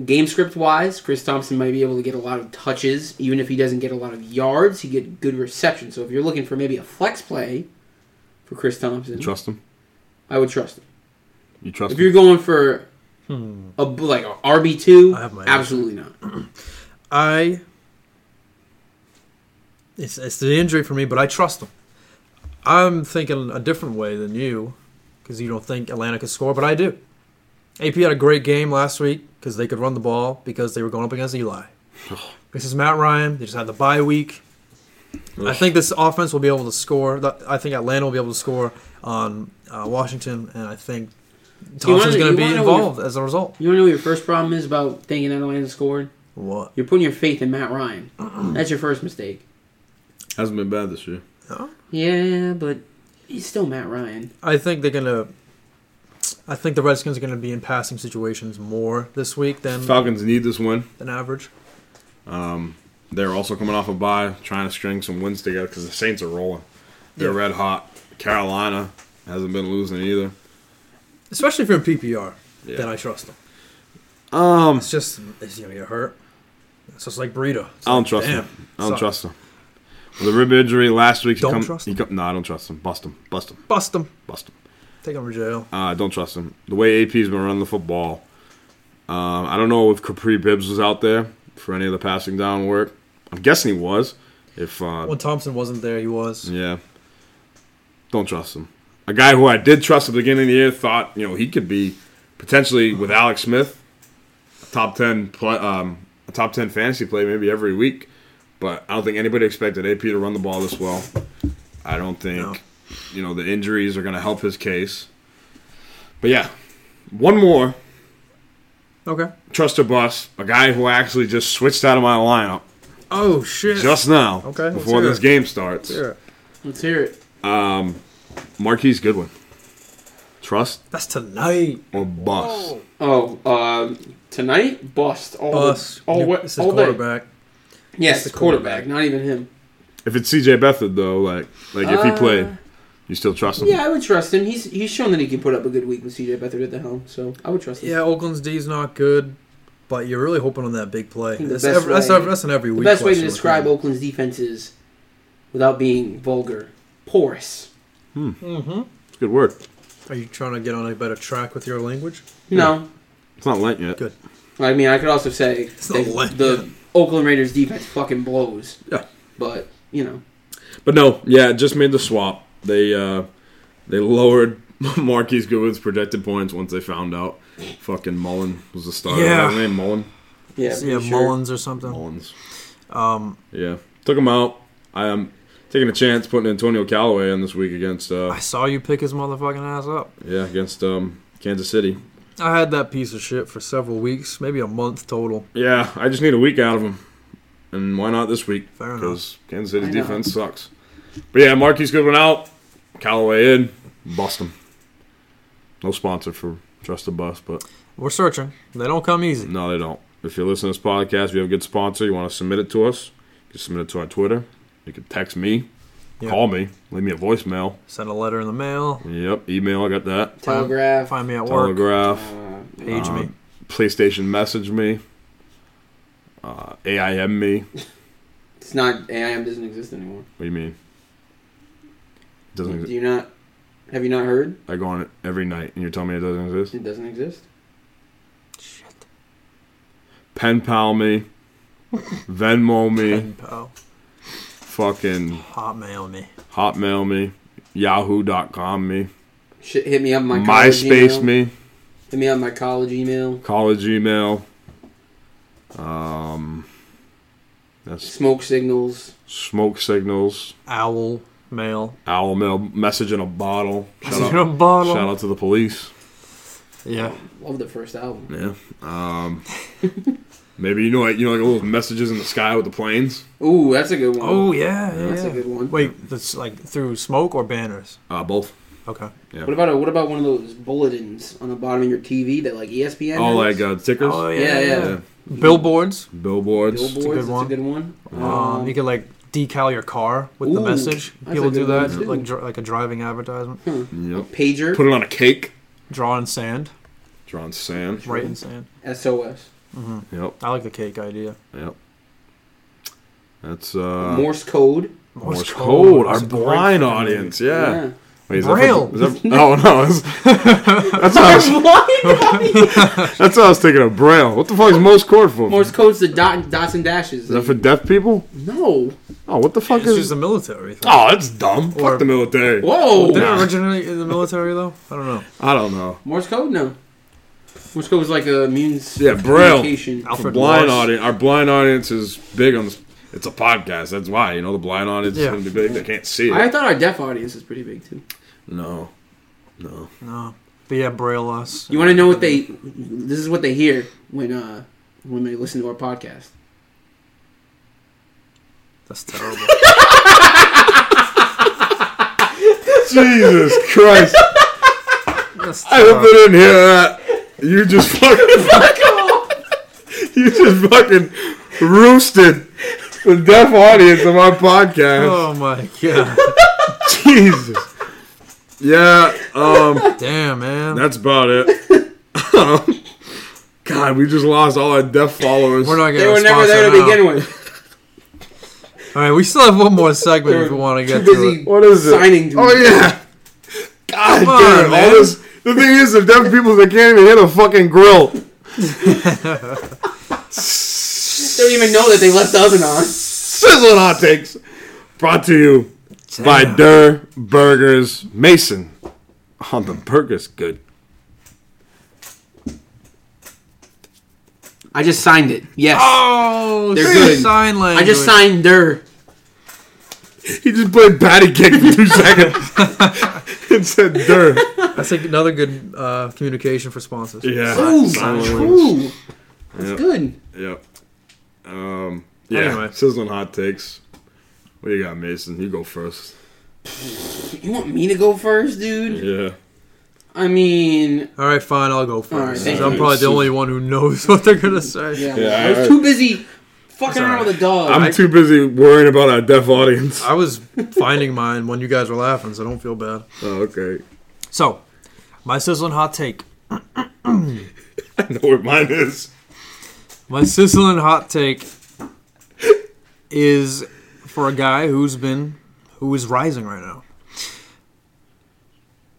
[SPEAKER 1] game script wise, Chris Thompson might be able to get a lot of touches, even if he doesn't get a lot of yards. He get good reception. So if you're looking for maybe a flex play for Chris Thompson,
[SPEAKER 2] Trust them.
[SPEAKER 1] I would trust him.
[SPEAKER 2] You trust
[SPEAKER 1] If you're
[SPEAKER 2] them.
[SPEAKER 1] going for a b- like a RB two,
[SPEAKER 3] I have my
[SPEAKER 1] absolutely not.
[SPEAKER 3] I. It's it's the injury for me, but I trust him. I'm thinking a different way than you, because you don't think Atlanta could score, but I do. AP had a great game last week because they could run the ball because they were going up against Eli. this is Matt Ryan. They just had the bye week. I think this offense will be able to score. Th- I think Atlanta will be able to score on uh, Washington, and I think Thompson's
[SPEAKER 1] you
[SPEAKER 3] going to be
[SPEAKER 1] wanna know what-
[SPEAKER 3] involved as a result.
[SPEAKER 1] You want to know what your first problem is about thinking Atlanta scored?
[SPEAKER 3] What?
[SPEAKER 1] You're putting your faith in Matt Ryan. That's your first mistake.
[SPEAKER 2] Hasn't been bad this year.
[SPEAKER 1] Yeah, but he's still Matt Ryan.
[SPEAKER 3] I think they're gonna. I think the Redskins are gonna be in passing situations more this week than
[SPEAKER 2] Falcons need this win.
[SPEAKER 3] than average.
[SPEAKER 2] They're also coming off a bye, trying to string some wins together because the Saints are rolling. They're red hot. Carolina hasn't been losing either.
[SPEAKER 3] especially if you're in PPR.
[SPEAKER 2] Yeah.
[SPEAKER 3] Then I trust him.
[SPEAKER 2] Um,
[SPEAKER 3] It's just it's gonna get hurt. It's just like Breida. It's
[SPEAKER 2] I don't
[SPEAKER 3] like,
[SPEAKER 2] trust
[SPEAKER 3] damn,
[SPEAKER 2] him. I don't
[SPEAKER 3] suck.
[SPEAKER 2] trust him. With the rib injury last week, he
[SPEAKER 3] Don't
[SPEAKER 2] come-
[SPEAKER 3] trust
[SPEAKER 2] he
[SPEAKER 3] him?
[SPEAKER 2] come- no, I don't trust him. Bust him. Bust him.
[SPEAKER 3] Bust him.
[SPEAKER 2] Bust him.
[SPEAKER 3] Take him to jail.
[SPEAKER 2] Uh, don't trust him. The way AP's been running the football, um, I don't know if Capri Bibbs was out there for any of the passing down work. I'm guessing he was. If uh,
[SPEAKER 3] When Thompson wasn't there, he was.
[SPEAKER 2] yeah, don't trust him. A guy who I did trust at the beginning of the year thought you know he could be potentially with Alex Smith, a top ten play, um, a top ten fantasy play maybe every week. But I don't think anybody expected AP to run the ball this well. I don't think
[SPEAKER 3] No.
[SPEAKER 2] you know the injuries are going to help his case. But yeah, one more
[SPEAKER 3] Okay.
[SPEAKER 2] trust a bus, a guy who actually just switched out of my lineup
[SPEAKER 3] Oh shit.
[SPEAKER 2] just now
[SPEAKER 3] Okay, let's
[SPEAKER 2] before
[SPEAKER 3] hear
[SPEAKER 2] this
[SPEAKER 3] it.
[SPEAKER 2] game starts.
[SPEAKER 3] Yeah.
[SPEAKER 4] Let's hear it.
[SPEAKER 2] Marquise Goodwin. Trust
[SPEAKER 3] That's tonight.
[SPEAKER 2] or bust.
[SPEAKER 1] Oh, um, tonight bust
[SPEAKER 2] Oh,
[SPEAKER 1] all
[SPEAKER 3] Bus.
[SPEAKER 1] all,
[SPEAKER 3] New-
[SPEAKER 1] all,
[SPEAKER 3] this is
[SPEAKER 1] all day.
[SPEAKER 3] quarterback.
[SPEAKER 1] Yes,
[SPEAKER 3] the
[SPEAKER 1] quarterback,
[SPEAKER 3] quarterback.
[SPEAKER 1] not even him.
[SPEAKER 2] If it's CJ Beathard though, like like if he
[SPEAKER 1] Uh,
[SPEAKER 2] played, you still trust him.
[SPEAKER 1] Yeah, I would trust him. He's he's shown that he can put up a good week with CJ Beathard at the helm, so I would trust him.
[SPEAKER 3] Yeah, Oakland's D's not good, but you're really hoping on that big play.
[SPEAKER 1] think the
[SPEAKER 3] That's,
[SPEAKER 1] best
[SPEAKER 3] every, that's,
[SPEAKER 1] way-
[SPEAKER 3] every, that's an every
[SPEAKER 1] the
[SPEAKER 3] week.
[SPEAKER 1] best way to
[SPEAKER 3] question with
[SPEAKER 1] describe
[SPEAKER 3] him.
[SPEAKER 1] Oakland's defense is, without being vulgar, porous.
[SPEAKER 2] It's good work.
[SPEAKER 3] Mm-hmm. Are you trying to get on a better track with your language?
[SPEAKER 1] No,
[SPEAKER 2] It's not lent yet.
[SPEAKER 3] Good.
[SPEAKER 1] I mean I could also say
[SPEAKER 3] not
[SPEAKER 1] that
[SPEAKER 3] lame.
[SPEAKER 1] the Oakland Raiders defense fucking blows.
[SPEAKER 2] Yeah.
[SPEAKER 1] but you know,
[SPEAKER 2] But no, yeah, just made the swap. They uh they lowered Marquise Goodwin's projected points once they found out fucking Mullen was the starter.
[SPEAKER 3] Yeah.
[SPEAKER 2] What's his name Mullen.
[SPEAKER 1] yeah,
[SPEAKER 3] Yeah,
[SPEAKER 1] pretty sure.
[SPEAKER 3] Mullins or something.
[SPEAKER 2] Mullins.
[SPEAKER 3] Um,
[SPEAKER 2] Yeah, took him out. I am taking a chance putting Antonio Callaway in this week against uh
[SPEAKER 3] I saw you pick his motherfucking ass up.
[SPEAKER 2] yeah against um Kansas City.
[SPEAKER 3] I had that piece of shit for several weeks, maybe a month total.
[SPEAKER 2] Yeah, I just need a week out of him, and why not this week?
[SPEAKER 3] Fair enough.
[SPEAKER 2] Because Kansas City's
[SPEAKER 1] I know.
[SPEAKER 2] defense sucks. But yeah, Marquise Goodwin out, Callaway in, bust him. No sponsor for Trust the Bus, but
[SPEAKER 3] We're searching. They don't come easy.
[SPEAKER 2] no, they don't. If you listen to this podcast, if you have a good sponsor, you want to submit it to us, you can submit it to our Twitter. You can text me,
[SPEAKER 3] Yeah.
[SPEAKER 2] call me, leave me a voicemail.
[SPEAKER 3] Send a letter in the mail.
[SPEAKER 2] Yep, email, I got that.
[SPEAKER 1] Telegraph.
[SPEAKER 3] Find me at work.
[SPEAKER 2] Telegraph, um,
[SPEAKER 1] uh,
[SPEAKER 3] Page me.
[SPEAKER 2] PlayStation message me, uh, AIM me.
[SPEAKER 1] It's not AIM doesn't exist anymore.
[SPEAKER 2] What do you mean? It doesn't
[SPEAKER 1] Do
[SPEAKER 2] exist.
[SPEAKER 1] you not? Have you not heard?
[SPEAKER 2] I go on it every night, and you're telling me it doesn't exist.
[SPEAKER 1] It doesn't exist.
[SPEAKER 3] Shit.
[SPEAKER 2] Pen pal me, Venmo me,
[SPEAKER 3] Pen pal.
[SPEAKER 2] fucking
[SPEAKER 3] Hotmail me.
[SPEAKER 2] Hotmail me, Yahoo.com me,
[SPEAKER 1] Shit, hit me up my college
[SPEAKER 2] MySpace
[SPEAKER 1] email.
[SPEAKER 2] me,
[SPEAKER 1] Hit me up my college email.
[SPEAKER 2] college email. Um, that's
[SPEAKER 1] Smoke signals.
[SPEAKER 2] smoke signals,
[SPEAKER 3] Owl mail.
[SPEAKER 2] owl mail, message in a bottle. Shout
[SPEAKER 3] Is it a
[SPEAKER 2] out,
[SPEAKER 3] bottle.
[SPEAKER 2] shout out to the police.
[SPEAKER 3] Yeah.
[SPEAKER 1] Love the first album.
[SPEAKER 2] Yeah. Um, maybe you know like you know like little messages in the sky with the planes.
[SPEAKER 1] Ooh, that's a good one.
[SPEAKER 3] Oh yeah, yeah.
[SPEAKER 1] that's a good one.
[SPEAKER 3] Wait, that's like through smoke or banners.
[SPEAKER 2] Uh, both.
[SPEAKER 3] Okay.
[SPEAKER 1] What about a, what about one of those bulletins on the bottom of your TV that like E ESPN?
[SPEAKER 2] Oh,
[SPEAKER 1] has?
[SPEAKER 2] like uh, tickers.
[SPEAKER 1] Yeah, yeah.
[SPEAKER 2] Yeah.
[SPEAKER 3] Billboards.
[SPEAKER 2] Billboards.
[SPEAKER 1] billboards.
[SPEAKER 3] good
[SPEAKER 1] That's a
[SPEAKER 3] one.
[SPEAKER 1] good one.
[SPEAKER 2] Oh.
[SPEAKER 3] Um, you can like decal your car with the
[SPEAKER 1] Ooh,
[SPEAKER 3] message.
[SPEAKER 1] that's a
[SPEAKER 3] People do
[SPEAKER 1] good one,
[SPEAKER 3] that,
[SPEAKER 1] too.
[SPEAKER 3] like dr- like a driving advertisement.
[SPEAKER 2] Yep.
[SPEAKER 1] pager.
[SPEAKER 2] Put it on a cake.
[SPEAKER 3] Draw in sand,
[SPEAKER 2] Draw on sand.
[SPEAKER 3] right in sand.
[SPEAKER 1] SOS.
[SPEAKER 2] Yep.
[SPEAKER 3] I like the cake idea.
[SPEAKER 2] Yep. That's uh,
[SPEAKER 1] Morse code.
[SPEAKER 2] Morse
[SPEAKER 3] Morse
[SPEAKER 2] code.
[SPEAKER 3] code
[SPEAKER 2] Our
[SPEAKER 3] is a great
[SPEAKER 2] blind
[SPEAKER 3] fucking
[SPEAKER 2] audience. Yeah. Wait, is
[SPEAKER 3] Braille.
[SPEAKER 2] That, is that, oh no. That's, that's, what I was, that's what I was thinking of. Braille. What the fuck is Morse code for?
[SPEAKER 1] Morse code's the dot, dots and dashes.
[SPEAKER 2] is that for deaf people?
[SPEAKER 1] no.
[SPEAKER 2] Oh, what the fuck
[SPEAKER 3] It's
[SPEAKER 2] is?
[SPEAKER 3] just a military thing.
[SPEAKER 2] oh, that's dumb.
[SPEAKER 3] Or-
[SPEAKER 2] fuck the military.
[SPEAKER 1] Whoa.
[SPEAKER 3] Did
[SPEAKER 2] Nah.
[SPEAKER 3] it originate in the military though? I don't know.
[SPEAKER 2] I don't know.
[SPEAKER 1] Morse code? No. Morse code was like a means.
[SPEAKER 2] Yeah,
[SPEAKER 1] of
[SPEAKER 2] Braille.
[SPEAKER 1] communication.
[SPEAKER 3] Alpha-
[SPEAKER 2] For
[SPEAKER 3] Alfred
[SPEAKER 2] blind
[SPEAKER 3] Morse.
[SPEAKER 2] audience, our blind audience is big on. This, it's a podcast. That's why you know the blind audience
[SPEAKER 3] Yeah.
[SPEAKER 2] is going to be big. They can't see it.
[SPEAKER 1] I thought our deaf audience is pretty big too.
[SPEAKER 2] no, no.
[SPEAKER 3] No, but yeah, braille us.
[SPEAKER 1] You want to know what they? This is what they hear when uh when they listen to our podcast.
[SPEAKER 3] That's terrible.
[SPEAKER 2] Jesus Christ.
[SPEAKER 3] That's
[SPEAKER 2] I hope
[SPEAKER 3] terrible.
[SPEAKER 2] they didn't hear that. You just fucking. you just fucking roosted the deaf audience of our podcast.
[SPEAKER 3] Oh my god.
[SPEAKER 2] Jesus. Yeah, um,
[SPEAKER 3] Damn, man.
[SPEAKER 2] that's about it. Um, God, we just lost all our deaf followers.
[SPEAKER 3] we're not getting
[SPEAKER 1] They were
[SPEAKER 3] a
[SPEAKER 1] never
[SPEAKER 3] sponsor
[SPEAKER 1] there to
[SPEAKER 3] now.
[SPEAKER 1] begin with.
[SPEAKER 3] All right, we still have one more segment if
[SPEAKER 1] They're
[SPEAKER 3] we want to get
[SPEAKER 1] too
[SPEAKER 3] to
[SPEAKER 1] busy
[SPEAKER 3] it.
[SPEAKER 2] What is it?
[SPEAKER 1] Signing to
[SPEAKER 2] Oh
[SPEAKER 1] it.
[SPEAKER 2] yeah. God
[SPEAKER 3] Come on,
[SPEAKER 2] damn it! All
[SPEAKER 3] man.
[SPEAKER 2] this. The thing is, the deaf people they can't even hit a fucking grill.
[SPEAKER 1] They don't even know that they left the oven on.
[SPEAKER 2] Sizzling hot takes. Brought to you by
[SPEAKER 3] Damn.
[SPEAKER 2] Der Burgers Mason. On the burgers, good.
[SPEAKER 4] I just signed it. Yes.
[SPEAKER 2] Ah.
[SPEAKER 3] Oh,
[SPEAKER 4] They're
[SPEAKER 3] they're
[SPEAKER 4] good.
[SPEAKER 3] sign language.
[SPEAKER 4] I just signed der.
[SPEAKER 2] He just played patty cake for two seconds. it said Der.
[SPEAKER 3] That's like another good uh, communication for sponsors.
[SPEAKER 2] Yeah.
[SPEAKER 4] Ooh,
[SPEAKER 2] Silent language.
[SPEAKER 4] ooh. That's
[SPEAKER 2] Yep.
[SPEAKER 4] good.
[SPEAKER 2] Yep. Um. Yeah.
[SPEAKER 3] Anyway.
[SPEAKER 2] Sizzling hot takes. What you got, Mason? You go first.
[SPEAKER 1] You want me to go first, dude?
[SPEAKER 2] Yeah.
[SPEAKER 1] I mean,
[SPEAKER 3] All right, fine, I'll go
[SPEAKER 1] right,
[SPEAKER 3] first.
[SPEAKER 1] thank
[SPEAKER 3] I'm
[SPEAKER 1] you.
[SPEAKER 3] probably the only one who knows what they're gonna say.
[SPEAKER 1] yeah,
[SPEAKER 2] Yeah,
[SPEAKER 1] I was
[SPEAKER 2] I-
[SPEAKER 1] too busy fucking
[SPEAKER 3] alright.
[SPEAKER 1] around with a dog.
[SPEAKER 2] I'm too busy worrying about our deaf audience.
[SPEAKER 3] I was finding mine when you guys were laughing, so don't feel bad.
[SPEAKER 2] Oh, okay.
[SPEAKER 3] So, my sizzling hot take.
[SPEAKER 2] I know where mine is.
[SPEAKER 3] My sizzling hot take is for a guy who's been who is rising right now.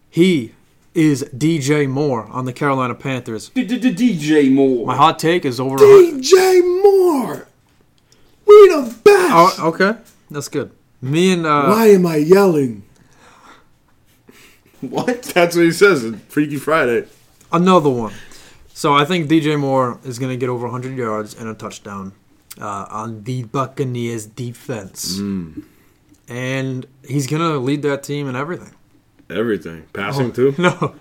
[SPEAKER 3] He is DJ Moore on the Carolina Panthers.
[SPEAKER 4] DJ Moore.
[SPEAKER 3] My hot take is over.
[SPEAKER 2] DJ Moore. We the best.
[SPEAKER 3] Oh, okay, that's good. Me and uh,
[SPEAKER 2] am I yelling?
[SPEAKER 4] What?
[SPEAKER 2] That's what he says in Freaky Friday.
[SPEAKER 3] another one. So I think DJ Moore is going to get over 100 yards and a touchdown uh, on the Buccaneers defense,
[SPEAKER 2] Mm.
[SPEAKER 3] and he's going to lead that team in everything.
[SPEAKER 2] Everything. Passing too?
[SPEAKER 3] No,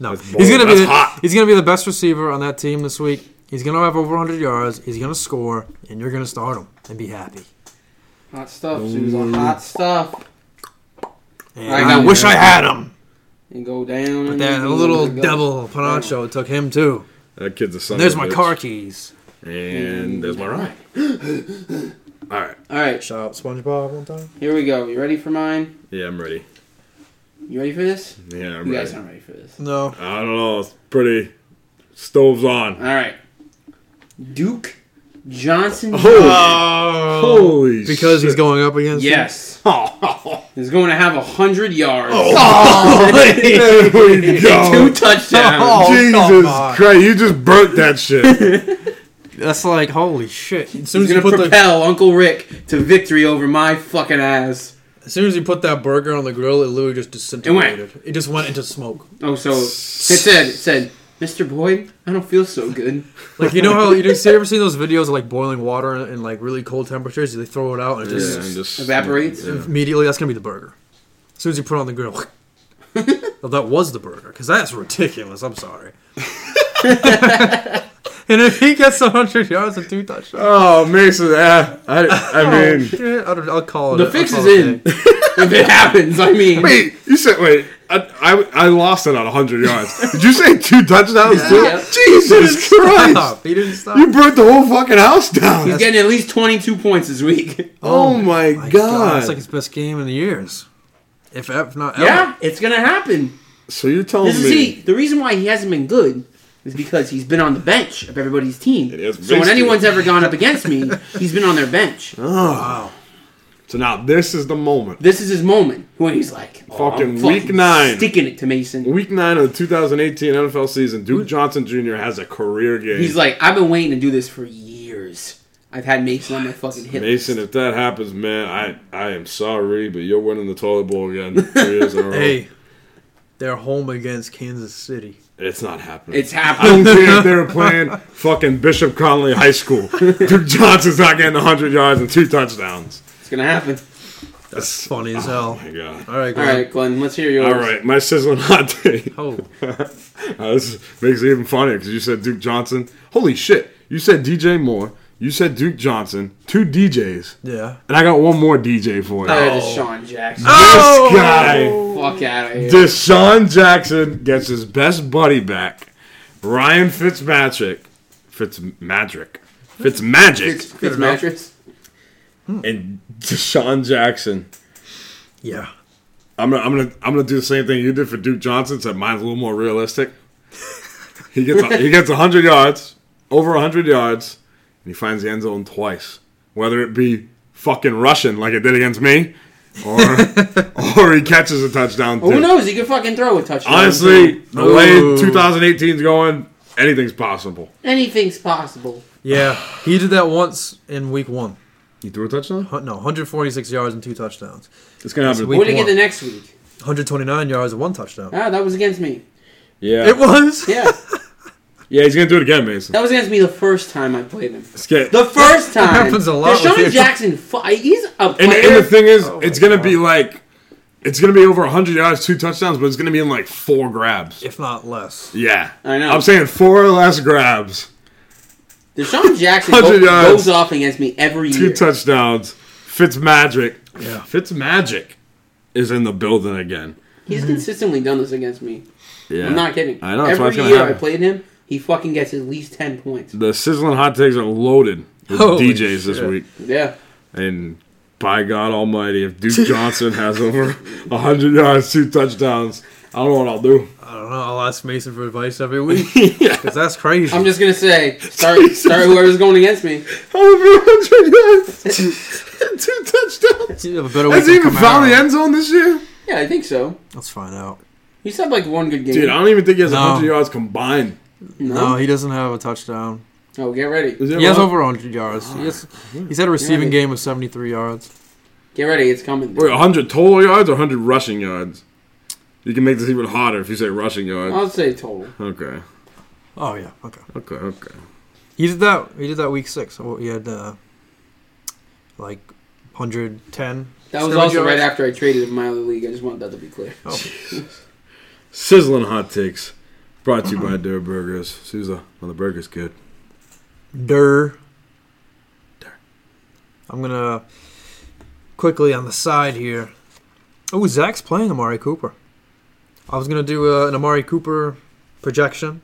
[SPEAKER 3] no,
[SPEAKER 2] That's bold.
[SPEAKER 3] he's going to be
[SPEAKER 2] That's
[SPEAKER 3] the,
[SPEAKER 2] hot.
[SPEAKER 3] he's going to be the best receiver on that team this week. He's going to have over 100 yards. He's going to score, and you're going to start him and be happy.
[SPEAKER 1] hot stuff, Susan. Hot stuff.
[SPEAKER 3] And
[SPEAKER 1] I
[SPEAKER 3] I,
[SPEAKER 1] got
[SPEAKER 3] wish
[SPEAKER 1] you.
[SPEAKER 3] I had him.
[SPEAKER 1] And go down.
[SPEAKER 3] But that
[SPEAKER 1] and
[SPEAKER 3] little
[SPEAKER 1] go.
[SPEAKER 3] devil Panacho took him too.
[SPEAKER 2] That kid's a son.
[SPEAKER 3] There's
[SPEAKER 2] of a
[SPEAKER 3] my
[SPEAKER 2] bitch.
[SPEAKER 3] car keys.
[SPEAKER 2] And there's my ride. All right.
[SPEAKER 1] All right,
[SPEAKER 3] Shout out SpongeBob one time.
[SPEAKER 1] here we go. You ready for mine?
[SPEAKER 2] Yeah, I'm ready.
[SPEAKER 1] You ready for this?
[SPEAKER 2] Yeah, I'm
[SPEAKER 1] You
[SPEAKER 2] ready.
[SPEAKER 1] guys aren't ready for this.
[SPEAKER 3] No.
[SPEAKER 2] I don't know. It's pretty. Stove's on.
[SPEAKER 1] All right, Duke Johnson.
[SPEAKER 3] Oh.
[SPEAKER 2] Holy
[SPEAKER 3] Because he's
[SPEAKER 2] shit.
[SPEAKER 3] going up against. him?
[SPEAKER 1] Yes, is going to have hundred yards,
[SPEAKER 2] Oh. There we
[SPEAKER 1] two
[SPEAKER 2] go.
[SPEAKER 1] touchdowns.
[SPEAKER 3] Oh, come on.
[SPEAKER 2] Jesus Christ. You just burnt that shit.
[SPEAKER 3] That's like holy shit. As soon
[SPEAKER 1] He's
[SPEAKER 3] as you
[SPEAKER 1] gonna
[SPEAKER 3] put the,
[SPEAKER 1] propel Uncle Rick to victory over my fucking ass.
[SPEAKER 3] as soon as you put that burger on the grill, it literally just disintegrated. It, just went into smoke.
[SPEAKER 1] Oh, so it said, it said, Mr. Boyd, I don't feel so good.
[SPEAKER 3] Like you know how you, you ever seen those videos of like boiling water and, and, like really cold temperatures? They throw it out and it just
[SPEAKER 2] Yeah, and just-
[SPEAKER 1] Evaporates?
[SPEAKER 2] Yeah.
[SPEAKER 3] immediately that's gonna be the burger. As soon as you put it on the grill. well, that was the burger because that's ridiculous. I'm sorry. and if he gets 100 yards and two touchdowns,
[SPEAKER 2] Oh, Mason. Yeah, I, I
[SPEAKER 3] oh,
[SPEAKER 2] mean,
[SPEAKER 3] shit, I don't- I'll call it.
[SPEAKER 1] The
[SPEAKER 3] it.
[SPEAKER 1] fix
[SPEAKER 3] I'll
[SPEAKER 1] is
[SPEAKER 3] call it a
[SPEAKER 1] in.
[SPEAKER 3] day.
[SPEAKER 1] if it happens, I mean.
[SPEAKER 2] wait. You said wait. I, I, I lost it on 100 yards. Did you say two touchdowns too?
[SPEAKER 1] Yeah.
[SPEAKER 2] Jesus Christ!
[SPEAKER 3] Stop. He didn't stop.
[SPEAKER 2] You burnt the whole fucking house down.
[SPEAKER 1] He's getting at least 22 points this week.
[SPEAKER 2] oh, my god!
[SPEAKER 3] It's like his best game in the years. If, if not ever.
[SPEAKER 1] Yeah, it's gonna happen.
[SPEAKER 2] so you're telling
[SPEAKER 1] This is
[SPEAKER 2] me?
[SPEAKER 1] he. The reason why he hasn't been good is because he's been on the bench of everybody's team.
[SPEAKER 2] It is
[SPEAKER 1] So when
[SPEAKER 2] basically-
[SPEAKER 1] anyone's ever gone up against me, he's been on their bench.
[SPEAKER 2] uh, So now this is the moment.
[SPEAKER 1] This is his moment when he's like, oh,
[SPEAKER 2] Fucking
[SPEAKER 1] I'm
[SPEAKER 2] week nine.
[SPEAKER 1] sticking it to Mason.
[SPEAKER 2] Week nine of the 2018 NFL season, Duke Johnson Jr. has a career game.
[SPEAKER 1] He's like, I've been waiting to do this for years. I've had Mason on my fucking hit.
[SPEAKER 2] Mason,
[SPEAKER 1] list.
[SPEAKER 2] if that happens, man, I I am sorry, but you're winning the toilet bowl again. Three years in a row.
[SPEAKER 3] Hey, they're home against Kansas City.
[SPEAKER 2] It's not happening.
[SPEAKER 1] it's
[SPEAKER 2] I
[SPEAKER 1] happening.
[SPEAKER 2] don't care if they were playing fucking Bishop Conley High School. Duke Johnson's not getting 100 yards and two touchdowns.
[SPEAKER 1] It's gonna happen.
[SPEAKER 3] That's funny as hell.
[SPEAKER 2] Oh my god.
[SPEAKER 3] All right,
[SPEAKER 1] All
[SPEAKER 3] Glenn.
[SPEAKER 1] right, Glenn, let's hear yours.
[SPEAKER 2] All right, my sizzling hot take.
[SPEAKER 3] Oh,
[SPEAKER 2] Uh, this makes it even funnier because you said Duke Johnson. Holy shit! You said DJ Moore. You said Duke Johnson. Two DJs,
[SPEAKER 3] yeah.
[SPEAKER 2] and I got one more DJ for you.
[SPEAKER 1] Oh, Deshaun Jackson.
[SPEAKER 2] This guy.
[SPEAKER 1] Fuck out of here.
[SPEAKER 2] Deshaun Jackson gets his best buddy back, Ryan Fitzpatrick. Fitzmagic. Fitzmagic.
[SPEAKER 1] Fitzmatrick.
[SPEAKER 2] and Deshaun Jackson.
[SPEAKER 3] Yeah.
[SPEAKER 2] I'm gonna, I'm gonna, I'm gonna do the same thing you did for Duke Johnson. So mine's a little more realistic. He gets, a, he gets 100 yards, over 100 yards, and he finds the end zone twice. Whether it be fucking rushing like it did against me, or or he catches a touchdown.
[SPEAKER 1] Who
[SPEAKER 2] too.
[SPEAKER 1] knows? He could fucking throw a touchdown.
[SPEAKER 2] Honestly, the way
[SPEAKER 3] Ooh.
[SPEAKER 2] 2018's going, anything's possible.
[SPEAKER 1] anything's possible.
[SPEAKER 3] Yeah. He did that once in week one.
[SPEAKER 2] You threw a touchdown?
[SPEAKER 3] Hun- No, 146 yards and two touchdowns.
[SPEAKER 2] It's gonna happen.
[SPEAKER 3] Week
[SPEAKER 1] What did he get
[SPEAKER 3] one.
[SPEAKER 1] the next week?
[SPEAKER 3] 129 yards and one touchdown.
[SPEAKER 1] Ah, that was against me.
[SPEAKER 2] Yeah,
[SPEAKER 3] It was.
[SPEAKER 1] Yeah,
[SPEAKER 2] yeah, he's gonna do it again, Mason.
[SPEAKER 1] that was against me the first time I played him.
[SPEAKER 2] It's get-
[SPEAKER 1] The first time.
[SPEAKER 3] happens a lot
[SPEAKER 1] Deshaun
[SPEAKER 3] with you.
[SPEAKER 1] Jackson, fu- he's a
[SPEAKER 2] and,
[SPEAKER 1] player.
[SPEAKER 2] and the thing is,
[SPEAKER 3] Oh my
[SPEAKER 2] it's gonna be
[SPEAKER 3] God.
[SPEAKER 2] like, it's gonna be over 100 yards, two touchdowns, but it's gonna be in like four grabs.
[SPEAKER 3] If not less.
[SPEAKER 2] Yeah,
[SPEAKER 1] I know.
[SPEAKER 2] I'm saying four or less grabs,
[SPEAKER 1] Deshaun Jackson
[SPEAKER 2] 100
[SPEAKER 1] goes,
[SPEAKER 2] yards.
[SPEAKER 1] goes off against me every
[SPEAKER 2] two
[SPEAKER 1] year.
[SPEAKER 2] touchdowns. Fitzmagic,
[SPEAKER 3] Yeah.
[SPEAKER 2] Fitzmagic is in the building again.
[SPEAKER 1] he's consistently done this against me.
[SPEAKER 2] Yeah,
[SPEAKER 1] I'm not kidding.
[SPEAKER 2] I know. That's why
[SPEAKER 1] every
[SPEAKER 2] it's gonna
[SPEAKER 1] year I
[SPEAKER 2] happen.
[SPEAKER 1] played him, he fucking gets at least ten points.
[SPEAKER 2] the sizzling hot takes are loaded with
[SPEAKER 3] Holy
[SPEAKER 2] DJs this
[SPEAKER 3] shit.
[SPEAKER 2] week.
[SPEAKER 1] Yeah.
[SPEAKER 2] And by God Almighty, if Duke Johnson has over 100 yards, two touchdowns, I don't know what I'll do.
[SPEAKER 3] I don't know. I'll ask Mason for advice every week. Because that's crazy.
[SPEAKER 1] I'm just gonna say, start start whoever's going against me.
[SPEAKER 2] Over 100 yards, two touchdowns.
[SPEAKER 3] You have a better week
[SPEAKER 2] Has
[SPEAKER 3] than
[SPEAKER 2] he even
[SPEAKER 3] Kamara.
[SPEAKER 2] found the end zone this year?
[SPEAKER 1] Yeah, I think so.
[SPEAKER 3] Let's find out.
[SPEAKER 1] He's had like one good game.
[SPEAKER 2] Dude, I don't even think he has
[SPEAKER 3] No.
[SPEAKER 2] 100 yards combined.
[SPEAKER 1] no.
[SPEAKER 3] No, he doesn't have a touchdown.
[SPEAKER 1] Oh, get ready.
[SPEAKER 2] Is it
[SPEAKER 3] He has
[SPEAKER 2] wrong?
[SPEAKER 3] over 100 yards. He has, he's had a receiving game of 73 yards.
[SPEAKER 1] Get ready. It's coming.
[SPEAKER 2] Wait, 100 total yards or 100 rushing yards? You can make this even hotter if you say rushing yards.
[SPEAKER 1] I'll say total.
[SPEAKER 2] Okay,
[SPEAKER 3] Oh yeah, okay.
[SPEAKER 2] okay, okay.
[SPEAKER 3] He did that. He did that week six. Oh, He had uh, like 110.
[SPEAKER 1] That was
[SPEAKER 3] scrimmage
[SPEAKER 1] also
[SPEAKER 3] yards.
[SPEAKER 1] right after I traded in my other league. I just want that to be clear.
[SPEAKER 2] Sizzling hot takes brought to you by Dare Burgers. Sousa, well, the burger's good.
[SPEAKER 3] Durr. I'm gonna quickly on the side here. Oh, Zach's playing Amari Cooper. I was gonna do uh, an Amari Cooper projection.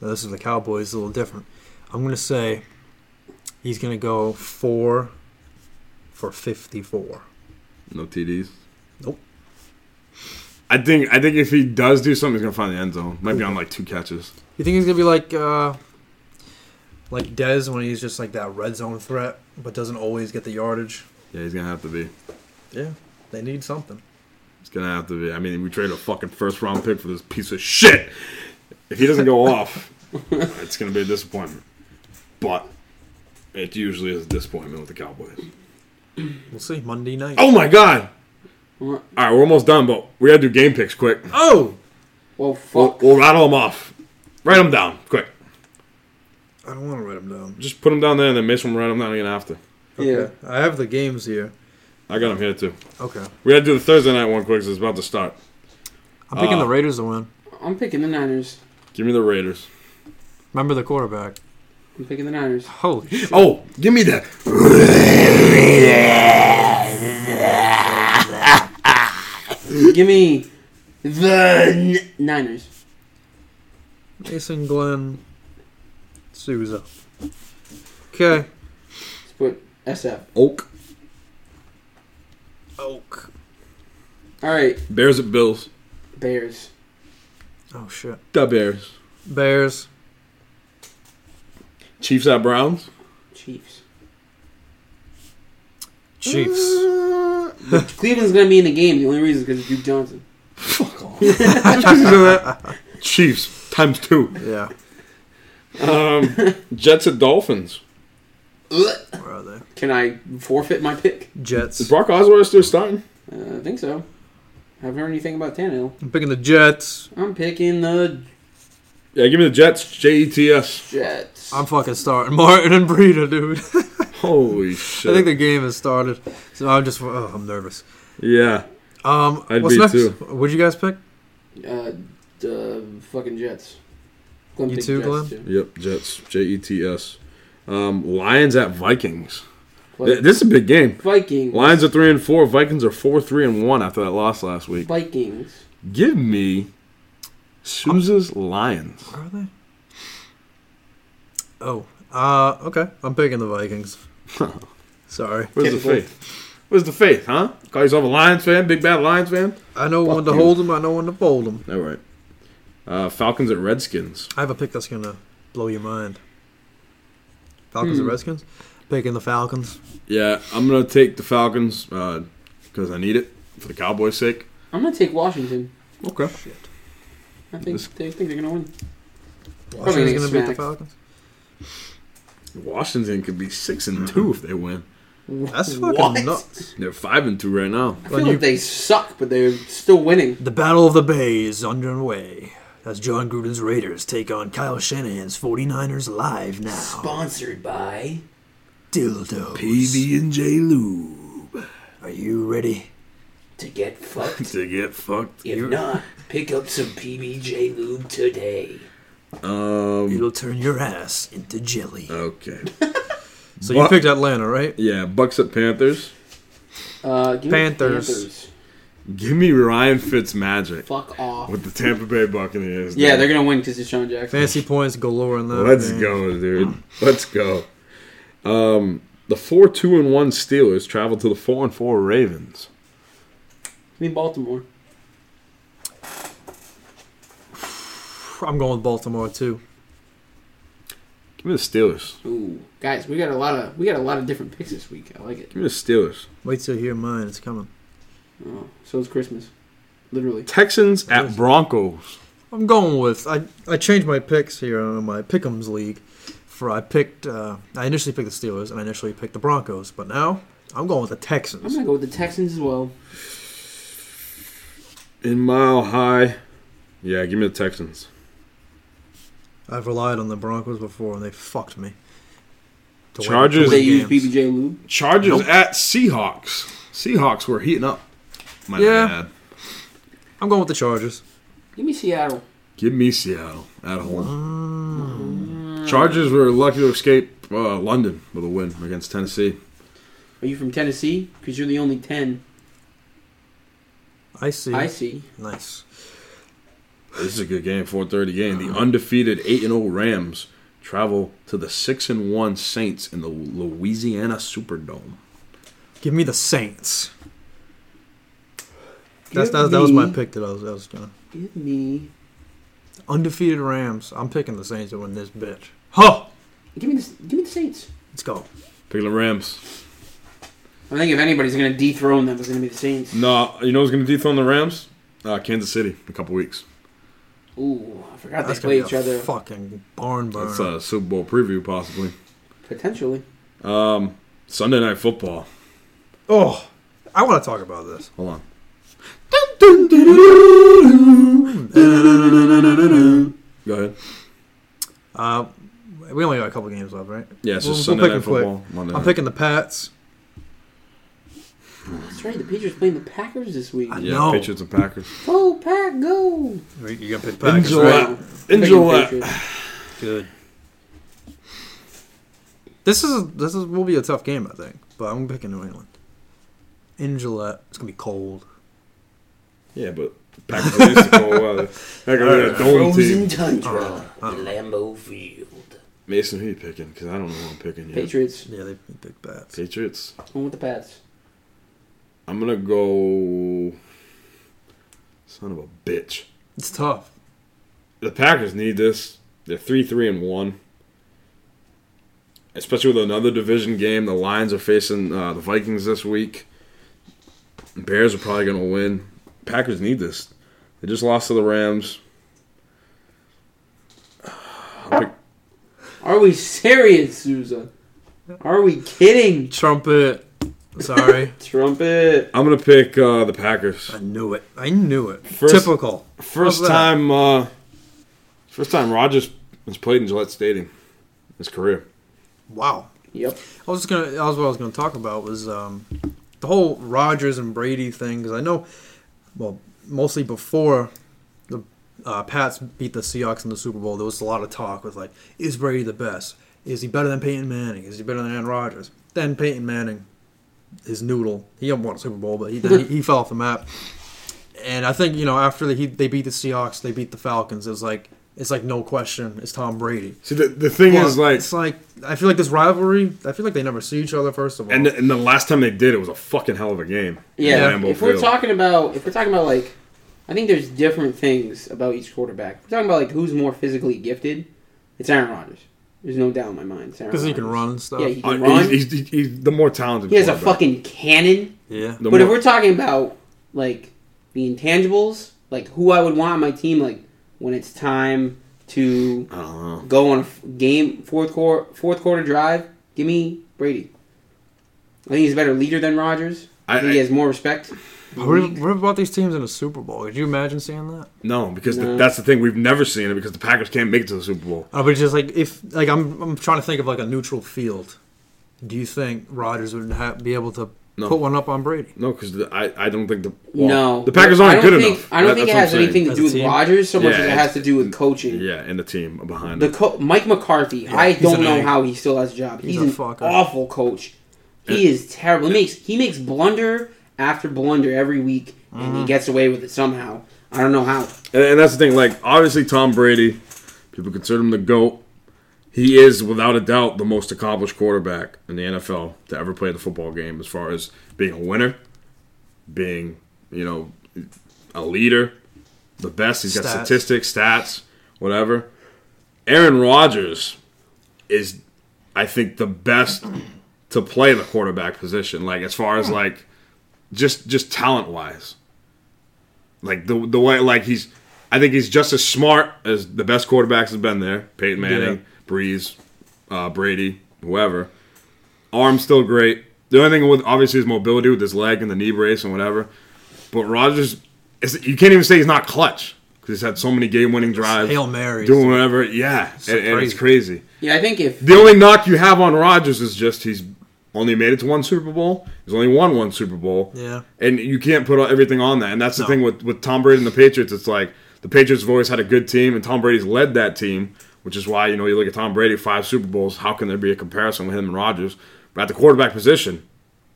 [SPEAKER 3] Now, this is the Cowboys, a little different. I'm gonna say he's gonna go four for 54.
[SPEAKER 2] No TDs.
[SPEAKER 3] Nope.
[SPEAKER 2] I think I think if he does do something, he's gonna find the end zone. Might be on like two catches.
[SPEAKER 3] You think he's gonna be like uh like Dez when he's just like that red zone threat, but doesn't always get the yardage?
[SPEAKER 2] Yeah, he's gonna have to be.
[SPEAKER 3] Yeah, they need something.
[SPEAKER 2] He's gonna have to be. I mean, we traded a fucking first round pick for this piece of shit. If he doesn't go off, it's gonna be a disappointment. But it usually is a disappointment with the Cowboys.
[SPEAKER 3] We'll see Monday night.
[SPEAKER 2] Oh my god! All
[SPEAKER 1] What?
[SPEAKER 2] right, we're almost done, but we gotta do game picks quick.
[SPEAKER 3] Oh!
[SPEAKER 1] Well,
[SPEAKER 2] We'll,
[SPEAKER 1] fuck.
[SPEAKER 2] we'll rattle them off. Write them down quick.
[SPEAKER 3] I don't want to write them down.
[SPEAKER 2] Just put them down there, and then Mason will write them down again after.
[SPEAKER 1] Yeah.
[SPEAKER 3] I have the games here.
[SPEAKER 2] I got them here too.
[SPEAKER 3] Okay.
[SPEAKER 2] We gotta do the Thursday night one quick 'cause it's about to start.
[SPEAKER 3] I'm picking
[SPEAKER 2] Uh,
[SPEAKER 3] the Raiders to win.
[SPEAKER 1] I'm picking the Niners.
[SPEAKER 2] Give me the Raiders.
[SPEAKER 3] Remember the quarterback.
[SPEAKER 1] I'm picking the Niners.
[SPEAKER 3] Holy shit.
[SPEAKER 2] Oh, give me that.
[SPEAKER 1] Give me the N- Niners.
[SPEAKER 3] Mason Glenn Souza. Okay.
[SPEAKER 1] Let's put SF.
[SPEAKER 2] Oak.
[SPEAKER 3] Oak.
[SPEAKER 1] All right,
[SPEAKER 2] Bears at Bills.
[SPEAKER 1] Bears.
[SPEAKER 3] Oh shit.
[SPEAKER 2] The Bears.
[SPEAKER 3] Bears.
[SPEAKER 2] Chiefs at Browns.
[SPEAKER 1] Chiefs.
[SPEAKER 3] Chiefs.
[SPEAKER 2] Uh,
[SPEAKER 1] Cleveland's gonna be in the game. The only reason is because of Duke Johnson.
[SPEAKER 2] fuck off. Just 'cause of that. Chiefs times two.
[SPEAKER 3] yeah.
[SPEAKER 2] Um, Jets at Dolphins.
[SPEAKER 1] Ugh.
[SPEAKER 3] Where are they?
[SPEAKER 1] Can I forfeit my pick?
[SPEAKER 2] Is
[SPEAKER 3] Jets.
[SPEAKER 2] Brock Osweiler still starting?
[SPEAKER 1] Uh, I think so. Haven't heard anything about Tannehill.
[SPEAKER 3] I'm picking the Jets.
[SPEAKER 1] I'm picking the
[SPEAKER 2] Yeah, give me the Jets. E J-E-T-S.
[SPEAKER 1] Jets.
[SPEAKER 3] I'm fucking starting Martin and Breida, dude.
[SPEAKER 2] Holy
[SPEAKER 3] I
[SPEAKER 2] shit.
[SPEAKER 3] think the game has started, so I'm just oh, I'm nervous.
[SPEAKER 2] yeah.
[SPEAKER 3] Um,
[SPEAKER 2] I'd
[SPEAKER 3] what's
[SPEAKER 2] be
[SPEAKER 3] next?
[SPEAKER 2] too.
[SPEAKER 3] What'd you guys pick?
[SPEAKER 1] uh, the fucking Jets. Glenn
[SPEAKER 3] You
[SPEAKER 1] picked
[SPEAKER 3] too, Glenn?
[SPEAKER 1] too.
[SPEAKER 2] Yep, Jets. J-E-T-S. Um, Lions at Vikings.
[SPEAKER 1] But
[SPEAKER 2] Th- This is a big game.
[SPEAKER 1] Vikings.
[SPEAKER 2] Lions are three and four. Vikings are four, three and one after that loss last week.
[SPEAKER 1] Vikings.
[SPEAKER 2] Give me Sousa's Lions.
[SPEAKER 3] Where are they? Oh, uh, okay. I'm picking the Vikings. Sorry.
[SPEAKER 2] Where's the
[SPEAKER 1] Typical.
[SPEAKER 2] faith? Where's the faith, huh? Call yourself a Lions fan, big bad Lions fan?
[SPEAKER 3] I know when to
[SPEAKER 2] you.
[SPEAKER 3] hold them. I know when to fold them.
[SPEAKER 2] All right. Uh, Falcons at Redskins.
[SPEAKER 3] I have a pick that's gonna blow your mind. Falcons and Redskins. Picking the Falcons.
[SPEAKER 2] Yeah, I'm gonna take the Falcons because I need it for the Cowboys' sake.
[SPEAKER 1] I'm gonna take Washington.
[SPEAKER 2] Okay.
[SPEAKER 1] I think
[SPEAKER 2] This-
[SPEAKER 1] they think they're gonna win.
[SPEAKER 3] Washington's
[SPEAKER 1] get
[SPEAKER 3] gonna beat the
[SPEAKER 1] smacked.
[SPEAKER 3] Falcons.
[SPEAKER 2] Washington could be six and two if they win.
[SPEAKER 3] That's fucking
[SPEAKER 1] What?
[SPEAKER 3] nuts.
[SPEAKER 2] They're five and two right now.
[SPEAKER 1] I
[SPEAKER 3] Well,
[SPEAKER 1] feel like
[SPEAKER 3] you-
[SPEAKER 1] they suck, but they're still winning.
[SPEAKER 3] The Battle of the Bay is underway as John Gruden's Raiders take on Kyle Shanahan's 49ers live now.
[SPEAKER 1] Sponsored by.
[SPEAKER 3] Dildos.
[SPEAKER 2] and J Lube
[SPEAKER 3] Are you ready?
[SPEAKER 1] To get fucked.
[SPEAKER 2] to get fucked.
[SPEAKER 1] If not, pick up some PBJ lube today. Hmm.
[SPEAKER 2] Um.
[SPEAKER 3] It'll turn your ass into jelly.
[SPEAKER 1] Uh,
[SPEAKER 2] Okay.
[SPEAKER 3] So
[SPEAKER 2] you
[SPEAKER 3] you
[SPEAKER 2] But- picked
[SPEAKER 3] picked Atlanta, right?
[SPEAKER 2] Yeah, Bucks at Panthers.
[SPEAKER 1] Uh, give me
[SPEAKER 3] Panthers.
[SPEAKER 1] Panthers.
[SPEAKER 2] Give me Ryan Fitzmagic
[SPEAKER 1] Fuck off.
[SPEAKER 2] with the Tampa Bay Buccaneers.
[SPEAKER 1] Yeah,
[SPEAKER 2] dude.
[SPEAKER 1] they're gonna win because Deshaun Jackson.
[SPEAKER 3] Fancy points galore in that.
[SPEAKER 2] Let's
[SPEAKER 3] game.
[SPEAKER 2] go, dude. Let's go. Um, the four two and one Steelers travel to the four and four Ravens.
[SPEAKER 1] I mean Baltimore.
[SPEAKER 3] I'm going Baltimore too.
[SPEAKER 2] Give me the Steelers.
[SPEAKER 1] Ooh, guys, we got a lot of we got a lot of different picks this week. I like it.
[SPEAKER 2] Give me the Steelers.
[SPEAKER 3] Wait till you hear mine. It's coming.
[SPEAKER 1] Oh, so it's Christmas, literally.
[SPEAKER 2] Texans at Broncos.
[SPEAKER 3] I'm going with I. I changed my picks here on my Pick'ems league. For I picked, uh, I initially picked the Steelers and I initially picked the Broncos, but now I'm going with the
[SPEAKER 1] I'm
[SPEAKER 3] Texans.
[SPEAKER 1] gonna go with the Texans as well.
[SPEAKER 2] In mile high. Yeah, give me the Texans.
[SPEAKER 3] I've relied on the Broncos before and they fucked me. To win-
[SPEAKER 2] Chargers-
[SPEAKER 3] to
[SPEAKER 1] They
[SPEAKER 3] win
[SPEAKER 1] use
[SPEAKER 3] games.
[SPEAKER 1] PBJ lube.
[SPEAKER 2] Chargers at Seahawks. Seahawks were heating up. Might
[SPEAKER 3] Yeah.
[SPEAKER 2] I add.
[SPEAKER 3] I'm going with the Chargers.
[SPEAKER 1] Give me Seattle.
[SPEAKER 2] Give me Seattle at home.
[SPEAKER 3] Mm,
[SPEAKER 1] Mm-hmm.
[SPEAKER 2] Chargers were lucky to escape uh, London with a win against Tennessee.
[SPEAKER 1] Are you from Tennessee? Because you're the only ten
[SPEAKER 3] I see.
[SPEAKER 1] I see.
[SPEAKER 3] Nice.
[SPEAKER 2] This is a good game, 4:30 game. The undefeated 8 and 0 Rams travel to the 6 and 1 Saints in the Louisiana Superdome.
[SPEAKER 3] Give me the Saints. That's,
[SPEAKER 1] Give
[SPEAKER 3] that, that was my
[SPEAKER 1] me-
[SPEAKER 3] pick that I was, I was gonna.
[SPEAKER 1] Give me,
[SPEAKER 3] Undefeated Rams. I'm picking the Saints to win this bitch. Huh.
[SPEAKER 1] give me the, give me the Saints.
[SPEAKER 3] Let's go.
[SPEAKER 2] Pick the Rams.
[SPEAKER 1] I think if anybody's gonna dethrone them, it's gonna be the Saints.
[SPEAKER 2] No, you know who's going to dethrone the Rams? Uh, Kansas City in a couple weeks.
[SPEAKER 1] Ooh, I forgot
[SPEAKER 3] That's
[SPEAKER 1] they
[SPEAKER 3] gonna
[SPEAKER 1] play
[SPEAKER 3] be
[SPEAKER 1] each
[SPEAKER 3] a
[SPEAKER 1] other
[SPEAKER 3] fucking barn burner.
[SPEAKER 2] That's a Super Bowl preview possibly.
[SPEAKER 1] potentially.
[SPEAKER 2] Um, Sunday night football.
[SPEAKER 3] oh, I want to talk about this.
[SPEAKER 2] Hold on. Go ahead.
[SPEAKER 3] Uh, we only got a couple games left, right?
[SPEAKER 2] Yeah, it's
[SPEAKER 3] We'll- we'll
[SPEAKER 2] just Sunday
[SPEAKER 3] pick
[SPEAKER 2] night
[SPEAKER 3] them quick.
[SPEAKER 2] football. Monday
[SPEAKER 3] I'm
[SPEAKER 2] night.
[SPEAKER 3] picking the Pats.
[SPEAKER 1] That's right. The Patriots playing the Packers this week.
[SPEAKER 3] I-
[SPEAKER 2] Yeah,
[SPEAKER 3] No.
[SPEAKER 2] Patriots and Packers.
[SPEAKER 1] Go Pack, go!
[SPEAKER 3] You're gonna pick
[SPEAKER 2] Packers, Enjoy.
[SPEAKER 3] right?
[SPEAKER 2] right? In Gillette.
[SPEAKER 3] Good. This is this is will be a tough game, I think. But I'm picking New England. In Gillette, it's gonna be cold.
[SPEAKER 2] Yeah, but Packers are used to cold weather. Packers are a dome team.
[SPEAKER 1] tundra,
[SPEAKER 3] uh.
[SPEAKER 1] Lambeau Field.
[SPEAKER 2] Mason, who you picking? Because I don't know who I'm picking yet.
[SPEAKER 1] Patriots.
[SPEAKER 3] Yeah, they pick Pats.
[SPEAKER 2] Patriots.
[SPEAKER 1] Going with the Pats.
[SPEAKER 2] I'm gonna go. Son of a bitch.
[SPEAKER 3] It's tough.
[SPEAKER 2] The Packers need this. They're three, three, and one. Especially with another division game, the Lions are facing uh, the Vikings this week. Bears are probably gonna win. Packers need this. They just lost to the Rams. I'll pick-
[SPEAKER 1] Are we serious, Souza? Are we kidding?
[SPEAKER 3] Trumpet. Sorry,
[SPEAKER 1] Trumpet.
[SPEAKER 2] I'm gonna pick uh, the Packers.
[SPEAKER 3] I knew it. I knew it.
[SPEAKER 2] First-
[SPEAKER 3] Typical.
[SPEAKER 2] First
[SPEAKER 3] How's that?
[SPEAKER 2] time, uh, first time Rogers has played in Gillette Stadium, in his career.
[SPEAKER 3] Wow.
[SPEAKER 1] Yep.
[SPEAKER 3] I was just gonna. That was what I was gonna talk about was um, the whole Rogers and Brady thing. Because I know, well, mostly before the uh, Pats beat the Seahawks in the Super Bowl, there was a lot of talk with like, is Brady the best? Is he better than Peyton Manning? Is he better than Aaron Rodgers? Then Peyton Manning, his noodle, he won a Super Bowl, but he then he, he fell off the map. And I think you know after the, he, they beat the Seahawks, they beat the Falcons. It was like it's like no question. It's Tom Brady.
[SPEAKER 2] See, the, the thing
[SPEAKER 3] But
[SPEAKER 2] is, like,
[SPEAKER 3] it's like I feel like this rivalry. I feel like they never see each other. First of all,
[SPEAKER 2] and, and the last time they did, it was a fucking hell of a game. in
[SPEAKER 1] Yeah,
[SPEAKER 2] Lambeau
[SPEAKER 6] if we're
[SPEAKER 2] Field.
[SPEAKER 6] talking about
[SPEAKER 1] If we're talking about like, I think there's different things about each quarterback. If we're talking about like who's more physically gifted. It's Aaron Rodgers. There's no doubt in my mind. it's Aaron
[SPEAKER 3] because he can
[SPEAKER 1] Rodgers.
[SPEAKER 3] run and stuff.
[SPEAKER 1] Yeah, he
[SPEAKER 2] Uh,
[SPEAKER 1] can run.
[SPEAKER 2] he's, he's, he's the more talented.
[SPEAKER 1] he has a
[SPEAKER 2] quarterback.
[SPEAKER 1] fucking cannon.
[SPEAKER 3] yeah.
[SPEAKER 2] The
[SPEAKER 1] But if
[SPEAKER 2] more-
[SPEAKER 1] we're talking about like the intangibles, like who I would want on my team, like when it's time to
[SPEAKER 2] I don't know.
[SPEAKER 1] go on a f- game fourth quarter fourth quarter drive, give me Brady. I think he's a better leader than Rodgers. I,
[SPEAKER 2] I-
[SPEAKER 1] think
[SPEAKER 2] I-
[SPEAKER 1] he has more respect.
[SPEAKER 3] What, what about these teams in the Super Bowl? Could you imagine seeing that?
[SPEAKER 2] No, because
[SPEAKER 1] No.
[SPEAKER 2] The, that's the thing we've never seen it because the Packers can't make it to the Super Bowl.
[SPEAKER 3] I was Oh, just like if like I'm I'm trying to think of like a neutral field. Do you think Rodgers would ha- be able to
[SPEAKER 2] No.
[SPEAKER 3] put one up on Brady?
[SPEAKER 2] No, because I, I don't think the
[SPEAKER 1] no,
[SPEAKER 2] the Packers
[SPEAKER 1] I
[SPEAKER 2] aren't
[SPEAKER 1] don't
[SPEAKER 2] good
[SPEAKER 1] think,
[SPEAKER 2] enough.
[SPEAKER 1] I don't
[SPEAKER 2] That-
[SPEAKER 1] think it
[SPEAKER 2] that's what
[SPEAKER 1] has
[SPEAKER 2] I'm
[SPEAKER 1] anything
[SPEAKER 2] saying.
[SPEAKER 1] to
[SPEAKER 3] As
[SPEAKER 1] do
[SPEAKER 3] a
[SPEAKER 1] with
[SPEAKER 3] team?
[SPEAKER 1] Rodgers so much as
[SPEAKER 2] Yeah,
[SPEAKER 1] it
[SPEAKER 2] it's-
[SPEAKER 1] has to do with coaching.
[SPEAKER 2] Yeah, and the team behind
[SPEAKER 1] The
[SPEAKER 2] them.
[SPEAKER 1] co- Mike McCarthy, I
[SPEAKER 3] he's
[SPEAKER 1] don't
[SPEAKER 3] an
[SPEAKER 1] know
[SPEAKER 3] egg.
[SPEAKER 1] how he still has a job. He's,
[SPEAKER 3] He's a
[SPEAKER 1] an
[SPEAKER 3] fucker.
[SPEAKER 1] awful coach. He is terrible. He makes he makes blunder after blunder every week, and
[SPEAKER 3] Mm-hmm.
[SPEAKER 1] he gets away with it somehow. I don't know how.
[SPEAKER 2] And, and that's the thing. Like obviously, Tom Brady, people consider him the goat. He is without a doubt the most accomplished quarterback in the NFL to ever play the football game, as far as being a winner, being you know a leader, the best. He's got
[SPEAKER 3] Stats.
[SPEAKER 2] statistics, stats, whatever. Aaron Rodgers is, I think, the best to play the quarterback position. Like as far
[SPEAKER 3] Hmm.
[SPEAKER 2] as like just just talent wise, like the the way like he's, I think he's just as smart as the best quarterbacks have been there. Peyton Manning,
[SPEAKER 3] Yeah.
[SPEAKER 2] Breeze, uh, Brady, whoever. Arm's still great. The only thing with obviously is mobility with his leg and the knee brace and whatever. But Rodgers, is, you can't even say he's not clutch because he's had so many game-winning drives,
[SPEAKER 3] Hail Marys.
[SPEAKER 2] doing whatever. Yeah, and, and it's crazy.
[SPEAKER 1] Yeah, I think if
[SPEAKER 2] The only knock you have on Rodgers is just he's only made it to one Super Bowl. He's only won one Super Bowl.
[SPEAKER 3] Yeah.
[SPEAKER 2] And you can't put everything on that. And that's the
[SPEAKER 3] No.
[SPEAKER 2] thing with, with Tom Brady and the Patriots. It's like the Patriots have always had a good team, and Tom Brady's led that team, which is why, you know, you look at Tom Brady, five Super Bowls. How can there be a comparison with him and Rodgers? But at the quarterback position,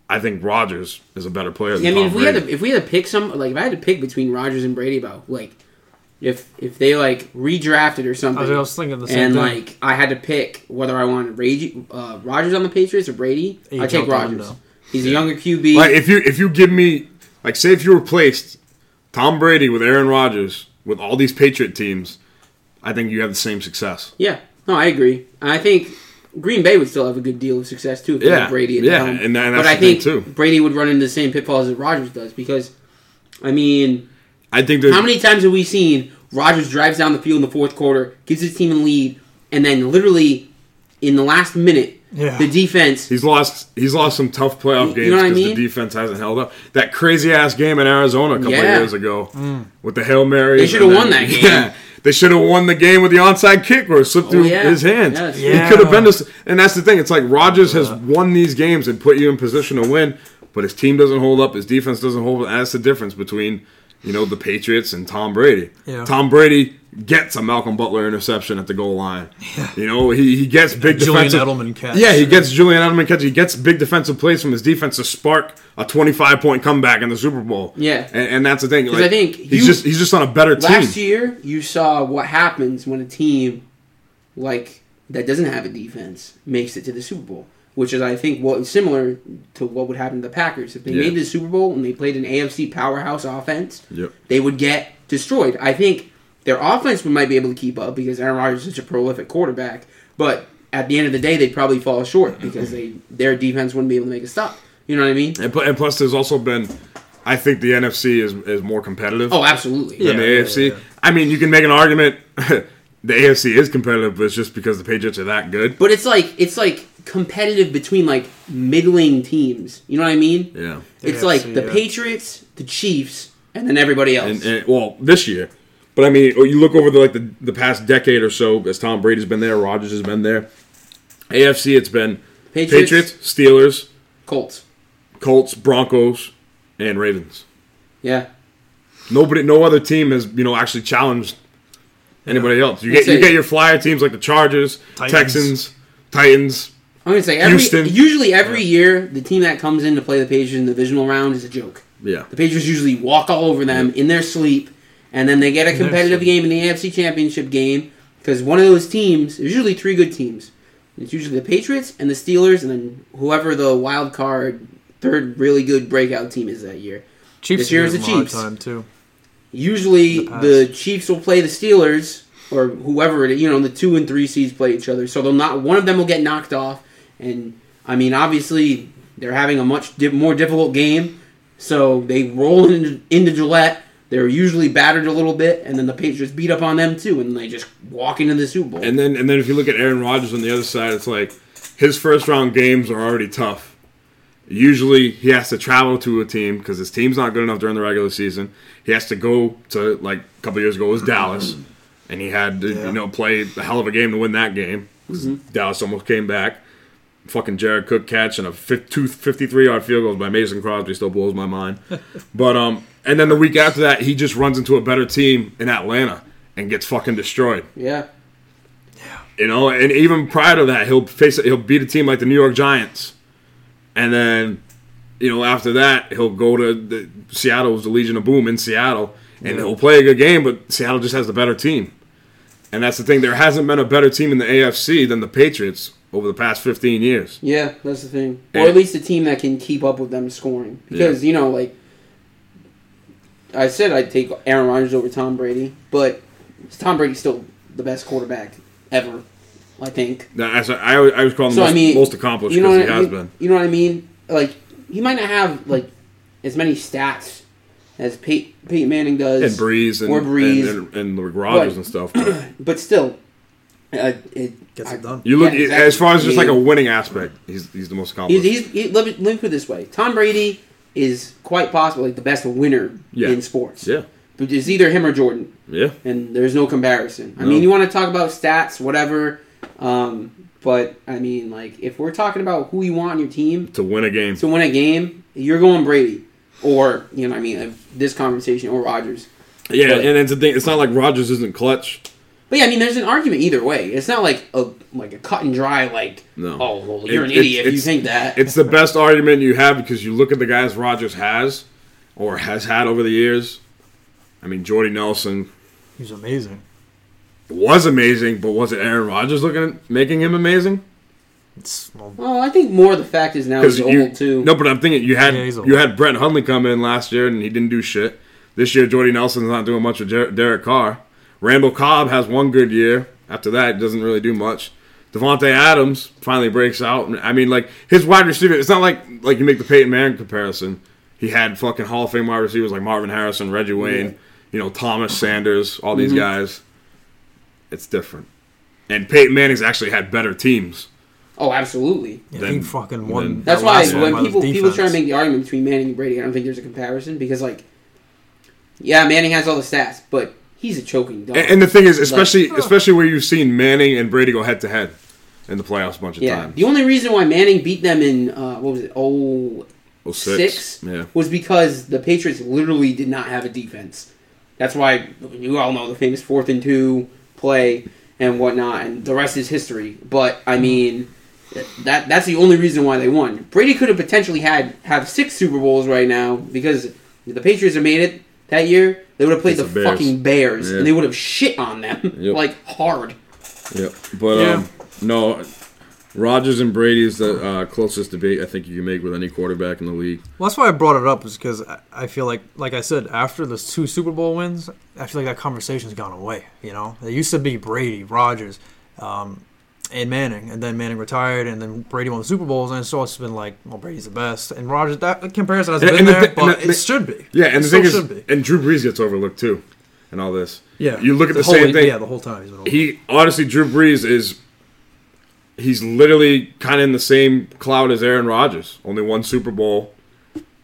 [SPEAKER 2] I think Rodgers is a better player than
[SPEAKER 1] I mean,
[SPEAKER 2] Tom
[SPEAKER 1] if we
[SPEAKER 2] Brady.
[SPEAKER 1] had to, if we had to pick some, like if I had to pick between Rogers and Brady, about like if if they like redrafted or something,
[SPEAKER 3] I was- I was thinking the same
[SPEAKER 1] and
[SPEAKER 3] thing.
[SPEAKER 1] like I had to pick whether I wanted Rage, uh, Rogers on the Patriots or Brady,
[SPEAKER 3] Age
[SPEAKER 1] I take
[SPEAKER 3] out the
[SPEAKER 1] Rogers.
[SPEAKER 3] window.
[SPEAKER 1] He's a younger QB.
[SPEAKER 2] Like if you if you give me like say if you replaced Tom Brady with Aaron Rodgers with all these Patriot teams, I think you have the same success.
[SPEAKER 1] yeah, no, I agree. And I think Green Bay would still have a good deal of success too if they
[SPEAKER 2] Yeah,
[SPEAKER 1] had Brady at
[SPEAKER 2] yeah,
[SPEAKER 1] the helm.
[SPEAKER 2] and that-
[SPEAKER 1] but
[SPEAKER 2] that's
[SPEAKER 1] I
[SPEAKER 2] the thing,
[SPEAKER 1] think
[SPEAKER 2] too.
[SPEAKER 1] Brady would run into the same pitfalls that Rogers does because, I mean.
[SPEAKER 2] I think there's
[SPEAKER 1] How many times have we seen Rodgers drives down the field in the fourth quarter, gives his team a lead, and then literally in the last minute,
[SPEAKER 3] Yeah.
[SPEAKER 1] the defense.
[SPEAKER 2] he's lost he's lost some tough playoff
[SPEAKER 1] You-
[SPEAKER 2] games
[SPEAKER 1] you know what I
[SPEAKER 2] because
[SPEAKER 1] mean?
[SPEAKER 2] the defense hasn't held up. That crazy ass game in Arizona a couple
[SPEAKER 1] Yeah.
[SPEAKER 2] of years ago with the Hail Mary.
[SPEAKER 1] They should've won that game. Oh,
[SPEAKER 2] Yeah. They should have won the game with the onside kick or it slipped through
[SPEAKER 1] yeah.
[SPEAKER 2] his hands.
[SPEAKER 1] Yes.
[SPEAKER 3] Yeah.
[SPEAKER 2] He could have been this and that's the thing, it's like Rodgers has won these games and put you in position to win, but his team doesn't hold up, his defense doesn't hold up, and that's the difference between you know the Patriots and Tom Brady.
[SPEAKER 3] Yeah.
[SPEAKER 2] Tom Brady gets a Malcolm Butler interception at the goal line. You know he, he gets big
[SPEAKER 3] Julian
[SPEAKER 2] defensive.
[SPEAKER 3] Edelman catch.
[SPEAKER 2] Yeah, he gets Julian Edelman catch. He gets big defensive plays from his defense to spark a 25 point comeback in the Super Bowl.
[SPEAKER 1] Yeah.
[SPEAKER 2] and, and that's the thing.
[SPEAKER 1] 'Cause
[SPEAKER 2] like,
[SPEAKER 1] I think
[SPEAKER 2] he's
[SPEAKER 1] you-
[SPEAKER 2] just he's just on a better team.
[SPEAKER 1] Last year, you saw what happens when a team like that doesn't have a defense makes it to the Super Bowl, which is, I think, what is similar to what would happen to the Packers if they
[SPEAKER 2] Yeah.
[SPEAKER 1] made the Super Bowl and they played an AFC powerhouse offense.
[SPEAKER 2] Yep.
[SPEAKER 1] They would get destroyed. I think their offense might be able to keep up because Aaron Rodgers is such a prolific quarterback, but at the end of the day, they'd probably fall short because they their defense wouldn't be able to make a stop. You know what I mean?
[SPEAKER 2] and, pl- and plus, there's also been, I think the NFC is is more competitive
[SPEAKER 1] Oh, absolutely.
[SPEAKER 2] than
[SPEAKER 3] yeah,
[SPEAKER 2] the
[SPEAKER 3] yeah,
[SPEAKER 2] AFC.
[SPEAKER 3] yeah.
[SPEAKER 2] I mean, you can make an argument. The AFC is competitive, but it's just because the Patriots are that good.
[SPEAKER 1] But it's like it's like competitive between like middling teams. You know what I mean?
[SPEAKER 2] Yeah,
[SPEAKER 1] It's
[SPEAKER 3] Yeah,
[SPEAKER 1] like
[SPEAKER 3] so,
[SPEAKER 1] the
[SPEAKER 3] yeah.
[SPEAKER 1] Patriots, the Chiefs, and then everybody else.
[SPEAKER 2] and, and well, this year. But I mean, you look over the, like the, the past decade or so, as Tom Brady's been there, Rodgers has been there. AFC, it's been
[SPEAKER 1] Patriots,
[SPEAKER 2] Patriots Steelers,
[SPEAKER 1] Colts.
[SPEAKER 2] Colts, Broncos, and Ravens.
[SPEAKER 1] Yeah.
[SPEAKER 2] Nobody, no other team has you know actually challenged anybody else. You
[SPEAKER 1] Let's
[SPEAKER 2] get you
[SPEAKER 1] say-
[SPEAKER 2] get your flyer teams like the Chargers,
[SPEAKER 3] Titans.
[SPEAKER 2] Texans, Titans.
[SPEAKER 1] I'm gonna say every
[SPEAKER 2] Houston.
[SPEAKER 1] usually every year the team that comes in to play the Patriots in the divisional round is a joke.
[SPEAKER 2] Yeah,
[SPEAKER 1] The Patriots usually walk all over them in their sleep, and then they get a competitive game
[SPEAKER 3] Interesting.
[SPEAKER 1] in the AFC Championship game because one of those teams there's usually three good teams. It's usually the Patriots and the Steelers, and then whoever the wild card third really good breakout team is that year.
[SPEAKER 3] Chiefs
[SPEAKER 1] This year is
[SPEAKER 3] give
[SPEAKER 1] the
[SPEAKER 3] them a hard
[SPEAKER 1] Chiefs.
[SPEAKER 3] time too.
[SPEAKER 1] Usually,
[SPEAKER 3] The past.
[SPEAKER 1] the, Chiefs will play the Steelers or whoever it, you know. The two and three seeds play each other, so they'll not one of them will get knocked off. And I mean, obviously, they're having a much di- more difficult game, so they roll into, into Gillette. They're usually battered a little bit, and then the Patriots beat up on them too, and they just walk into the Super Bowl.
[SPEAKER 2] And then and then if you look at Aaron Rodgers on the other side, it's like his first round games are already tough. Usually he has to travel to a team because his team's not good enough during the regular season. He has to go to like a couple years ago it was Dallas, and he had to you know play a hell of a game to win that game. 'Cause Dallas almost came back. Fucking Jared Cook catch and a fif- two 53 yard field goals by Mason Crosby still blows my mind. but um, and then the week after that he just runs into a better team in Atlanta and gets fucking destroyed.
[SPEAKER 1] yeah,
[SPEAKER 2] You know, and even prior to that, he'll face he'll beat a team like the New York Giants, and then you know after that he'll go to the, Seattle's the Legion of Boom in Seattle, and he'll play a good game, but Seattle just has the better team, and that's the thing. There hasn't been a better team in the AFC than the Patriots over the past fifteen years.
[SPEAKER 1] Yeah, that's the thing. Or at least a team that can keep up with them scoring. Because, you know, like I said I'd take Aaron Rodgers over Tom Brady, but Tom Brady's still the best quarterback ever, I think.
[SPEAKER 2] Now, as I, I always- I always call him
[SPEAKER 1] So
[SPEAKER 2] the most,
[SPEAKER 1] I mean
[SPEAKER 2] most accomplished
[SPEAKER 1] you know
[SPEAKER 2] because he
[SPEAKER 1] what I
[SPEAKER 2] has
[SPEAKER 1] mean?
[SPEAKER 2] been.
[SPEAKER 1] You know what I mean? Like he might not have like as many stats as Pey- Peyton Manning does.
[SPEAKER 2] And Breeze and
[SPEAKER 1] or Breeze.
[SPEAKER 2] and, and, and like Rodgers
[SPEAKER 1] But-
[SPEAKER 2] and stuff. But
[SPEAKER 1] but still uh, it
[SPEAKER 3] Gets it
[SPEAKER 1] I-
[SPEAKER 3] done.
[SPEAKER 2] you look
[SPEAKER 1] Yeah,
[SPEAKER 2] as far
[SPEAKER 1] exactly.
[SPEAKER 2] as just like a winning aspect, he's, he's the most
[SPEAKER 1] He's,
[SPEAKER 2] accomplished.
[SPEAKER 1] he's he, let, me, let me put it this way: Tom Brady is quite possibly the best winner
[SPEAKER 2] Yeah.
[SPEAKER 1] in sports.
[SPEAKER 2] yeah,
[SPEAKER 1] but it's either him or Jordan,
[SPEAKER 2] yeah.
[SPEAKER 1] and there's no comparison. I
[SPEAKER 2] No.
[SPEAKER 1] mean, you want to talk about stats, whatever, um, but I mean, like if we're talking about who you want on your team
[SPEAKER 2] To win a game,
[SPEAKER 1] to win a game, you're going Brady, or you know, what I mean, if this conversation or Rodgers.
[SPEAKER 2] Yeah,
[SPEAKER 1] But-
[SPEAKER 2] and it's the thing. It's not like Rogers isn't clutch.
[SPEAKER 1] But yeah, I mean, there's an argument either way. It's not like a like a cut and dry like,
[SPEAKER 2] No.
[SPEAKER 1] oh, well, you're
[SPEAKER 2] It-
[SPEAKER 1] an
[SPEAKER 2] it-
[SPEAKER 1] idiot if you
[SPEAKER 2] it's-
[SPEAKER 1] think that.
[SPEAKER 2] It's the best argument you have because you look at the guys Rogers has or has had over the years. I mean, Jordy Nelson
[SPEAKER 3] He's amazing.
[SPEAKER 2] was amazing, but was it Aaron Rodgers looking at making him amazing?
[SPEAKER 3] It's well,
[SPEAKER 1] well, I think more of the fact is now he's
[SPEAKER 2] you
[SPEAKER 1] old too.
[SPEAKER 2] no, but I'm thinking you had
[SPEAKER 3] Yeah, he's old.
[SPEAKER 2] you had Brett Hundley come in last year and he didn't do shit. This year, Jordy Nelson's not doing much with Jer- Derek Carr. Randall Cobb has one good year. After that, he doesn't really do much. Devontae Adams finally breaks out. And, I mean, like his wide receiver. It's not like like you make the Peyton Manning comparison. He had fucking Hall of Fame wide receivers like Marvin Harrison, Reggie Wayne, you know Thomas Sanders, all these
[SPEAKER 1] Mm-hmm.
[SPEAKER 2] guys. It's different. And Peyton Manning's actually had better teams.
[SPEAKER 1] Oh, absolutely.
[SPEAKER 3] yeah,
[SPEAKER 2] Then-
[SPEAKER 3] he fucking won.
[SPEAKER 2] then-
[SPEAKER 1] That's
[SPEAKER 3] that
[SPEAKER 1] why
[SPEAKER 3] last one by
[SPEAKER 1] when
[SPEAKER 3] the
[SPEAKER 1] people people
[SPEAKER 3] defense.
[SPEAKER 1] try to make the argument between Manning and Brady, I don't think there's a comparison because like, yeah, Manning has all the stats, but he's a choking dog.
[SPEAKER 2] And, and the thing is, especially especially where you've seen Manning and Brady go head to head in the playoffs a bunch of
[SPEAKER 1] yeah,
[SPEAKER 2] times.
[SPEAKER 1] the only reason why Manning beat them in uh, what was it oh
[SPEAKER 2] Oh,
[SPEAKER 1] six,
[SPEAKER 2] Yeah.
[SPEAKER 1] was because the Patriots literally did not have a defense. That's why you all know the famous fourth and two play and whatnot, and the rest is history. But
[SPEAKER 2] Mm-hmm.
[SPEAKER 1] I mean, that that's the only reason why they won. Brady could have potentially had have six Super Bowls right now because if the Patriots had made it that year. They would have played the
[SPEAKER 2] It's the Bears.
[SPEAKER 1] fucking Bears,
[SPEAKER 2] Yeah.
[SPEAKER 1] and they would have shit on them
[SPEAKER 2] Yep.
[SPEAKER 1] like hard.
[SPEAKER 2] Yep. But
[SPEAKER 3] Yeah.
[SPEAKER 2] um, no, Rogers and Brady is the uh, closest debate I think you can make with any quarterback in the league.
[SPEAKER 3] Well, that's why I brought it up is because I, I feel like, like I said, after those two Super Bowl wins, I feel like that conversation's gone away. You know, it used to be Brady, Rogers, um, and Manning, and then Manning retired, and then Brady won the Super Bowls, and so it's been like, well, Brady's the best, and Rogers. That comparison hasn't
[SPEAKER 2] And- and
[SPEAKER 3] been
[SPEAKER 2] the
[SPEAKER 3] there,
[SPEAKER 2] thi- and
[SPEAKER 3] but
[SPEAKER 2] the-
[SPEAKER 3] it should be.
[SPEAKER 2] Yeah, and
[SPEAKER 3] It
[SPEAKER 2] the
[SPEAKER 3] still
[SPEAKER 2] thing is,
[SPEAKER 3] should be.
[SPEAKER 2] and Drew Brees gets overlooked too, and all this.
[SPEAKER 3] yeah,
[SPEAKER 2] You look at the,
[SPEAKER 3] whole,
[SPEAKER 2] same thing.
[SPEAKER 3] Yeah, the whole time he's been. He,
[SPEAKER 2] he honestly, Drew Brees is. He's literally kind of in the same cloud as Aaron Rodgers. Only one Super Bowl,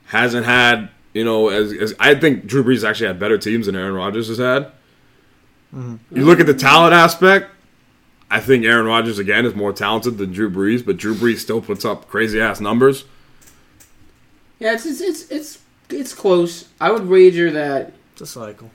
[SPEAKER 2] hasn't had you know as, as I think Drew Brees actually had better teams than Aaron Rodgers has had. You look at the talent aspect. I think Aaron Rodgers again is more talented than Drew Brees, but Drew Brees still puts up crazy ass numbers.
[SPEAKER 1] Yeah, it's it's it's it's, it's close. I would wager that
[SPEAKER 3] it's a cycle.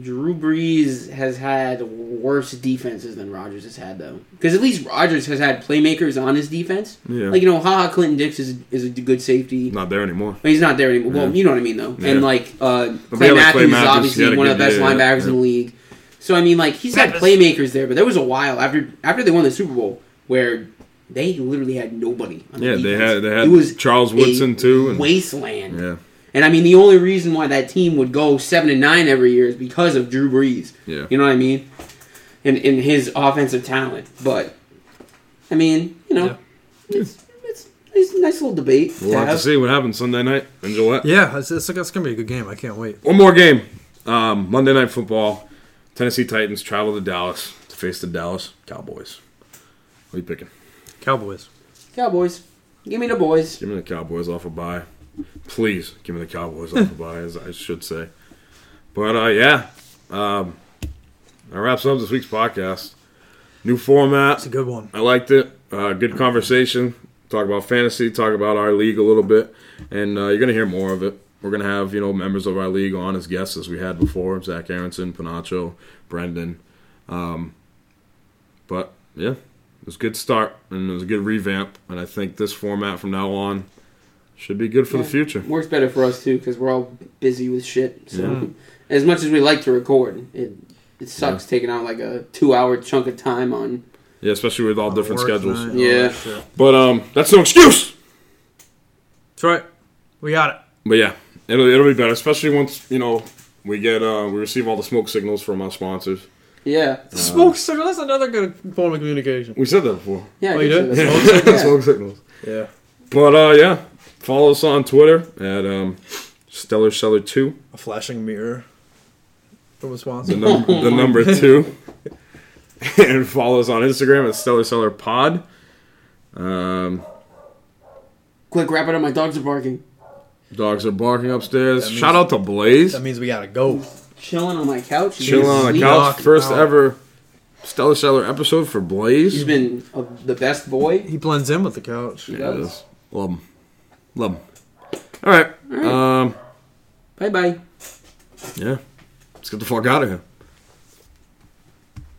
[SPEAKER 1] Drew Brees has had worse defenses than Rodgers has had, though. Because at least Rodgers has had playmakers on his defense.
[SPEAKER 2] Yeah.
[SPEAKER 1] Like, you know, haha, Clinton Dix is, is a good safety.
[SPEAKER 2] Not there anymore.
[SPEAKER 1] But he's not there anymore. Well,
[SPEAKER 2] Yeah.
[SPEAKER 1] you know what I mean, though.
[SPEAKER 2] Yeah.
[SPEAKER 1] And, like, uh,
[SPEAKER 2] But
[SPEAKER 1] Clay
[SPEAKER 2] yeah, like,
[SPEAKER 1] Matthews
[SPEAKER 2] Clay
[SPEAKER 1] is
[SPEAKER 2] Matthews, he had
[SPEAKER 1] obviously
[SPEAKER 2] a
[SPEAKER 1] one of
[SPEAKER 2] good
[SPEAKER 1] the best
[SPEAKER 2] day, yeah,
[SPEAKER 1] linebackers
[SPEAKER 2] yeah.
[SPEAKER 1] in the league. So, I mean, like, he's had playmakers there, but there was a while after after they won the Super Bowl where they literally had nobody on
[SPEAKER 2] Yeah,
[SPEAKER 1] the
[SPEAKER 2] they
[SPEAKER 1] defense.
[SPEAKER 2] had- they had
[SPEAKER 1] It was
[SPEAKER 2] Charles
[SPEAKER 1] a
[SPEAKER 2] Woodson, too, and-
[SPEAKER 1] wasteland.
[SPEAKER 2] Yeah.
[SPEAKER 1] And I mean, the only reason why that team would go seven and nine every year is because of Drew Brees.
[SPEAKER 2] Yeah.
[SPEAKER 1] you know what I mean, and and his offensive talent. But I mean, you know,
[SPEAKER 3] Yeah.
[SPEAKER 1] it's, it's it's a nice little debate.
[SPEAKER 2] We'll
[SPEAKER 1] to
[SPEAKER 2] have to
[SPEAKER 1] have.
[SPEAKER 2] see what happens Sunday night in Gillette.
[SPEAKER 3] Yeah, it's, it's, it's gonna be a good game. I can't wait.
[SPEAKER 2] One more game. Um, Monday Night Football. Tennessee Titans travel to Dallas to face the Dallas Cowboys. What are you picking?
[SPEAKER 3] Cowboys.
[SPEAKER 1] Cowboys, give me the boys.
[SPEAKER 2] Give me the Cowboys off a bye. Please give me the Cowboys off a bye, as I should say. But uh, yeah, um, that wraps up this week's podcast. New format.
[SPEAKER 3] It's a good one.
[SPEAKER 2] I liked it. Uh, good conversation. Talk about fantasy. Talk about our league a little bit, and uh, you're gonna hear more of it. We're gonna have you know members of our league on as guests as we had before: Zach Aronson, Panacho, Brendan. Um, but yeah, it was a good start and it was a good revamp, and I think this format from now on should be good for the future.
[SPEAKER 1] Works better for us too because we're all busy with shit. So as much as we like to record, it it sucks taking out like a two hour chunk of time on.
[SPEAKER 2] Yeah, especially with all different
[SPEAKER 3] Work
[SPEAKER 2] schedules.
[SPEAKER 3] night, all
[SPEAKER 1] Yeah.
[SPEAKER 3] that shit.
[SPEAKER 2] But um, that's no excuse.
[SPEAKER 3] That's right. We got it.
[SPEAKER 2] But yeah, it'll it'll be better, especially once you know we get uh, we receive all the smoke signals from our sponsors.
[SPEAKER 1] Yeah,
[SPEAKER 3] Smoke signal. That's another good form of communication.
[SPEAKER 2] We said that before.
[SPEAKER 1] yeah. I
[SPEAKER 3] Oh, you
[SPEAKER 1] guess
[SPEAKER 3] did?
[SPEAKER 1] so.
[SPEAKER 2] Smoke signals.
[SPEAKER 3] Yeah.
[SPEAKER 2] But uh, yeah, follow us on Twitter at um, Stellar Seller Two,
[SPEAKER 3] A flashing mirror from
[SPEAKER 2] the,
[SPEAKER 3] Wisconsin.
[SPEAKER 2] num- the number two, and follow us on Instagram at Stellar Seller Pod. Um,
[SPEAKER 1] Quick, wrap it up. My dogs are barking.
[SPEAKER 2] dogs are barking upstairs.
[SPEAKER 3] That means-
[SPEAKER 2] Shout out to Blaze,
[SPEAKER 3] That means we gotta go.
[SPEAKER 1] Chilling on my couch.
[SPEAKER 2] chilling on the
[SPEAKER 1] Sleep.
[SPEAKER 2] couch.
[SPEAKER 3] Knocked
[SPEAKER 2] First
[SPEAKER 3] out.
[SPEAKER 2] ever Stellar Seller episode for Blaze.
[SPEAKER 1] He's been uh, the best boy.
[SPEAKER 3] He blends in with the couch.
[SPEAKER 2] Yeah, it is. Love him, love him. All right, um,
[SPEAKER 1] Bye bye.
[SPEAKER 2] yeah, let's get the fuck out of here.